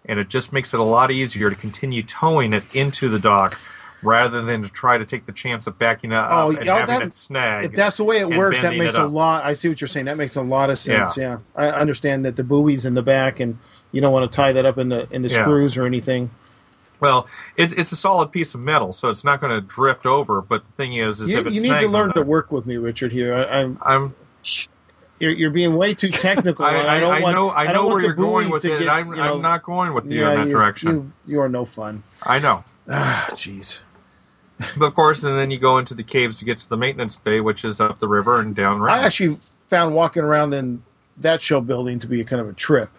[SPEAKER 3] and it just makes it a lot easier to continue towing it into the dock rather than to try to take the chance of backing it up
[SPEAKER 2] Oh,
[SPEAKER 3] and
[SPEAKER 2] yeah,
[SPEAKER 3] having
[SPEAKER 2] that-
[SPEAKER 3] it snag.
[SPEAKER 2] If that's the way it
[SPEAKER 3] and
[SPEAKER 2] works, that
[SPEAKER 3] bending
[SPEAKER 2] makes
[SPEAKER 3] it
[SPEAKER 2] a
[SPEAKER 3] up.
[SPEAKER 2] lot. I see what you're saying. That makes a lot of sense. Yeah, I understand that the buoy's in the back, and you don't want to tie that up in the in the
[SPEAKER 3] Yeah.
[SPEAKER 2] screws or anything.
[SPEAKER 3] well, it's it's a solid piece of metal, so it's not going to drift over. But the thing is, is
[SPEAKER 2] You,
[SPEAKER 3] if it
[SPEAKER 2] you need
[SPEAKER 3] snags
[SPEAKER 2] to learn
[SPEAKER 3] on
[SPEAKER 2] to
[SPEAKER 3] it-
[SPEAKER 2] work with me, Richard. Here, I, I'm
[SPEAKER 3] I'm
[SPEAKER 2] you're, you're being way too technical.
[SPEAKER 3] I,
[SPEAKER 2] and
[SPEAKER 3] I,
[SPEAKER 2] don't
[SPEAKER 3] I
[SPEAKER 2] want,
[SPEAKER 3] know I,
[SPEAKER 2] don't
[SPEAKER 3] know
[SPEAKER 2] want
[SPEAKER 3] where
[SPEAKER 2] the
[SPEAKER 3] you're going
[SPEAKER 2] buoy
[SPEAKER 3] with
[SPEAKER 2] to
[SPEAKER 3] it.
[SPEAKER 2] get,
[SPEAKER 3] I'm,
[SPEAKER 2] you
[SPEAKER 3] I'm
[SPEAKER 2] know-
[SPEAKER 3] not going with you
[SPEAKER 2] yeah,
[SPEAKER 3] in that
[SPEAKER 2] you-
[SPEAKER 3] direction.
[SPEAKER 2] You, you are no fun.
[SPEAKER 3] I know.
[SPEAKER 2] Ah, jeez.
[SPEAKER 3] But of course, and then you go into the caves to get to the maintenance bay, which is up the river and down
[SPEAKER 2] I
[SPEAKER 3] right.
[SPEAKER 2] actually found walking around in that show building to be a kind of a trip.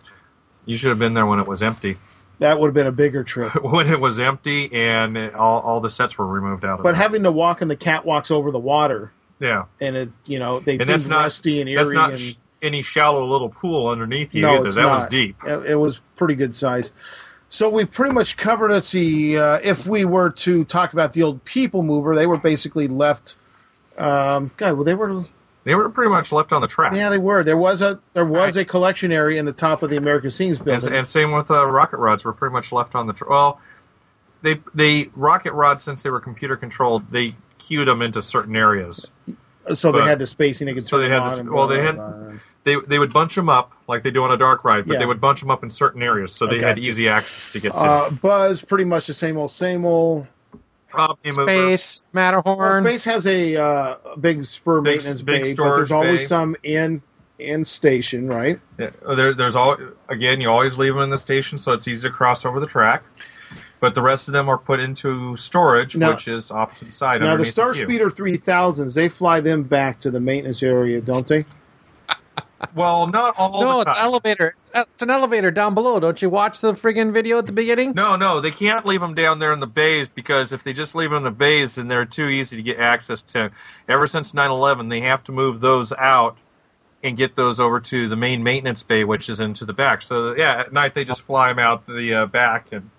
[SPEAKER 3] you should have been there when it was empty.
[SPEAKER 2] That would have been a bigger trip.
[SPEAKER 3] When it was empty and it, all, all the sets were removed out of
[SPEAKER 2] But
[SPEAKER 3] there.
[SPEAKER 2] having to walk in the catwalks over the water
[SPEAKER 3] yeah.
[SPEAKER 2] and it, you know, they
[SPEAKER 3] And
[SPEAKER 2] seemed
[SPEAKER 3] that's not-
[SPEAKER 2] rusty and eerie.
[SPEAKER 3] That's not
[SPEAKER 2] and,
[SPEAKER 3] sh- any shallow little pool underneath you either.
[SPEAKER 2] it's
[SPEAKER 3] That was
[SPEAKER 2] not.
[SPEAKER 3] deep.
[SPEAKER 2] It, it was pretty good size. So we pretty much covered. Let's see. Uh, if we were to talk about the old people mover, they were basically left. Um, God, well, they were.
[SPEAKER 3] They were pretty much left on the track.
[SPEAKER 2] Yeah, they were. There was a there was a collection area in the top of the American Scenes
[SPEAKER 3] and,
[SPEAKER 2] building.
[SPEAKER 3] and same with uh, rocket rods were pretty much left on the. Tr- well, they they rocket rods since they were computer controlled. They queued them into certain areas.
[SPEAKER 2] So they
[SPEAKER 3] But-
[SPEAKER 2] had the spacing they could
[SPEAKER 3] so
[SPEAKER 2] turn
[SPEAKER 3] they had
[SPEAKER 2] on
[SPEAKER 3] this-
[SPEAKER 2] and
[SPEAKER 3] well, they
[SPEAKER 2] blah,
[SPEAKER 3] had-
[SPEAKER 2] blah, blah.
[SPEAKER 3] They they would bunch them up like they do on a dark ride, but
[SPEAKER 2] Yeah.
[SPEAKER 3] they would bunch them up in certain areas, so they
[SPEAKER 2] I
[SPEAKER 3] had
[SPEAKER 2] gotcha.
[SPEAKER 3] easy access to get to
[SPEAKER 2] Uh, Buzz, pretty much the same old, same old.
[SPEAKER 3] Prop Mover.
[SPEAKER 1] Space,
[SPEAKER 2] Well,
[SPEAKER 1] Matterhorn.
[SPEAKER 2] space has a uh, a big spur
[SPEAKER 3] Big-
[SPEAKER 2] maintenance
[SPEAKER 3] big
[SPEAKER 2] bay, but there's
[SPEAKER 3] storage
[SPEAKER 2] always
[SPEAKER 3] bay.
[SPEAKER 2] some in in station, right?
[SPEAKER 3] Yeah, there, there's all again. You always leave them in the station, so it's easy to cross over the track. But the rest of them are put into storage,
[SPEAKER 2] Now-
[SPEAKER 3] which is off to the side.
[SPEAKER 2] now the
[SPEAKER 3] underneath
[SPEAKER 2] Star
[SPEAKER 3] queue.
[SPEAKER 2] Speeder 3000s, they fly them back to the maintenance area, don't they?
[SPEAKER 3] Well, not all
[SPEAKER 1] no,
[SPEAKER 3] the
[SPEAKER 1] it's
[SPEAKER 3] time.
[SPEAKER 1] an elevator. It's- uh, It's an elevator down below. Don't you watch the friggin' video at the beginning?
[SPEAKER 3] no, no, they can't leave them down there in the bays because if they just leave them in the bays, then they're too easy to get access to. Ever since 9/11, they have to move those out and get those over to the main maintenance bay, which is into the back. So yeah, at night they just fly them out the uh, back and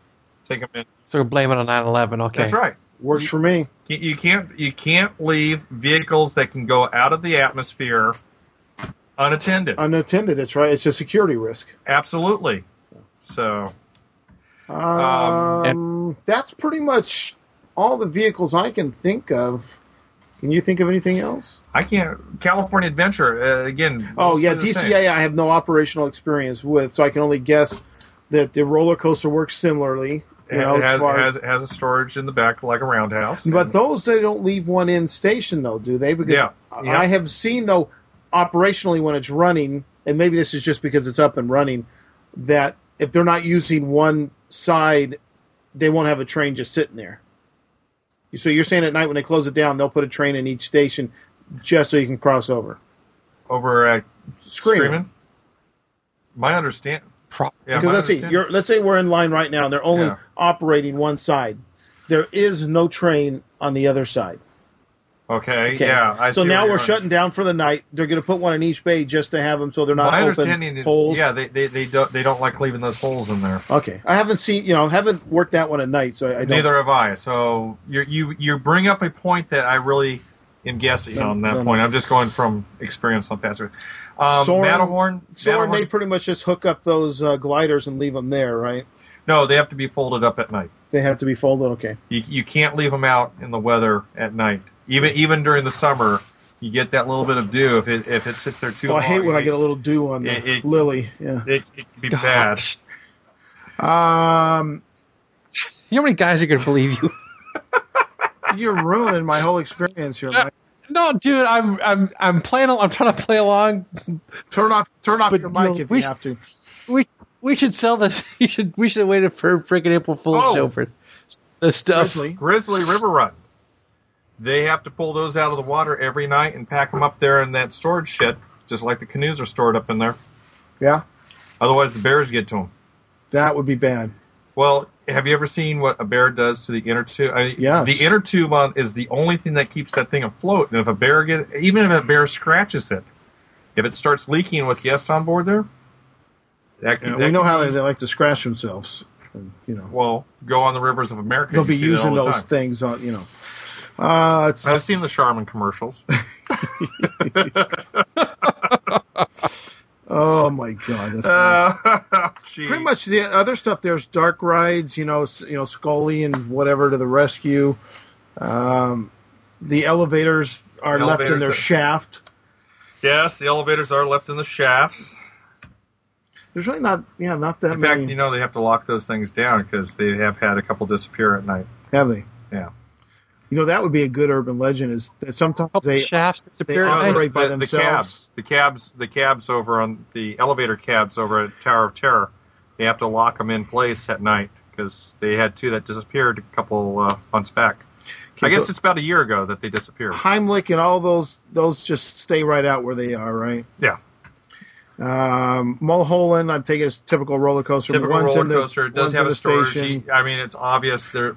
[SPEAKER 3] take them in.
[SPEAKER 1] So blame it on 9/11. Okay,
[SPEAKER 3] That's right.
[SPEAKER 2] Works for me.
[SPEAKER 3] You- you can't you can't leave vehicles that can go out of the atmosphere unattended.
[SPEAKER 2] Unattended, that's right. It's a security risk.
[SPEAKER 3] Absolutely. So
[SPEAKER 2] Um,
[SPEAKER 1] Um,
[SPEAKER 2] that's pretty much all the vehicles I can think of. Can you think of anything else?
[SPEAKER 3] I can't California Adventure uh, again.
[SPEAKER 2] Oh yeah,
[SPEAKER 3] mostly the same.
[SPEAKER 2] DCA I have no operational experience with, so I can only guess that the roller coaster works similarly. You know,
[SPEAKER 3] it
[SPEAKER 2] as
[SPEAKER 3] has,
[SPEAKER 2] far as-
[SPEAKER 3] has, has a storage in the back like a roundhouse.
[SPEAKER 2] But those they don't leave one in station though, do they? Because
[SPEAKER 3] Yeah,
[SPEAKER 2] I-
[SPEAKER 3] yeah.
[SPEAKER 2] I have seen though operationally when it's running, and maybe this is just because it's up and running, that if they're not using one side, they won't have a train just sitting there. So you're saying at night when they close it down, they'll put a train in each station just so you can cross over.
[SPEAKER 3] over at
[SPEAKER 2] Screaming.
[SPEAKER 3] Screaming. My understand.
[SPEAKER 1] Pro-
[SPEAKER 3] Yeah,
[SPEAKER 2] because
[SPEAKER 3] my
[SPEAKER 2] let's see,
[SPEAKER 3] understand-
[SPEAKER 2] you're, let's say we're in line right now, and they're only
[SPEAKER 3] Yeah.
[SPEAKER 2] operating one side. There is no train on the other side.
[SPEAKER 3] okay,
[SPEAKER 2] Okay.
[SPEAKER 3] Yeah. I
[SPEAKER 2] so
[SPEAKER 3] see
[SPEAKER 2] now
[SPEAKER 3] where
[SPEAKER 2] we're
[SPEAKER 3] you're-
[SPEAKER 2] shutting down for the night. They're going to put one in each bay just to have them, so they're not
[SPEAKER 3] My understanding
[SPEAKER 2] open
[SPEAKER 3] is
[SPEAKER 2] holes.
[SPEAKER 3] yeah they, they they don't they don't like leaving those holes in there.
[SPEAKER 2] Okay. I haven't seen, you know, haven't worked that one at night, so I don't.
[SPEAKER 3] Neither have I. So you you you bring up a point that I really am guessing
[SPEAKER 2] Then-
[SPEAKER 3] on that
[SPEAKER 2] then-
[SPEAKER 3] point. I'm just going from experience on past. Um,
[SPEAKER 2] Soren-
[SPEAKER 3] Matterhorn,
[SPEAKER 2] So
[SPEAKER 3] Matterhorn-
[SPEAKER 2] they pretty much just hook up those uh, gliders and leave them there, right?
[SPEAKER 3] no, they have to be folded up at night.
[SPEAKER 2] They have to be folded. Okay.
[SPEAKER 3] You you can't leave them out in the weather at night. Even even during the summer, you get that little bit of dew if it if it sits there too
[SPEAKER 2] Well, Oh, I
[SPEAKER 3] long.
[SPEAKER 2] hate when I
[SPEAKER 3] it-
[SPEAKER 2] get a little dew on the
[SPEAKER 3] it- it-
[SPEAKER 2] lily. Yeah.
[SPEAKER 3] It, it can be bad.
[SPEAKER 1] Gosh.
[SPEAKER 2] Um,
[SPEAKER 1] You know how many guys are going to believe you?
[SPEAKER 2] you're ruining my whole experience here. Mike.
[SPEAKER 1] No, dude, I'm I'm I'm playing. al- I'm trying to play along.
[SPEAKER 2] Turn off, turn off
[SPEAKER 1] But
[SPEAKER 2] your
[SPEAKER 1] you'll
[SPEAKER 2] mic if you
[SPEAKER 1] wish-
[SPEAKER 2] have to.
[SPEAKER 1] We we should sell this. You should we should have waited for freaking April Fool's
[SPEAKER 3] Oh.
[SPEAKER 1] show for the stuff.
[SPEAKER 2] Grizzly.
[SPEAKER 3] Grizzly River Run. They have to pull those out of the water every night and pack them up there in that storage shed, just like the canoes are stored up in there.
[SPEAKER 2] Yeah,
[SPEAKER 3] Otherwise, the bears get to them.
[SPEAKER 2] that would be bad.
[SPEAKER 3] Well, have you ever seen what a bear does to the inner tube? I,
[SPEAKER 2] Yes.
[SPEAKER 3] The inner tube on is the only thing that keeps that thing afloat. And if a bear get, even if a bear scratches it, if it starts leaking with guests on board there, that
[SPEAKER 2] You
[SPEAKER 3] can,
[SPEAKER 2] know,
[SPEAKER 3] that
[SPEAKER 2] we know
[SPEAKER 3] can-
[SPEAKER 2] how they, they like to scratch themselves. And, you know,
[SPEAKER 3] Well, go on the rivers of America.
[SPEAKER 2] they'll
[SPEAKER 3] you
[SPEAKER 2] be
[SPEAKER 3] see that
[SPEAKER 2] using
[SPEAKER 3] all the
[SPEAKER 2] those
[SPEAKER 3] time.
[SPEAKER 2] things on. You know, uh, it's,
[SPEAKER 3] I've seen the Charmin commercials.
[SPEAKER 2] oh my god, that's
[SPEAKER 3] uh, gee.
[SPEAKER 2] pretty much the other stuff. There's dark rides. You know, s- you know Scully and whatever to the rescue. Um, the elevators are
[SPEAKER 3] The
[SPEAKER 2] left in
[SPEAKER 3] elevators
[SPEAKER 2] their
[SPEAKER 3] are-
[SPEAKER 2] shaft.
[SPEAKER 3] Yes, the elevators are left in the shafts.
[SPEAKER 2] There's really not, yeah, not that
[SPEAKER 3] In
[SPEAKER 2] many,
[SPEAKER 3] fact, you know they have to lock those things down because they have had a couple disappear at night.
[SPEAKER 2] have they?
[SPEAKER 3] Yeah.
[SPEAKER 2] You know, that would be a good urban legend is that sometimes
[SPEAKER 1] Oh, the
[SPEAKER 2] they
[SPEAKER 1] shafts disappear.
[SPEAKER 2] they
[SPEAKER 1] at night.
[SPEAKER 2] operate- by
[SPEAKER 3] The
[SPEAKER 2] themselves.
[SPEAKER 3] cabs, the cabs, the cabs over on the elevator cabs over at Tower of Terror. They have to lock them in place at night because they had two that disappeared a couple uh, months back.
[SPEAKER 2] Okay,
[SPEAKER 3] I guess
[SPEAKER 2] so-
[SPEAKER 3] it's about a year ago that they disappeared.
[SPEAKER 2] Heimlich and all those those just stay right out where they are, right?
[SPEAKER 3] Yeah,
[SPEAKER 2] Um, Mulholland, I'm taking is typical roller coaster. but
[SPEAKER 3] typical
[SPEAKER 2] one's
[SPEAKER 3] roller
[SPEAKER 2] in the-
[SPEAKER 3] coaster. It does
[SPEAKER 2] one's
[SPEAKER 3] have
[SPEAKER 2] in
[SPEAKER 3] a
[SPEAKER 2] the
[SPEAKER 3] storage.
[SPEAKER 2] station.
[SPEAKER 3] I mean, it's obvious there.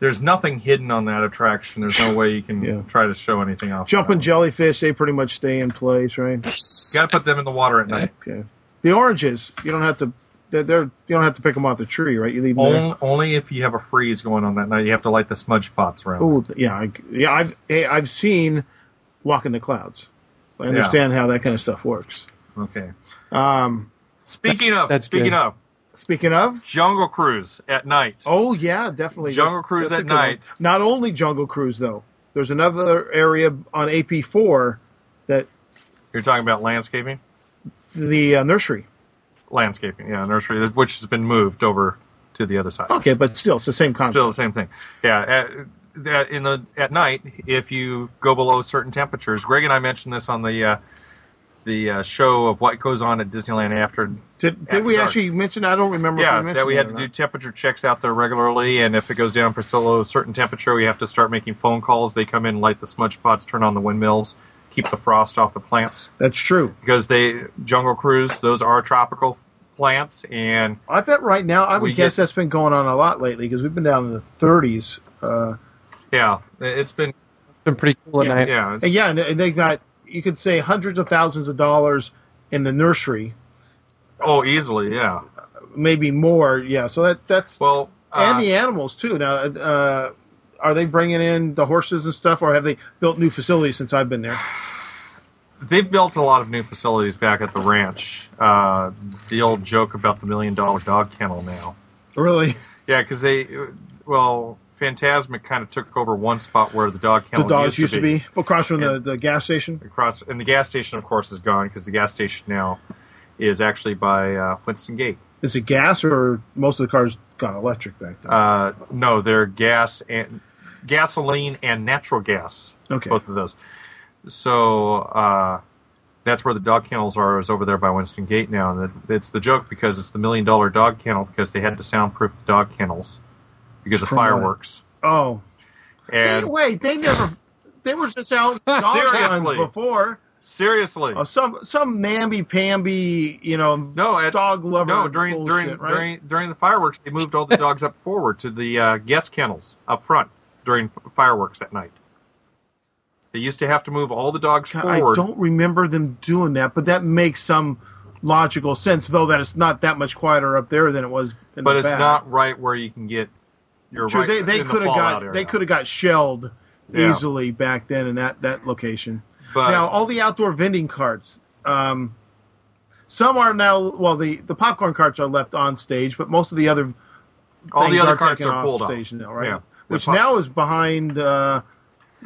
[SPEAKER 3] There's nothing hidden on that attraction. There's no way you can
[SPEAKER 2] Yeah.
[SPEAKER 3] try to show anything off.
[SPEAKER 2] Jumping jellyfish, they pretty much stay in place, right?
[SPEAKER 3] You got to put them in the water at night.
[SPEAKER 2] Okay. The oranges, you don't have to. They're, they're you don't have to pick them off the tree, right? You leave them there.
[SPEAKER 3] Only, only if you have a freeze going on that night. You have to light the smudge spots around.
[SPEAKER 2] Oh, yeah, I, yeah. I've hey, I've seen Walk in the Clouds. I understand how that kind of stuff works.
[SPEAKER 3] Okay.
[SPEAKER 2] Um,
[SPEAKER 3] Speaking of,
[SPEAKER 1] That's
[SPEAKER 3] speaking
[SPEAKER 1] good.
[SPEAKER 3] of,
[SPEAKER 2] Speaking of,
[SPEAKER 3] Jungle Cruise at night.
[SPEAKER 2] oh yeah, definitely
[SPEAKER 3] Jungle Cruise
[SPEAKER 2] a
[SPEAKER 3] at
[SPEAKER 2] good one.
[SPEAKER 3] night.
[SPEAKER 2] Not only Jungle Cruise though. There's another area on AP4 that
[SPEAKER 3] You're talking about landscaping?
[SPEAKER 2] the uh, nursery.
[SPEAKER 3] Landscaping, yeah, nursery, which has been moved over to the other side.
[SPEAKER 2] Okay, but still, it's the same concept.
[SPEAKER 3] Still the same thing. Yeah, at, that in the at night, if you go below certain temperatures, Greg and I mentioned this on the uh, the uh, show of what goes on at Disneyland after.
[SPEAKER 2] Did,
[SPEAKER 3] After
[SPEAKER 2] did we
[SPEAKER 3] dark.
[SPEAKER 2] actually mention? I don't remember.
[SPEAKER 3] Yeah,
[SPEAKER 2] if we
[SPEAKER 3] that we had to
[SPEAKER 2] mentioned
[SPEAKER 3] do
[SPEAKER 2] it
[SPEAKER 3] temperature checks out there regularly, and if it goes down below a certain temperature, we have to start making phone calls. They come in, light the smudge pots, turn on the windmills, keep the frost off the plants.
[SPEAKER 2] or not. That's true.
[SPEAKER 3] because they jungle cruise those are tropical plants and
[SPEAKER 2] I bet right now I would
[SPEAKER 3] We
[SPEAKER 2] guess
[SPEAKER 3] get-
[SPEAKER 2] that's been going on a lot lately because we've been down in the 30s. Uh,
[SPEAKER 3] yeah it's been
[SPEAKER 1] It's been pretty cool at
[SPEAKER 2] Yeah,
[SPEAKER 1] night.
[SPEAKER 3] yeah
[SPEAKER 2] and
[SPEAKER 3] it's,
[SPEAKER 2] yeah, and, and they got you could say hundreds of thousands of dollars in the nursery,
[SPEAKER 3] oh easily yeah
[SPEAKER 2] maybe more. Yeah, so that that's
[SPEAKER 3] well uh,
[SPEAKER 2] and the animals too. Now, uh, are they bringing in the horses and stuff, or have they built new facilities since I've been there?
[SPEAKER 3] they've built a lot of new facilities back at the ranch uh, the old joke about the million dollar dog kennel now
[SPEAKER 2] Really,
[SPEAKER 3] yeah because they well phantasmic kind of took over one spot where the dog
[SPEAKER 2] the
[SPEAKER 3] kennel
[SPEAKER 2] dogs used to be, across from the,
[SPEAKER 3] And-
[SPEAKER 2] the gas station.
[SPEAKER 3] across and the gas station of course is gone because the gas station now is actually by uh, winston gate
[SPEAKER 2] Is it gas or most of the cars gone electric back then?
[SPEAKER 3] Uh, no, they're gas and gasoline and natural gas.
[SPEAKER 2] Okay.
[SPEAKER 3] both of those. So uh, that's where the dog kennels are. Is over there by Winston Gate now, and it- it's the joke because it's the million dollar dog kennel because they had to soundproof the dog kennels because of
[SPEAKER 2] From what?
[SPEAKER 3] fireworks.
[SPEAKER 2] oh,
[SPEAKER 3] And
[SPEAKER 2] Hey, wait, they never. They were just out dog guns
[SPEAKER 3] Seriously.
[SPEAKER 2] before.
[SPEAKER 3] seriously,
[SPEAKER 2] Uh, some some namby pamby, you know,
[SPEAKER 3] no, at,
[SPEAKER 2] dog lover.
[SPEAKER 3] no during
[SPEAKER 2] bullshit,
[SPEAKER 3] during
[SPEAKER 2] right?
[SPEAKER 3] during during the fireworks, they moved all the dogs up forward to the uh, guest kennels up front during fireworks at night. They used to have to move all the dogs
[SPEAKER 2] God, I
[SPEAKER 3] forward.
[SPEAKER 2] don't remember them doing that, but that makes some logical sense, though that it's not that much quieter up there than it was. In
[SPEAKER 3] but
[SPEAKER 2] the
[SPEAKER 3] it's
[SPEAKER 2] back.
[SPEAKER 3] not right where you can get your
[SPEAKER 2] True,
[SPEAKER 3] right.
[SPEAKER 2] they they
[SPEAKER 3] in the
[SPEAKER 2] could have
[SPEAKER 3] fallout
[SPEAKER 2] got
[SPEAKER 3] area.
[SPEAKER 2] they could have got shelled
[SPEAKER 3] Yeah.
[SPEAKER 2] easily back then in that that location.
[SPEAKER 3] But
[SPEAKER 2] now all the outdoor vending carts um, some are now well the, the popcorn carts are left on stage but most of the other
[SPEAKER 3] all
[SPEAKER 2] things
[SPEAKER 3] the other
[SPEAKER 2] are
[SPEAKER 3] carts
[SPEAKER 2] taken
[SPEAKER 3] are
[SPEAKER 2] off
[SPEAKER 3] pulled off.
[SPEAKER 2] stage now right
[SPEAKER 3] Yeah.
[SPEAKER 2] which
[SPEAKER 3] The pop-
[SPEAKER 2] now is behind uh,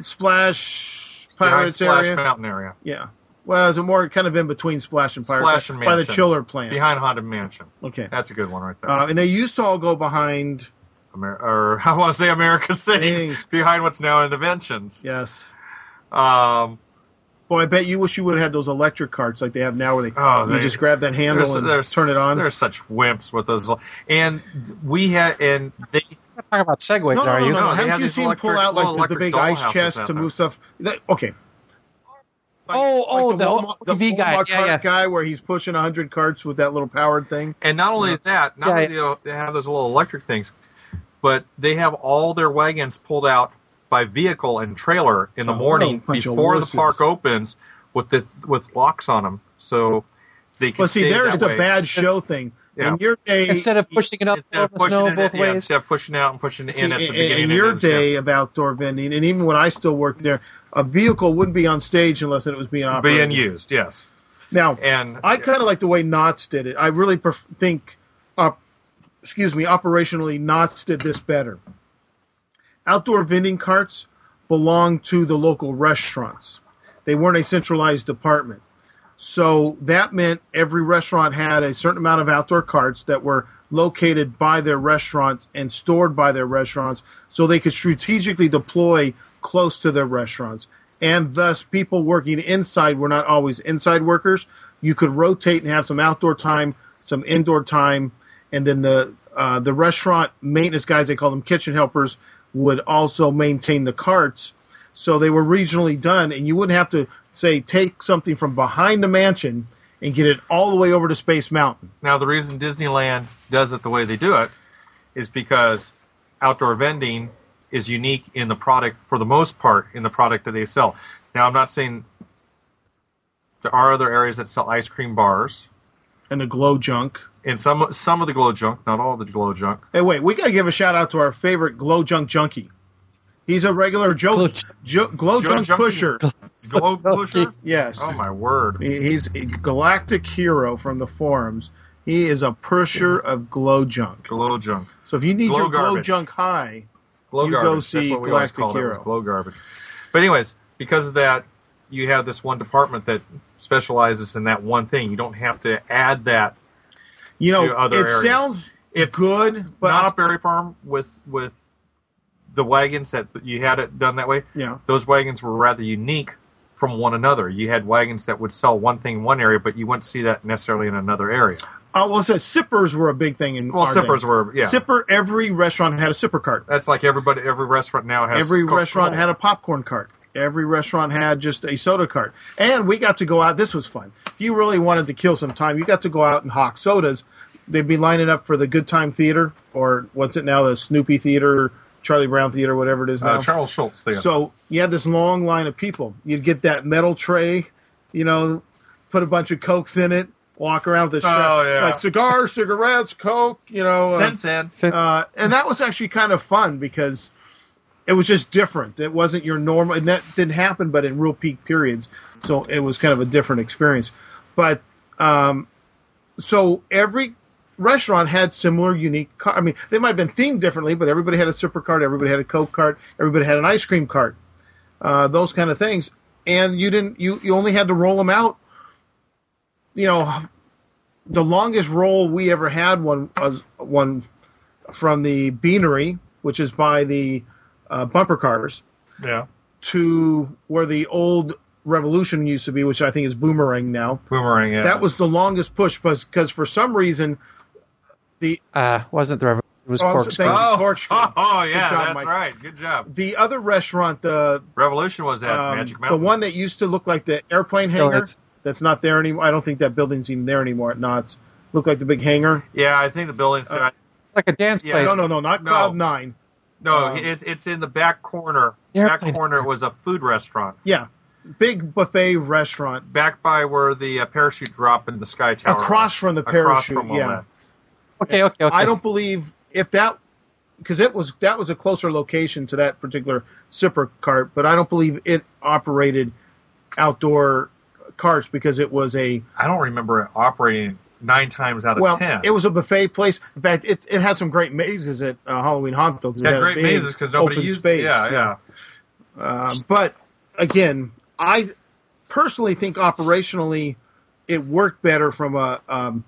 [SPEAKER 2] splash
[SPEAKER 3] behind
[SPEAKER 2] pirates
[SPEAKER 3] Splash
[SPEAKER 2] area
[SPEAKER 3] Mountain area,
[SPEAKER 2] yeah well is it more kind of in between splash and pirates
[SPEAKER 3] Splash and
[SPEAKER 2] by the
[SPEAKER 3] Mansion.
[SPEAKER 2] chiller plant
[SPEAKER 3] behind Haunted Mansion.
[SPEAKER 2] okay
[SPEAKER 3] That's a good one right there.
[SPEAKER 2] uh, and they used to all go behind
[SPEAKER 3] Amer- or I want to say America
[SPEAKER 2] Thanks.
[SPEAKER 3] Sings behind what's now Interventions.
[SPEAKER 2] yes
[SPEAKER 3] Um,
[SPEAKER 2] Boy, I bet you wish you would have had those electric carts like they have now, where they
[SPEAKER 3] Oh,
[SPEAKER 2] you
[SPEAKER 3] they-
[SPEAKER 2] just grab that handle
[SPEAKER 3] there's,
[SPEAKER 2] and
[SPEAKER 3] there's-
[SPEAKER 2] turn it on.
[SPEAKER 3] They're such wimps with those. And we had and they
[SPEAKER 1] Talk about segues,
[SPEAKER 2] No, no,
[SPEAKER 1] are
[SPEAKER 2] no,
[SPEAKER 1] you?
[SPEAKER 2] no,
[SPEAKER 3] No, they
[SPEAKER 2] Haven't
[SPEAKER 3] have
[SPEAKER 2] you
[SPEAKER 3] these
[SPEAKER 2] seen pull
[SPEAKER 3] electric-
[SPEAKER 2] out like
[SPEAKER 3] little
[SPEAKER 2] the- the,
[SPEAKER 3] electric
[SPEAKER 2] big ice
[SPEAKER 3] dollhouses
[SPEAKER 2] chest
[SPEAKER 3] out
[SPEAKER 2] to
[SPEAKER 3] there.
[SPEAKER 2] move stuff? That- okay.
[SPEAKER 1] Oh, oh, the
[SPEAKER 2] Walmart-
[SPEAKER 1] TV guy.
[SPEAKER 2] Walmart
[SPEAKER 1] Yeah,
[SPEAKER 2] cart
[SPEAKER 1] yeah.
[SPEAKER 2] guy where he's pushing hundred carts with that little powered thing.
[SPEAKER 3] And not only that, not
[SPEAKER 1] Yeah,
[SPEAKER 3] only
[SPEAKER 1] yeah.
[SPEAKER 3] do they have those little electric things, but they have all their wagons pulled out by vehicle and trailer in the
[SPEAKER 2] Oh,
[SPEAKER 3] morning
[SPEAKER 2] what a bunch of
[SPEAKER 3] before the
[SPEAKER 2] wusses.
[SPEAKER 3] park opens with the with locks on them, so they can.
[SPEAKER 2] Well, see,
[SPEAKER 3] stay
[SPEAKER 2] there's
[SPEAKER 3] that
[SPEAKER 2] the
[SPEAKER 3] way.
[SPEAKER 2] bad show thing.
[SPEAKER 3] Yeah.
[SPEAKER 2] In your day,
[SPEAKER 1] Instead of pushing it up
[SPEAKER 3] Instead of
[SPEAKER 1] the
[SPEAKER 3] pushing
[SPEAKER 1] snow
[SPEAKER 3] it
[SPEAKER 1] both
[SPEAKER 3] in, yeah,
[SPEAKER 1] ways.
[SPEAKER 3] instead of pushing out and pushing it
[SPEAKER 2] see,
[SPEAKER 3] in at the
[SPEAKER 2] in,
[SPEAKER 3] beginning.
[SPEAKER 2] in
[SPEAKER 3] it
[SPEAKER 2] your
[SPEAKER 3] is, yeah.
[SPEAKER 2] day of outdoor vending, and even when I still worked there, a vehicle wouldn't be on stage unless it was being operated.
[SPEAKER 3] being used, yes,
[SPEAKER 2] Now,
[SPEAKER 3] and
[SPEAKER 2] I kind of like the way Knotts did it. I really pref- think, op- excuse me, operationally, Knotts did this better. Outdoor vending carts belonged to the local restaurants. They weren't a centralized department. So that meant every restaurant had a certain amount of outdoor carts that were located by their restaurants and stored by their restaurants so they could strategically deploy close to their restaurants. And thus, people working inside were not always inside workers. You could rotate and have some outdoor time, some indoor time, and then the uh, the restaurant maintenance guys, they call them kitchen helpers, would also maintain the carts. So they were regionally done, and you wouldn't have to say take something from behind the mansion and get it all the way over to Space Mountain.
[SPEAKER 3] Now, the reason Disneyland does it the way they do it is because outdoor vending is unique in the product, for the most part, in the product that they sell. Now, I'm not saying there are other areas that sell ice cream bars,
[SPEAKER 2] And the glow junk.
[SPEAKER 3] and some some of the glow junk, not all of the glow junk.
[SPEAKER 2] Hey, wait, we gotta give a shout out to our favorite glow junk junkie. He's a regular joke,
[SPEAKER 1] Glow
[SPEAKER 2] glow,
[SPEAKER 1] junk-
[SPEAKER 2] glow
[SPEAKER 3] Glow
[SPEAKER 2] junk,
[SPEAKER 3] junkie?
[SPEAKER 2] pusher.
[SPEAKER 3] Glow pusher?
[SPEAKER 2] Yes,
[SPEAKER 3] Oh my word!
[SPEAKER 2] He- he's a galactic hero from the forums. He is a pusher of glow junk.
[SPEAKER 3] Glow junk.
[SPEAKER 2] So if you need
[SPEAKER 3] Glow
[SPEAKER 2] your glow
[SPEAKER 3] garbage.
[SPEAKER 2] junk high,
[SPEAKER 3] Glow
[SPEAKER 2] You go
[SPEAKER 3] garbage.
[SPEAKER 2] see
[SPEAKER 3] That's what we always
[SPEAKER 2] Galactic
[SPEAKER 3] called it. was
[SPEAKER 2] Hero.
[SPEAKER 3] Glow garbage. But anyways, because of that, you have this one department that specializes in that one thing. You don't have to add that.
[SPEAKER 2] you know,
[SPEAKER 3] To other
[SPEAKER 2] it
[SPEAKER 3] areas.
[SPEAKER 2] sounds
[SPEAKER 3] If
[SPEAKER 2] good, but
[SPEAKER 3] Knott's
[SPEAKER 2] op-
[SPEAKER 3] Berry Farm with with the wagons that you had it done that way.
[SPEAKER 2] yeah,
[SPEAKER 3] those wagons were rather unique from one another. You had wagons that would sell one thing in one area, but you wouldn't see that necessarily in another area.
[SPEAKER 2] uh, well, it says sippers were a big thing in.
[SPEAKER 3] Well,
[SPEAKER 2] our
[SPEAKER 3] sippers
[SPEAKER 2] day.
[SPEAKER 3] were yeah.
[SPEAKER 2] Sipper. Every restaurant had a sipper cart.
[SPEAKER 3] That's like everybody, every restaurant now has.
[SPEAKER 2] Every
[SPEAKER 3] Coca-Cola.
[SPEAKER 2] restaurant had a popcorn cart. Every restaurant had just a soda cart. And we got to go out. This was fun. If you really wanted to kill some time, you got to go out and hawk sodas. They'd be lining up for the Good Time Theater, or what's it now, the Snoopy Theater, Charlie Brown Theater, whatever it is now.
[SPEAKER 3] uh, Charles Schultz. There.
[SPEAKER 2] So you had this long line of people. You'd get that metal tray, you know, put a bunch of cokes in it, walk around with a strap,
[SPEAKER 3] Oh, yeah.
[SPEAKER 2] like cigars, cigarettes, coke, you know, uh,
[SPEAKER 3] since then,
[SPEAKER 1] So-
[SPEAKER 2] uh, and that was actually kind of fun because it was just different. It wasn't your normal, and that didn't happen, but in real peak periods, so it was kind of a different experience. But um, so every restaurant had similar, unique. Car- I mean, they might have been themed differently, but everybody had a super cart, everybody had a coke cart, everybody had an ice cream cart, uh, those kind of things. And you didn't, you you only had to roll them out. You know, the longest roll we ever had one was one from the Beanery, which is by the uh, bumper cars,
[SPEAKER 3] yeah,
[SPEAKER 2] to where the old Revolution used to be, which I think is Boomerang now.
[SPEAKER 3] boomerang. Yeah.
[SPEAKER 2] That was the longest push because for some reason the
[SPEAKER 1] uh, wasn't the rev- it was
[SPEAKER 2] Oh, I'm
[SPEAKER 1] corkscrew.
[SPEAKER 2] so- thank you.
[SPEAKER 3] Oh,
[SPEAKER 2] Corkscrew.
[SPEAKER 3] oh, oh, yeah,
[SPEAKER 2] Good job,
[SPEAKER 3] that's
[SPEAKER 2] Mike.
[SPEAKER 3] right. Good job.
[SPEAKER 2] the other restaurant, the
[SPEAKER 3] Revolution was at
[SPEAKER 2] um,
[SPEAKER 3] Magic
[SPEAKER 2] the
[SPEAKER 3] Mountain.
[SPEAKER 2] one that used to look like the airplane
[SPEAKER 1] No,
[SPEAKER 2] hangar,
[SPEAKER 1] it's-
[SPEAKER 2] that's not there anymore. I don't think that building's even there anymore at Knott's. Looked like the big hangar.
[SPEAKER 3] yeah, I think the building's.
[SPEAKER 2] Uh,
[SPEAKER 1] like a dance
[SPEAKER 3] Yeah,
[SPEAKER 1] place.
[SPEAKER 2] No, no, no, not
[SPEAKER 3] No.
[SPEAKER 2] Cloud Nine.
[SPEAKER 3] no,
[SPEAKER 2] um,
[SPEAKER 3] it's it's in the back corner.
[SPEAKER 1] The
[SPEAKER 3] Back
[SPEAKER 1] airplane-
[SPEAKER 3] corner was a food restaurant.
[SPEAKER 2] Yeah, big buffet restaurant
[SPEAKER 3] Back by where the uh, parachute drop and the sky tower.
[SPEAKER 2] across
[SPEAKER 3] are.
[SPEAKER 2] from the
[SPEAKER 3] Across
[SPEAKER 2] parachute.
[SPEAKER 3] from all
[SPEAKER 2] yeah.
[SPEAKER 3] that.
[SPEAKER 1] Okay, okay, okay.
[SPEAKER 2] I don't believe if that because it was that was a closer location to that particular sipper cart, but I don't believe it operated outdoor carts because it was a
[SPEAKER 3] I don't remember it operating nine times out of
[SPEAKER 2] well,
[SPEAKER 3] ten.
[SPEAKER 2] it was a buffet place. In fact, it it had some great mazes at uh, Halloween Haunt though. 'cause it
[SPEAKER 3] yeah,
[SPEAKER 2] a
[SPEAKER 3] great
[SPEAKER 2] big
[SPEAKER 3] mazes because nobody
[SPEAKER 2] open
[SPEAKER 3] used
[SPEAKER 2] space.
[SPEAKER 3] Yeah, yeah.
[SPEAKER 2] Um, but again, I personally think operationally it worked better from a um,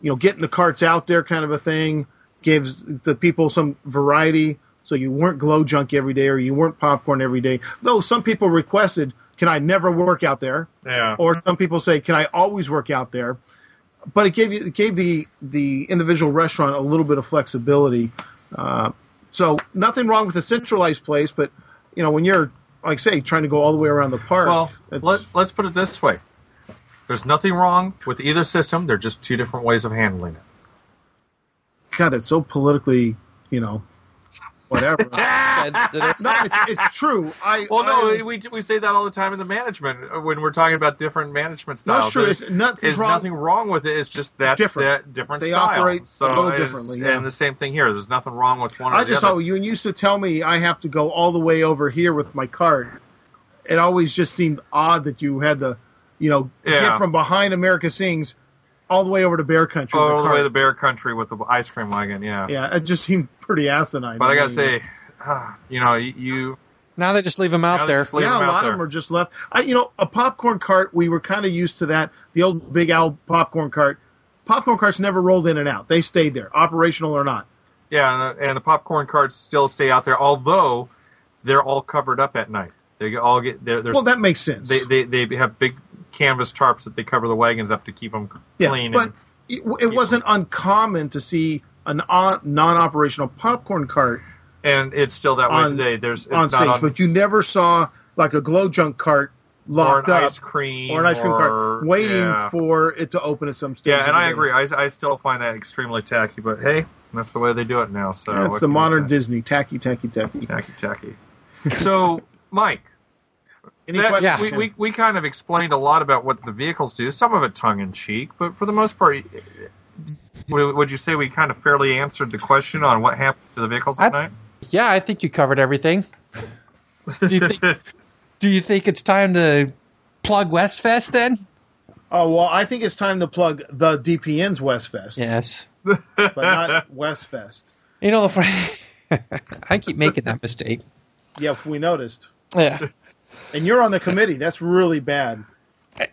[SPEAKER 2] you know getting the carts out there kind of a thing gives the people some variety. So you weren't glow junk every day, or you weren't popcorn every day. Though some people requested, "Can I never work out there?"
[SPEAKER 3] Yeah.
[SPEAKER 2] or some people say, "Can I always work out there?" But it gave you it gave the the individual restaurant a little bit of flexibility. Uh, so nothing wrong with a centralized place, but you know when you're like say trying to go all the way around the park,
[SPEAKER 3] well,
[SPEAKER 2] it's-
[SPEAKER 3] let, let's put it this way. There's nothing wrong with either system. They're just two different ways of handling it.
[SPEAKER 2] God, it's so politically, you know, whatever.
[SPEAKER 1] Consider-
[SPEAKER 2] no, it's, it's true. I
[SPEAKER 3] Well,
[SPEAKER 2] I-
[SPEAKER 3] no, we, we say that all the time in the management uh, when we're talking about different management
[SPEAKER 2] no,
[SPEAKER 3] styles.
[SPEAKER 2] it's true.
[SPEAKER 3] There's-
[SPEAKER 2] It's, nothing's
[SPEAKER 3] There's
[SPEAKER 2] wrong.
[SPEAKER 3] nothing wrong with it. It's just that's
[SPEAKER 2] Different.
[SPEAKER 3] that different
[SPEAKER 2] They
[SPEAKER 3] style.
[SPEAKER 2] operate a
[SPEAKER 3] so
[SPEAKER 2] little
[SPEAKER 3] it's-
[SPEAKER 2] differently, yeah.
[SPEAKER 3] And the same thing here. There's nothing wrong with one or
[SPEAKER 2] I
[SPEAKER 3] the
[SPEAKER 2] just
[SPEAKER 3] other.
[SPEAKER 2] thought you used to tell me I have to go all the way over here with my card. It always just seemed odd that you had to, you know,
[SPEAKER 3] Yeah.
[SPEAKER 2] get from behind America Sings all the way over to Bear Country. with a
[SPEAKER 3] all the way to
[SPEAKER 2] cart.
[SPEAKER 3] the bear country with the ice cream wagon. Yeah.
[SPEAKER 2] yeah, it just seemed pretty asinine.
[SPEAKER 3] But I gotta
[SPEAKER 2] mean,
[SPEAKER 3] say, ah, you know, you, you
[SPEAKER 1] now they just leave them
[SPEAKER 3] Now
[SPEAKER 1] out
[SPEAKER 3] they
[SPEAKER 1] there.
[SPEAKER 3] just leave
[SPEAKER 2] yeah,
[SPEAKER 3] them
[SPEAKER 2] a
[SPEAKER 3] out
[SPEAKER 2] lot
[SPEAKER 3] there.
[SPEAKER 2] of them are just left. I, you know, a popcorn cart. We were kind of used to that. The old Big Owl popcorn cart. Popcorn carts never rolled in and out. They stayed there, operational or not.
[SPEAKER 3] Yeah, and the, and the popcorn carts still stay out there, although they're all covered up at night. They all get there. There's
[SPEAKER 2] Well, that makes sense.
[SPEAKER 3] they, they they have big canvas tarps that they cover the wagons up to keep them clean.
[SPEAKER 2] But
[SPEAKER 3] and,
[SPEAKER 2] it, it wasn't uncommon to see an on, non-operational popcorn cart
[SPEAKER 3] and it's still that way
[SPEAKER 2] on-
[SPEAKER 3] today. There's it's
[SPEAKER 2] on
[SPEAKER 3] not
[SPEAKER 2] stage,
[SPEAKER 3] on,
[SPEAKER 2] but you never saw like a glow junk cart
[SPEAKER 3] or an
[SPEAKER 2] locked up
[SPEAKER 3] ice cream
[SPEAKER 2] or an ice cream
[SPEAKER 3] or-
[SPEAKER 2] cart waiting
[SPEAKER 3] yeah.
[SPEAKER 2] for it to open at some stage.
[SPEAKER 3] Yeah, and I
[SPEAKER 2] again.
[SPEAKER 3] agree. I, I still find that extremely tacky, but hey, that's the way they do it now. So
[SPEAKER 2] That's
[SPEAKER 3] what
[SPEAKER 2] the
[SPEAKER 3] can you
[SPEAKER 2] modern
[SPEAKER 3] say?
[SPEAKER 2] Disney tacky, tacky, tacky.
[SPEAKER 3] tacky tacky. So, Mike,
[SPEAKER 2] Any
[SPEAKER 3] That-
[SPEAKER 2] questions?
[SPEAKER 3] we, we, we kind of explained a lot about what the vehicles do, some of it tongue in cheek, but for the most part, would would you say we kind of fairly answered the question on what happens to the vehicles at
[SPEAKER 1] I-
[SPEAKER 3] night?
[SPEAKER 1] Yeah, I think you covered everything. do you think? do you think it's time to plug Westfest then?
[SPEAKER 2] Oh well, I think it's time to plug the DPN's Westfest,
[SPEAKER 1] Yes.
[SPEAKER 2] but not Westfest.
[SPEAKER 1] You know, I keep making that mistake.
[SPEAKER 2] Yeah, we noticed.
[SPEAKER 1] Yeah.
[SPEAKER 2] And you're on the committee. That's really bad.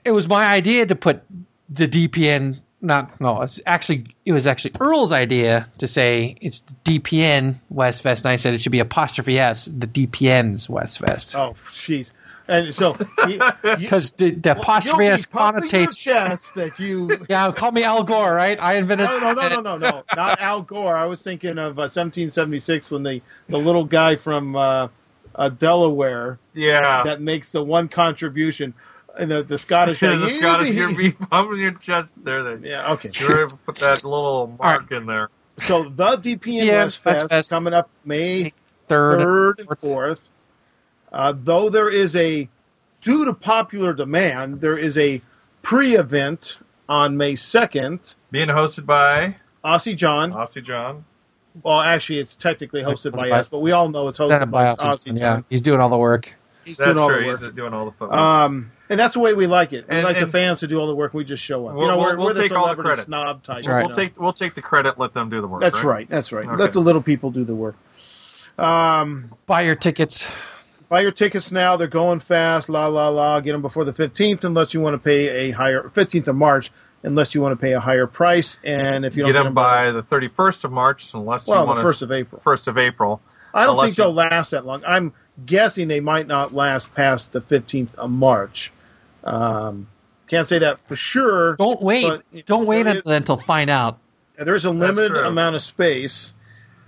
[SPEAKER 1] It was my idea to put the DPN, not, no, it's actually, it was actually Earl's idea to say it's DPN Westfest. And I said it should be apostrophe S, the DPN's Westfest.
[SPEAKER 2] Oh, jeez. And so you, you,
[SPEAKER 1] Because the, the apostrophe
[SPEAKER 2] you'll be
[SPEAKER 1] S
[SPEAKER 2] puffing your
[SPEAKER 1] connotates.
[SPEAKER 2] chest that you.
[SPEAKER 1] Yeah, call me Al Gore, right? I invented.
[SPEAKER 2] No, no, no, no, no, no. Not Al Gore. I was thinking of uh, 1776 when the the little guy from uh, uh, Delaware
[SPEAKER 3] Yeah.
[SPEAKER 2] that makes the one contribution, and the the Scottish.
[SPEAKER 3] Yeah, the Scottish here be pumping your chest there. They,
[SPEAKER 2] Yeah, okay.
[SPEAKER 3] You were able to put that little mark in there.
[SPEAKER 2] So the DPN
[SPEAKER 1] Yeah,
[SPEAKER 2] West Fest
[SPEAKER 1] West Fest.
[SPEAKER 2] coming up May
[SPEAKER 1] Third.
[SPEAKER 2] third and
[SPEAKER 1] fourth.
[SPEAKER 2] fourth. Uh, though there is a, due to popular demand, there is a pre-event on May second.
[SPEAKER 3] Being hosted by
[SPEAKER 2] Aussie John.
[SPEAKER 3] Aussie John.
[SPEAKER 2] Well, actually, it's technically hosted by us, but we all know it's
[SPEAKER 1] Sent
[SPEAKER 2] hosted
[SPEAKER 1] it by
[SPEAKER 2] by
[SPEAKER 1] Austin,
[SPEAKER 2] Aussie
[SPEAKER 1] Yeah,
[SPEAKER 2] John.
[SPEAKER 1] he's doing all the work.
[SPEAKER 2] He's
[SPEAKER 3] That's
[SPEAKER 2] doing all
[SPEAKER 3] true.
[SPEAKER 2] the work.
[SPEAKER 3] He's doing all the footwork.
[SPEAKER 2] Um, and that's the way we like it. We
[SPEAKER 3] And-
[SPEAKER 2] like the
[SPEAKER 3] and-
[SPEAKER 2] fans to do all the work. We just show up.
[SPEAKER 3] We'll-
[SPEAKER 2] you know,
[SPEAKER 3] we'll-
[SPEAKER 2] we're,
[SPEAKER 3] we'll
[SPEAKER 2] we're
[SPEAKER 3] take
[SPEAKER 2] the
[SPEAKER 3] all the
[SPEAKER 2] celebrity
[SPEAKER 3] credit.
[SPEAKER 2] snob type.
[SPEAKER 1] That's right.
[SPEAKER 3] We'll take we'll take the credit. Let them do the work.
[SPEAKER 2] That's right. That's right.
[SPEAKER 3] Okay.
[SPEAKER 2] Let the little people do the work. Um,
[SPEAKER 1] Buy your tickets.
[SPEAKER 2] buy your tickets now. They're going fast. La la la. Get them before the fifteenth, unless you want to pay a higher fifteenth of March, unless you want to pay a higher price. And if you don't
[SPEAKER 3] Get them
[SPEAKER 2] 'em
[SPEAKER 3] by the 31st of March, unless
[SPEAKER 2] well,
[SPEAKER 3] you want
[SPEAKER 2] the first of April.
[SPEAKER 3] first of April.
[SPEAKER 2] I don't
[SPEAKER 3] Unless
[SPEAKER 2] think they'll
[SPEAKER 3] you-
[SPEAKER 2] last that long. I'm guessing they might not last past the 15th of March. Um, can't say that for sure.
[SPEAKER 1] Don't wait.
[SPEAKER 2] But-
[SPEAKER 1] Don't wait
[SPEAKER 2] There is-
[SPEAKER 1] until, until find out.
[SPEAKER 2] There's a limited
[SPEAKER 3] true.
[SPEAKER 2] amount of space,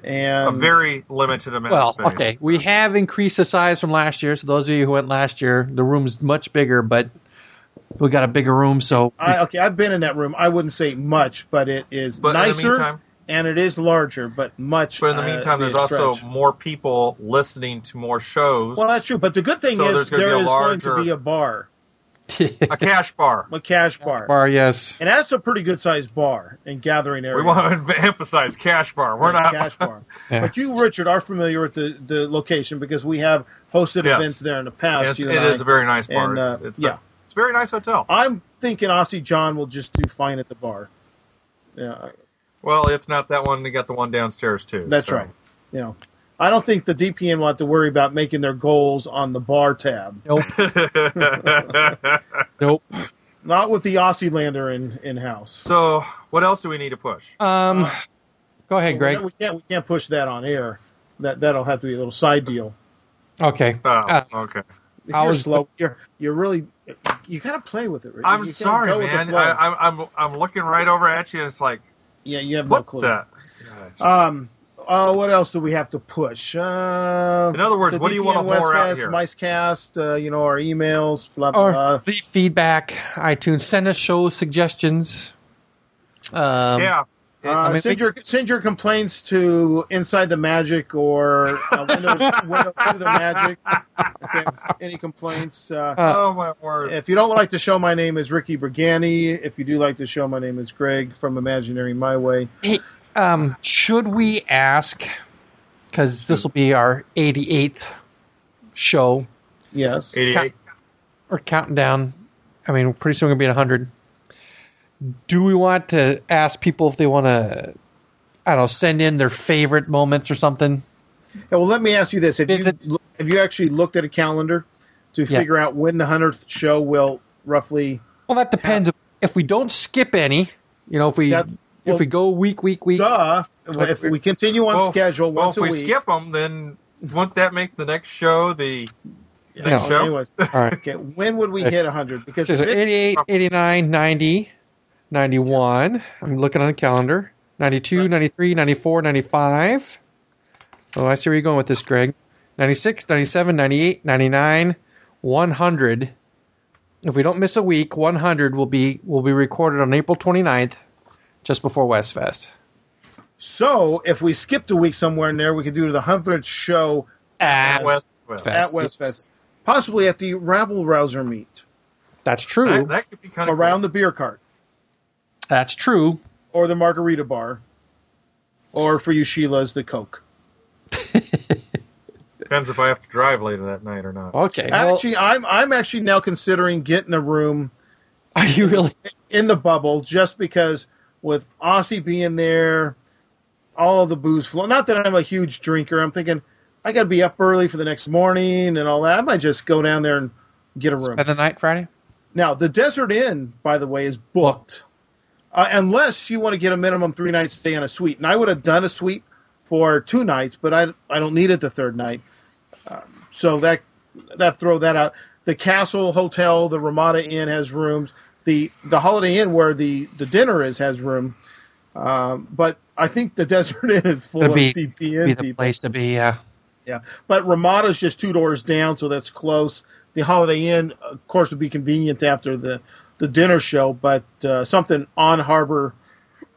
[SPEAKER 2] and
[SPEAKER 3] A very limited amount.
[SPEAKER 1] Well,
[SPEAKER 3] of space.
[SPEAKER 1] okay, we have increased the size from last year. So those of you who went last year, the room's much bigger, but we got a bigger room. So
[SPEAKER 2] I, okay, I've been in that room. I wouldn't say much, but it is
[SPEAKER 3] But in the
[SPEAKER 2] nicer
[SPEAKER 3] meantime-
[SPEAKER 2] and it is larger, but much.
[SPEAKER 3] But in the
[SPEAKER 2] uh,
[SPEAKER 3] meantime,
[SPEAKER 2] be a
[SPEAKER 3] there's also
[SPEAKER 2] stretch.
[SPEAKER 3] more people listening to more shows.
[SPEAKER 2] well, that's true. But the good thing
[SPEAKER 3] So
[SPEAKER 2] is
[SPEAKER 3] there's gonna be
[SPEAKER 2] there
[SPEAKER 3] a
[SPEAKER 2] is going
[SPEAKER 3] larger-
[SPEAKER 2] to be a bar,
[SPEAKER 3] a cash bar.
[SPEAKER 2] a cash bar,
[SPEAKER 1] bar, yes,
[SPEAKER 2] and that's a pretty good sized bar and gathering area.
[SPEAKER 3] We want to emphasize cash bar. We're
[SPEAKER 2] Yeah,
[SPEAKER 3] not.
[SPEAKER 2] cash bar.
[SPEAKER 1] Yeah.
[SPEAKER 2] But you, Richard, are familiar with the, the location because we have hosted
[SPEAKER 3] Yes.
[SPEAKER 2] events there in the
[SPEAKER 3] It's,
[SPEAKER 2] past.
[SPEAKER 3] it
[SPEAKER 2] you and I.
[SPEAKER 3] is a very nice bar.
[SPEAKER 2] And,
[SPEAKER 3] It's-
[SPEAKER 2] uh,
[SPEAKER 3] it's, a,
[SPEAKER 2] yeah.
[SPEAKER 3] it's a very nice hotel.
[SPEAKER 2] I'm thinking Aussie John will just do fine at the bar. Yeah,
[SPEAKER 3] Well, if not that one, they got the one downstairs too.
[SPEAKER 2] that's
[SPEAKER 3] so.
[SPEAKER 2] right. You know, I don't think the DPN will have to worry about making their goals on the bar tab.
[SPEAKER 1] nope, nope.
[SPEAKER 2] Not with the Aussie lander in in house.
[SPEAKER 3] So, what else do we need to push?
[SPEAKER 1] Um, go ahead, Greg.
[SPEAKER 2] We can't we can't push that on air. That that'll have to be a little side deal.
[SPEAKER 1] Okay,
[SPEAKER 3] Oh,
[SPEAKER 1] Uh,
[SPEAKER 3] okay.
[SPEAKER 2] If
[SPEAKER 1] I
[SPEAKER 2] you're
[SPEAKER 1] was-
[SPEAKER 2] slow. You're you're really you gotta play with it. Richard. You
[SPEAKER 3] I'm
[SPEAKER 2] can't
[SPEAKER 3] sorry,
[SPEAKER 2] go with the
[SPEAKER 3] man.
[SPEAKER 2] flow.
[SPEAKER 3] I, I'm, I'm I'm looking right over at you. and It's like
[SPEAKER 2] yeah, you have no
[SPEAKER 3] what
[SPEAKER 2] clue.
[SPEAKER 3] the.
[SPEAKER 2] Um. Uh, what else do we have to push? Uh,
[SPEAKER 3] In other words,
[SPEAKER 2] the
[SPEAKER 3] what do you want
[SPEAKER 2] DPN
[SPEAKER 3] to pour
[SPEAKER 2] Westfest,
[SPEAKER 3] out here?
[SPEAKER 2] Micecast, uh, you know, our emails, blah, blah,
[SPEAKER 1] or
[SPEAKER 2] blah.
[SPEAKER 1] leave feedback, iTunes, send us show suggestions. Um,
[SPEAKER 3] yeah,
[SPEAKER 2] Uh,
[SPEAKER 1] I mean,
[SPEAKER 2] send, your, send your complaints to Inside the Magic or uh, Windows, Windows to the Magic. Okay. Any complaints? Uh,
[SPEAKER 1] Uh,
[SPEAKER 3] oh my word.
[SPEAKER 2] if you don't like the show, my name is Ricky Brigani. If you do like the show, my name is Greg from Imaginary My Way.
[SPEAKER 1] Hey, um, should we ask? Because this will be our 88th show.
[SPEAKER 2] Yes.
[SPEAKER 3] 88.
[SPEAKER 1] We're counting down. I mean, pretty soon we're going to be at 100. Do we want to ask people if they want to, I don't know, send in their favorite moments or something?
[SPEAKER 2] Yeah, well, let me ask you this: Have
[SPEAKER 1] Is
[SPEAKER 2] you
[SPEAKER 1] it-
[SPEAKER 2] loo- have you actually looked at a calendar to figure out when the hundredth show will roughly?
[SPEAKER 1] Well, that depends. If, if we don't skip any, you know, if we
[SPEAKER 2] That's-
[SPEAKER 1] if we go week, week, week.
[SPEAKER 2] Duh! If we continue on
[SPEAKER 3] Well,
[SPEAKER 2] schedule
[SPEAKER 3] well,
[SPEAKER 2] once
[SPEAKER 3] if we
[SPEAKER 2] a week.
[SPEAKER 3] skip them, then won't that make the next show the
[SPEAKER 1] No.
[SPEAKER 3] show?
[SPEAKER 2] Anyways,
[SPEAKER 1] All right.
[SPEAKER 2] okay. When would we hit hundred? Because
[SPEAKER 1] So, so
[SPEAKER 2] fifty-
[SPEAKER 1] 88, 89, 90, 91. I'm looking on the calendar. 92, 93, 94, 95. Oh, I see where you're going with this, Greg. 96, 97, 98, 99, 100. If we don't miss a week, 100 will be will be recorded on April 29th, just before Westfest.
[SPEAKER 2] so if we skipped a week somewhere in there, we could do the hundredth show
[SPEAKER 1] At
[SPEAKER 3] West West?
[SPEAKER 1] Westfest.
[SPEAKER 2] at Westfest, possibly at the Rabble Rouser meet
[SPEAKER 1] That's true.
[SPEAKER 3] That, that could be kind of
[SPEAKER 2] around the beer cart
[SPEAKER 1] That's true.
[SPEAKER 2] or the margarita bar, or for you Sheila's the Coke.
[SPEAKER 3] Depends if I have to drive later that night or not.
[SPEAKER 1] Okay. well-
[SPEAKER 2] Actually, I'm I'm actually now considering getting a room
[SPEAKER 1] Are you really?
[SPEAKER 2] in the bubble just because with Aussie being there, all of the booze flow. Not that I'm a huge drinker. I'm thinking I got to be up early for the next morning and all that. I might just go down there and get a room.
[SPEAKER 1] By the night, Friday?
[SPEAKER 2] Now, the Desert Inn, by the way, is booked, uh, unless you want to get a minimum three nights stay in a suite. And I would have done a suite for two nights, but I I don't need it the third night. Um, so that that throw that out. The Castle Hotel, the Ramada Inn has rooms. The the Holiday Inn where the the dinner is has room. Um, but I think the Desert Inn is full
[SPEAKER 1] That'd be,
[SPEAKER 2] of DP
[SPEAKER 1] be
[SPEAKER 2] Inn
[SPEAKER 1] the
[SPEAKER 2] people.
[SPEAKER 1] place to be. Uh,
[SPEAKER 2] Yeah, but Ramada's just two doors down, so that's close. The Holiday Inn, of course, would be convenient after the, the dinner show, but uh, something on harbor, you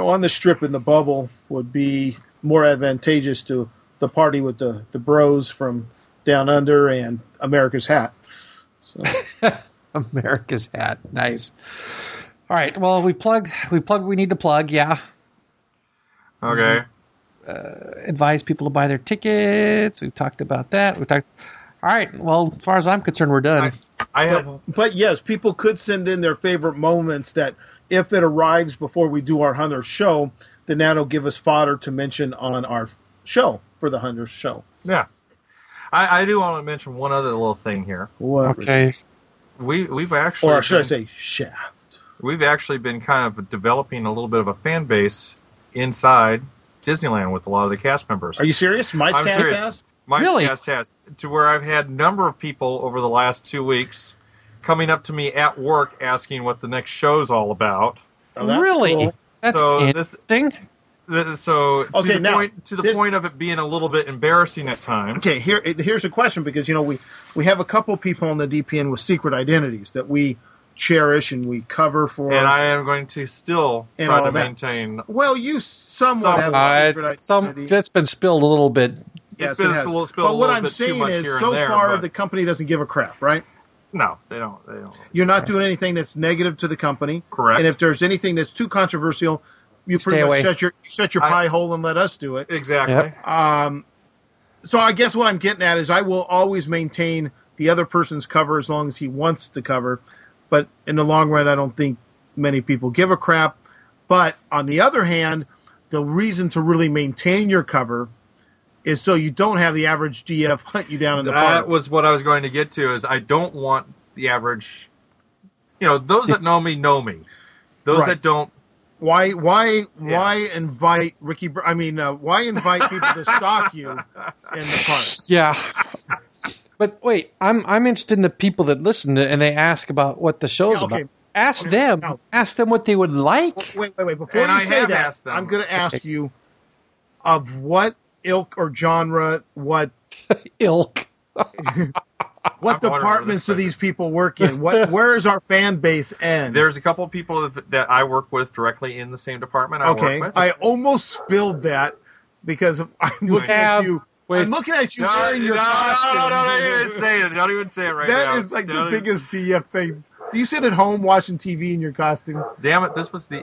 [SPEAKER 2] know, on the strip in the bubble would be more advantageous to the party with the, the bros from down under and America's hat.
[SPEAKER 1] America's hat. Nice. All right. Well, we plugged. We plugged. We need to plug. Yeah.
[SPEAKER 3] Okay.
[SPEAKER 1] Advise people to buy their tickets. We've talked about that. We talked. All right. Well, as far as I'm concerned, we're done.
[SPEAKER 3] I have
[SPEAKER 2] But, but yes, people could send in their favorite moments that if it arrives before we do our 100th show, then that'll give us fodder to mention on our show for the 100th show.
[SPEAKER 3] yeah. I, I do want to mention one other little thing here.
[SPEAKER 2] Whatever.
[SPEAKER 1] okay.
[SPEAKER 3] We we've actually
[SPEAKER 2] Or should I
[SPEAKER 3] been-
[SPEAKER 2] say shaft?
[SPEAKER 3] we've actually been kind of developing a little bit of a fan base inside Disneyland with a lot of the cast members.
[SPEAKER 2] Are you serious? My
[SPEAKER 3] I'm
[SPEAKER 2] staff
[SPEAKER 3] serious.
[SPEAKER 2] asked?
[SPEAKER 3] My
[SPEAKER 1] Really?
[SPEAKER 3] cast has to where I've had a number of people over the last two weeks coming up to me at work asking what the next show's all about.
[SPEAKER 2] Oh, that's
[SPEAKER 1] really?
[SPEAKER 2] cool.
[SPEAKER 1] That's
[SPEAKER 3] So this-
[SPEAKER 1] interesting.
[SPEAKER 3] Th- So to
[SPEAKER 2] Okay,
[SPEAKER 3] the
[SPEAKER 2] now,
[SPEAKER 3] point to the
[SPEAKER 2] this-
[SPEAKER 3] point of it being a little bit embarrassing at times.
[SPEAKER 2] Okay, here here's a question because you know we we have a couple people on the DPN with secret identities that we cherish and we cover for.
[SPEAKER 3] And I am going to still
[SPEAKER 2] And
[SPEAKER 3] try
[SPEAKER 2] all
[SPEAKER 3] to
[SPEAKER 2] that.
[SPEAKER 3] maintain
[SPEAKER 2] well, you somewhat have a
[SPEAKER 1] Uh,
[SPEAKER 2] secret identity.
[SPEAKER 1] some that's been spilled a little bit.
[SPEAKER 2] Yes,
[SPEAKER 3] it's been
[SPEAKER 2] it
[SPEAKER 3] a
[SPEAKER 2] has.
[SPEAKER 3] little- spilled a
[SPEAKER 2] But what
[SPEAKER 3] little
[SPEAKER 2] I'm
[SPEAKER 3] bit too
[SPEAKER 2] saying
[SPEAKER 3] much
[SPEAKER 2] is,
[SPEAKER 3] here and
[SPEAKER 2] so
[SPEAKER 3] there,
[SPEAKER 2] far
[SPEAKER 3] but-
[SPEAKER 2] the company doesn't give a crap, right?
[SPEAKER 3] No, they don't they don't
[SPEAKER 2] You're not doing anything that's negative to the company,
[SPEAKER 3] Correct.
[SPEAKER 2] And if there's anything that's too controversial, you
[SPEAKER 1] Stay
[SPEAKER 2] pretty
[SPEAKER 1] away.
[SPEAKER 2] much shut your shut your
[SPEAKER 3] I-
[SPEAKER 2] pie hole and let us do it.
[SPEAKER 3] Exactly.
[SPEAKER 1] Yep.
[SPEAKER 2] Um, so I guess what I'm getting at is I will always maintain the other person's cover as long as he wants to cover, but in the long run, I don't think many people give a crap. But on the other hand, the reason to really maintain your cover is so you don't have the average DF hunt you down in the
[SPEAKER 3] that
[SPEAKER 2] park.
[SPEAKER 3] was what I was going to get to. Is I don't want the average. You know, those that know me know me. Those
[SPEAKER 2] Right.
[SPEAKER 3] that don't,
[SPEAKER 2] why? Why? Why invite Ricky? Br- I mean, uh, why invite people to stalk you in the park?
[SPEAKER 1] Yeah. but wait, I'm I'm interested in the people that listen to, and they ask about what the show's
[SPEAKER 2] Yeah, okay.
[SPEAKER 1] about. Ask them.
[SPEAKER 2] No.
[SPEAKER 1] Ask them what they would like.
[SPEAKER 2] wait, wait, wait. Before
[SPEAKER 3] And
[SPEAKER 2] you
[SPEAKER 3] I
[SPEAKER 2] say
[SPEAKER 3] have
[SPEAKER 2] that,
[SPEAKER 3] asked them.
[SPEAKER 2] I'm going to ask you of what ilk or genre, what
[SPEAKER 1] Ilk.
[SPEAKER 2] what
[SPEAKER 3] wondering where
[SPEAKER 2] departments
[SPEAKER 3] this
[SPEAKER 2] do
[SPEAKER 3] goes.
[SPEAKER 2] these people work in? What where is our fan base end?
[SPEAKER 3] there's a couple people that- that I work with directly in the same department. I
[SPEAKER 2] okay,
[SPEAKER 3] work with.
[SPEAKER 2] I almost spilled that because I'm looking
[SPEAKER 1] have
[SPEAKER 2] at you. I'm
[SPEAKER 1] waste-
[SPEAKER 2] looking at you
[SPEAKER 3] No,
[SPEAKER 2] wearing your
[SPEAKER 3] no,
[SPEAKER 2] costume.
[SPEAKER 3] no, no, don't even say it. Don't even say it right now.
[SPEAKER 2] That is like the
[SPEAKER 3] Don't even-
[SPEAKER 2] biggest DF thing. Do you sit at home watching TV in your costume?
[SPEAKER 3] Damn it! This was the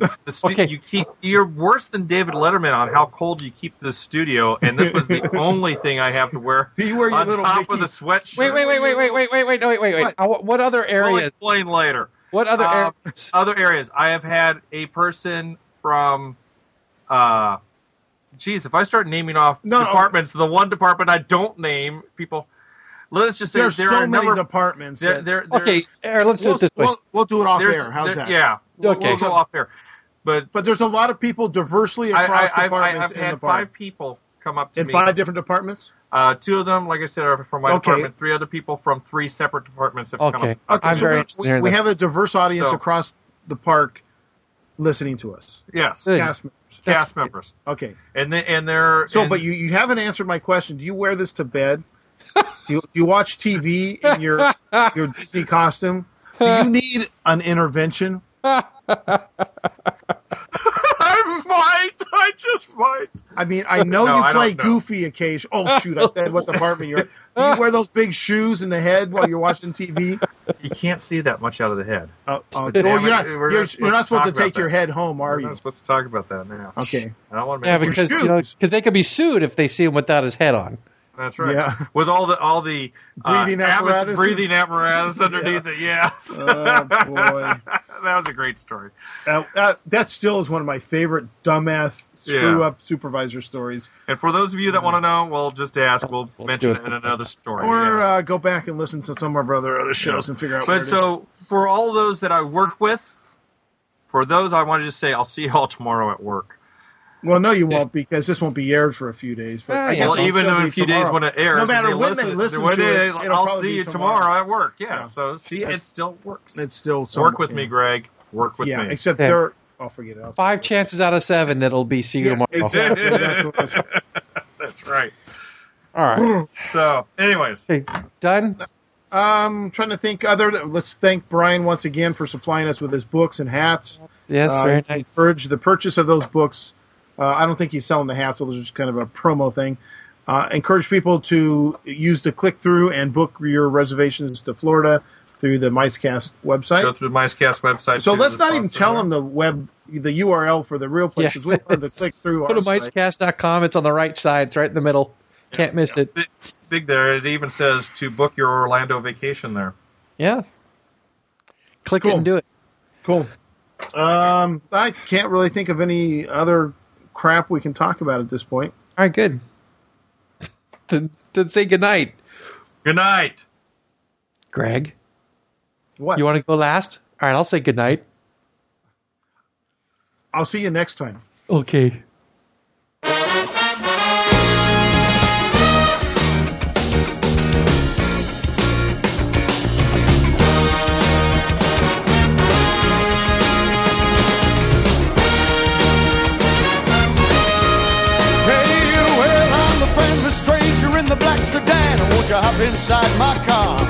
[SPEAKER 3] the, the stu-
[SPEAKER 1] Okay.
[SPEAKER 3] you keep. You're worse than David Letterman on how cold you keep the studio, and this was the only thing I have to wear.
[SPEAKER 2] Do you wear your
[SPEAKER 3] on
[SPEAKER 2] little
[SPEAKER 3] top
[SPEAKER 2] Mickey-
[SPEAKER 3] of the sweatshirt?
[SPEAKER 1] Wait, wait, wait, wait, wait, wait, wait, wait, no, wait, wait, wait.
[SPEAKER 2] What?
[SPEAKER 1] I wa- What other
[SPEAKER 3] We'll
[SPEAKER 1] areas?
[SPEAKER 3] explain later.
[SPEAKER 1] What other
[SPEAKER 3] Uh,
[SPEAKER 2] Um,
[SPEAKER 1] areas?
[SPEAKER 3] other areas. I have had a person from, uh, geez, if I start naming off
[SPEAKER 2] No, no.
[SPEAKER 3] departments, the one department I don't name, people, let's just say
[SPEAKER 2] There's
[SPEAKER 3] there
[SPEAKER 2] so
[SPEAKER 3] are a
[SPEAKER 2] many
[SPEAKER 3] number.
[SPEAKER 2] departments.
[SPEAKER 3] there,
[SPEAKER 2] that-
[SPEAKER 3] there, there,
[SPEAKER 1] Okay, Aaron, let's do
[SPEAKER 2] we'll,
[SPEAKER 1] it this way.
[SPEAKER 2] we'll, we'll do it off
[SPEAKER 3] there's-
[SPEAKER 2] air. How's
[SPEAKER 3] there-
[SPEAKER 2] that?
[SPEAKER 3] Yeah. We'll,
[SPEAKER 1] Okay.
[SPEAKER 3] we'll go off there. But
[SPEAKER 2] But there's a lot of people diversely
[SPEAKER 3] I,
[SPEAKER 2] across
[SPEAKER 3] I, I've,
[SPEAKER 2] departments
[SPEAKER 3] I've
[SPEAKER 2] in the
[SPEAKER 3] had
[SPEAKER 2] park.
[SPEAKER 3] five people come up to
[SPEAKER 2] in
[SPEAKER 3] me.
[SPEAKER 2] five different departments.
[SPEAKER 3] Uh, two of them, like I said, are from my
[SPEAKER 2] Okay.
[SPEAKER 3] department. Three other people from three separate departments have come
[SPEAKER 1] Okay.
[SPEAKER 3] up. Uh,
[SPEAKER 1] I'm
[SPEAKER 2] so
[SPEAKER 1] very
[SPEAKER 2] we-
[SPEAKER 1] interested in
[SPEAKER 2] we,
[SPEAKER 1] hearing
[SPEAKER 2] we
[SPEAKER 1] that.
[SPEAKER 2] have a diverse audience
[SPEAKER 3] So-
[SPEAKER 2] across the park listening to us.
[SPEAKER 3] Yes.
[SPEAKER 1] Good.
[SPEAKER 2] Cast members.
[SPEAKER 3] Cast members.
[SPEAKER 2] Okay.
[SPEAKER 3] And, they, and they're.
[SPEAKER 2] So,
[SPEAKER 3] and-
[SPEAKER 2] but you, you haven't answered my question. Do you wear this to bed? do, you, do you watch TV in your your Disney costume? Do you need an intervention?
[SPEAKER 3] I might. I just might.
[SPEAKER 2] I mean, I know
[SPEAKER 3] No,
[SPEAKER 2] you
[SPEAKER 3] I
[SPEAKER 2] play
[SPEAKER 3] don't know.
[SPEAKER 2] Goofy occasion. Oh shoot! I said what department you're. in. Do you wear those big shoes in the head while you're watching TV?
[SPEAKER 3] You can't see that much out of the head.
[SPEAKER 2] Uh,
[SPEAKER 1] Oh,
[SPEAKER 2] uh,
[SPEAKER 3] Damn
[SPEAKER 2] you're
[SPEAKER 3] it,
[SPEAKER 2] not. You're,
[SPEAKER 3] we're not
[SPEAKER 2] you're
[SPEAKER 3] supposed
[SPEAKER 2] not
[SPEAKER 3] to
[SPEAKER 2] supposed to
[SPEAKER 3] talk about
[SPEAKER 2] take your
[SPEAKER 3] that.
[SPEAKER 2] head home, are
[SPEAKER 3] We're
[SPEAKER 2] you?
[SPEAKER 3] not supposed to talk about that now.
[SPEAKER 2] Okay.
[SPEAKER 3] I don't want to
[SPEAKER 1] yeah,
[SPEAKER 3] make
[SPEAKER 1] because you know,
[SPEAKER 2] shoes.
[SPEAKER 1] 'cause they could be sued if they see him without his head on.
[SPEAKER 3] That's right.
[SPEAKER 2] Yeah.
[SPEAKER 3] With all the all the uh,
[SPEAKER 2] Breathing
[SPEAKER 3] atmos-
[SPEAKER 2] apparatuses.
[SPEAKER 3] breathing apparatus underneath it. Yes.
[SPEAKER 2] Oh, boy.
[SPEAKER 3] that was a great story.
[SPEAKER 1] Oh,
[SPEAKER 2] Uh, uh, that still is one of my favorite dumbass screw
[SPEAKER 3] Yeah.
[SPEAKER 2] up supervisor stories.
[SPEAKER 3] And for those of you that want to know, well, just ask. We'll
[SPEAKER 1] Mm-hmm. We'll
[SPEAKER 3] mention
[SPEAKER 1] do
[SPEAKER 3] it
[SPEAKER 1] it.
[SPEAKER 3] in another story.
[SPEAKER 2] Or
[SPEAKER 3] yes.
[SPEAKER 2] uh, go back and listen to some of our other other shows and figure out. where
[SPEAKER 3] Oh,
[SPEAKER 2] it
[SPEAKER 3] but
[SPEAKER 2] is.
[SPEAKER 3] so for all those that I worked with, for those I wanted to say, I'll see y'all tomorrow at work.
[SPEAKER 2] well, no, you won't because this won't be aired for a few days. But
[SPEAKER 1] Ah,
[SPEAKER 2] I
[SPEAKER 1] yeah.
[SPEAKER 2] guess
[SPEAKER 3] well,
[SPEAKER 2] it'll
[SPEAKER 3] even
[SPEAKER 2] still
[SPEAKER 3] in
[SPEAKER 2] be
[SPEAKER 3] a few days
[SPEAKER 2] tomorrow.
[SPEAKER 3] when it airs,
[SPEAKER 2] no
[SPEAKER 3] if
[SPEAKER 2] matter
[SPEAKER 3] they
[SPEAKER 2] when
[SPEAKER 3] listen,
[SPEAKER 2] they listen
[SPEAKER 3] when
[SPEAKER 2] to
[SPEAKER 3] they-
[SPEAKER 2] it, it'll
[SPEAKER 3] I'll
[SPEAKER 2] probably
[SPEAKER 3] see
[SPEAKER 2] be
[SPEAKER 3] you
[SPEAKER 2] tomorrow.
[SPEAKER 3] tomorrow. at work. Yeah,
[SPEAKER 2] Yeah.
[SPEAKER 3] so see,
[SPEAKER 2] Yes.
[SPEAKER 3] it still works.
[SPEAKER 2] it's still somewhere,
[SPEAKER 3] work with
[SPEAKER 2] yeah.
[SPEAKER 3] me, Greg. Work with
[SPEAKER 2] yeah,
[SPEAKER 3] me.
[SPEAKER 2] except
[SPEAKER 1] Yeah.
[SPEAKER 2] they're. I'll forget it. I'll
[SPEAKER 1] Five
[SPEAKER 2] forget
[SPEAKER 1] chances out of seven that'll be see you
[SPEAKER 2] it.
[SPEAKER 1] tomorrow.
[SPEAKER 2] Yeah, exactly. That's what I was-
[SPEAKER 3] That's right.
[SPEAKER 1] All right.
[SPEAKER 3] So, anyways,
[SPEAKER 1] Okay, done?
[SPEAKER 2] Um, trying to think other. Let's thank Brian once again for supplying us with his books and hats.
[SPEAKER 1] Yes,
[SPEAKER 2] Uh,
[SPEAKER 1] very
[SPEAKER 2] we
[SPEAKER 1] nice.
[SPEAKER 2] Encourage the purchase of those books. Uh, I don't think he's selling the hats, so those are just kind of a promo thing. Uh, encourage people to use the click through and book your reservations to Florida through the MiceCast
[SPEAKER 3] go
[SPEAKER 2] website.
[SPEAKER 3] through the Micecast website.
[SPEAKER 2] So
[SPEAKER 3] to
[SPEAKER 2] let's
[SPEAKER 3] the
[SPEAKER 2] not even
[SPEAKER 3] sponsor.
[SPEAKER 2] tell them the web, the URL for the real place
[SPEAKER 1] Yeah.
[SPEAKER 2] because we want them to click
[SPEAKER 1] Go
[SPEAKER 2] through.
[SPEAKER 1] to
[SPEAKER 2] our site.
[SPEAKER 1] micecast.com. It's on the right side. It's right in the middle. Can't miss it.
[SPEAKER 3] Big, big there. It even says to book your Orlando vacation there.
[SPEAKER 1] Yeah. Click it
[SPEAKER 2] Cool.
[SPEAKER 1] and do it.
[SPEAKER 2] Cool. Um, I can't really think of any other crap we can talk about at this point.
[SPEAKER 1] All right, good. then, then say goodnight,
[SPEAKER 3] Good night.
[SPEAKER 1] Greg.
[SPEAKER 2] What?
[SPEAKER 1] You want to go last? All right, I'll say goodnight.
[SPEAKER 2] I'll see you next time.
[SPEAKER 1] Okay.
[SPEAKER 4] Hey, you, well, I'm the friendly stranger in the black sedan. Won't you hop inside my car?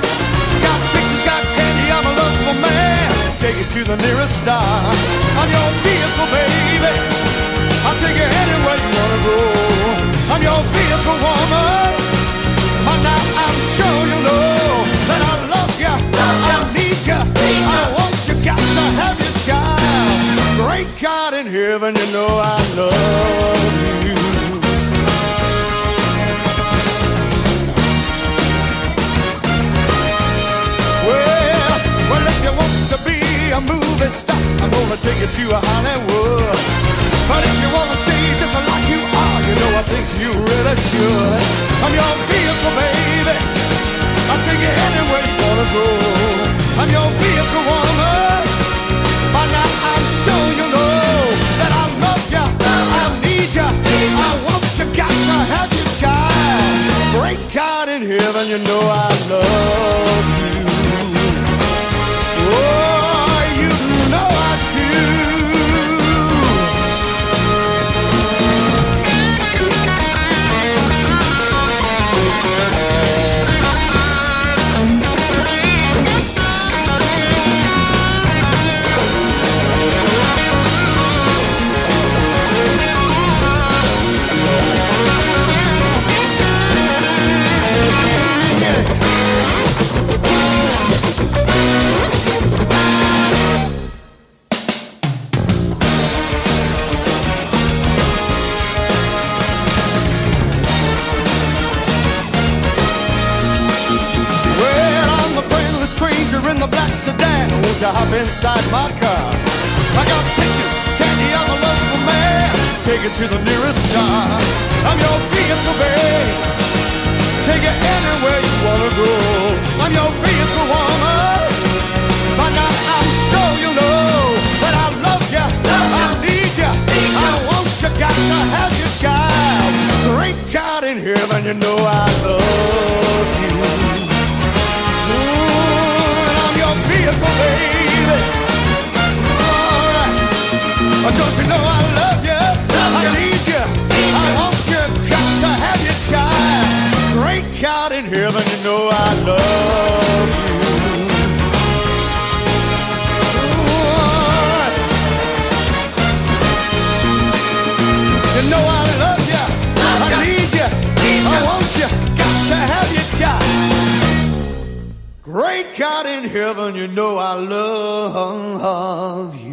[SPEAKER 4] Got pictures, got candy, I'm a lovable man. Take it to the nearest star. I'm your vehicle, baby. I'll take you anywhere you wanna go. I'm your vehicle, woman. But now I'm sure you know that I love you. I need you. I want you, got to have your child. Great God in heaven, you know I love you. Well, well, if you wants to be a movie star, I'm gonna take you to Hollywood. But if you wanna stay just like you are, you know I think you really should. I'm your vehicle, baby. I'll take you anywhere you wanna go. I'm your vehicle, woman. By now I'm sure you know that I love you. I need you. I want you. Got to have your child. Great God in heaven, you know I love you. Oh, you know I do. Well, I'm the friendly stranger in the black sedan. Won't you hop inside my car? I got pictures, candy, I'm a lovable man. Take it to the nearest star. I'm your vehicle, babe. Take it anywhere you wanna go. I'm your vehicle, woman. By now I'm sure you know that I love you. I need you. I want you. Got to have your child. Great God in heaven, you know I love you. Ooh, and I'm your vehicle, baby. Alright. Oh, Don't you know I love you? I need you. I want you. Got to have your child. Great God in heaven, you know I love you. Ooh, alright. You know I love you. I need you. I want you. Got to have your child. Great God in heaven, you know I love you.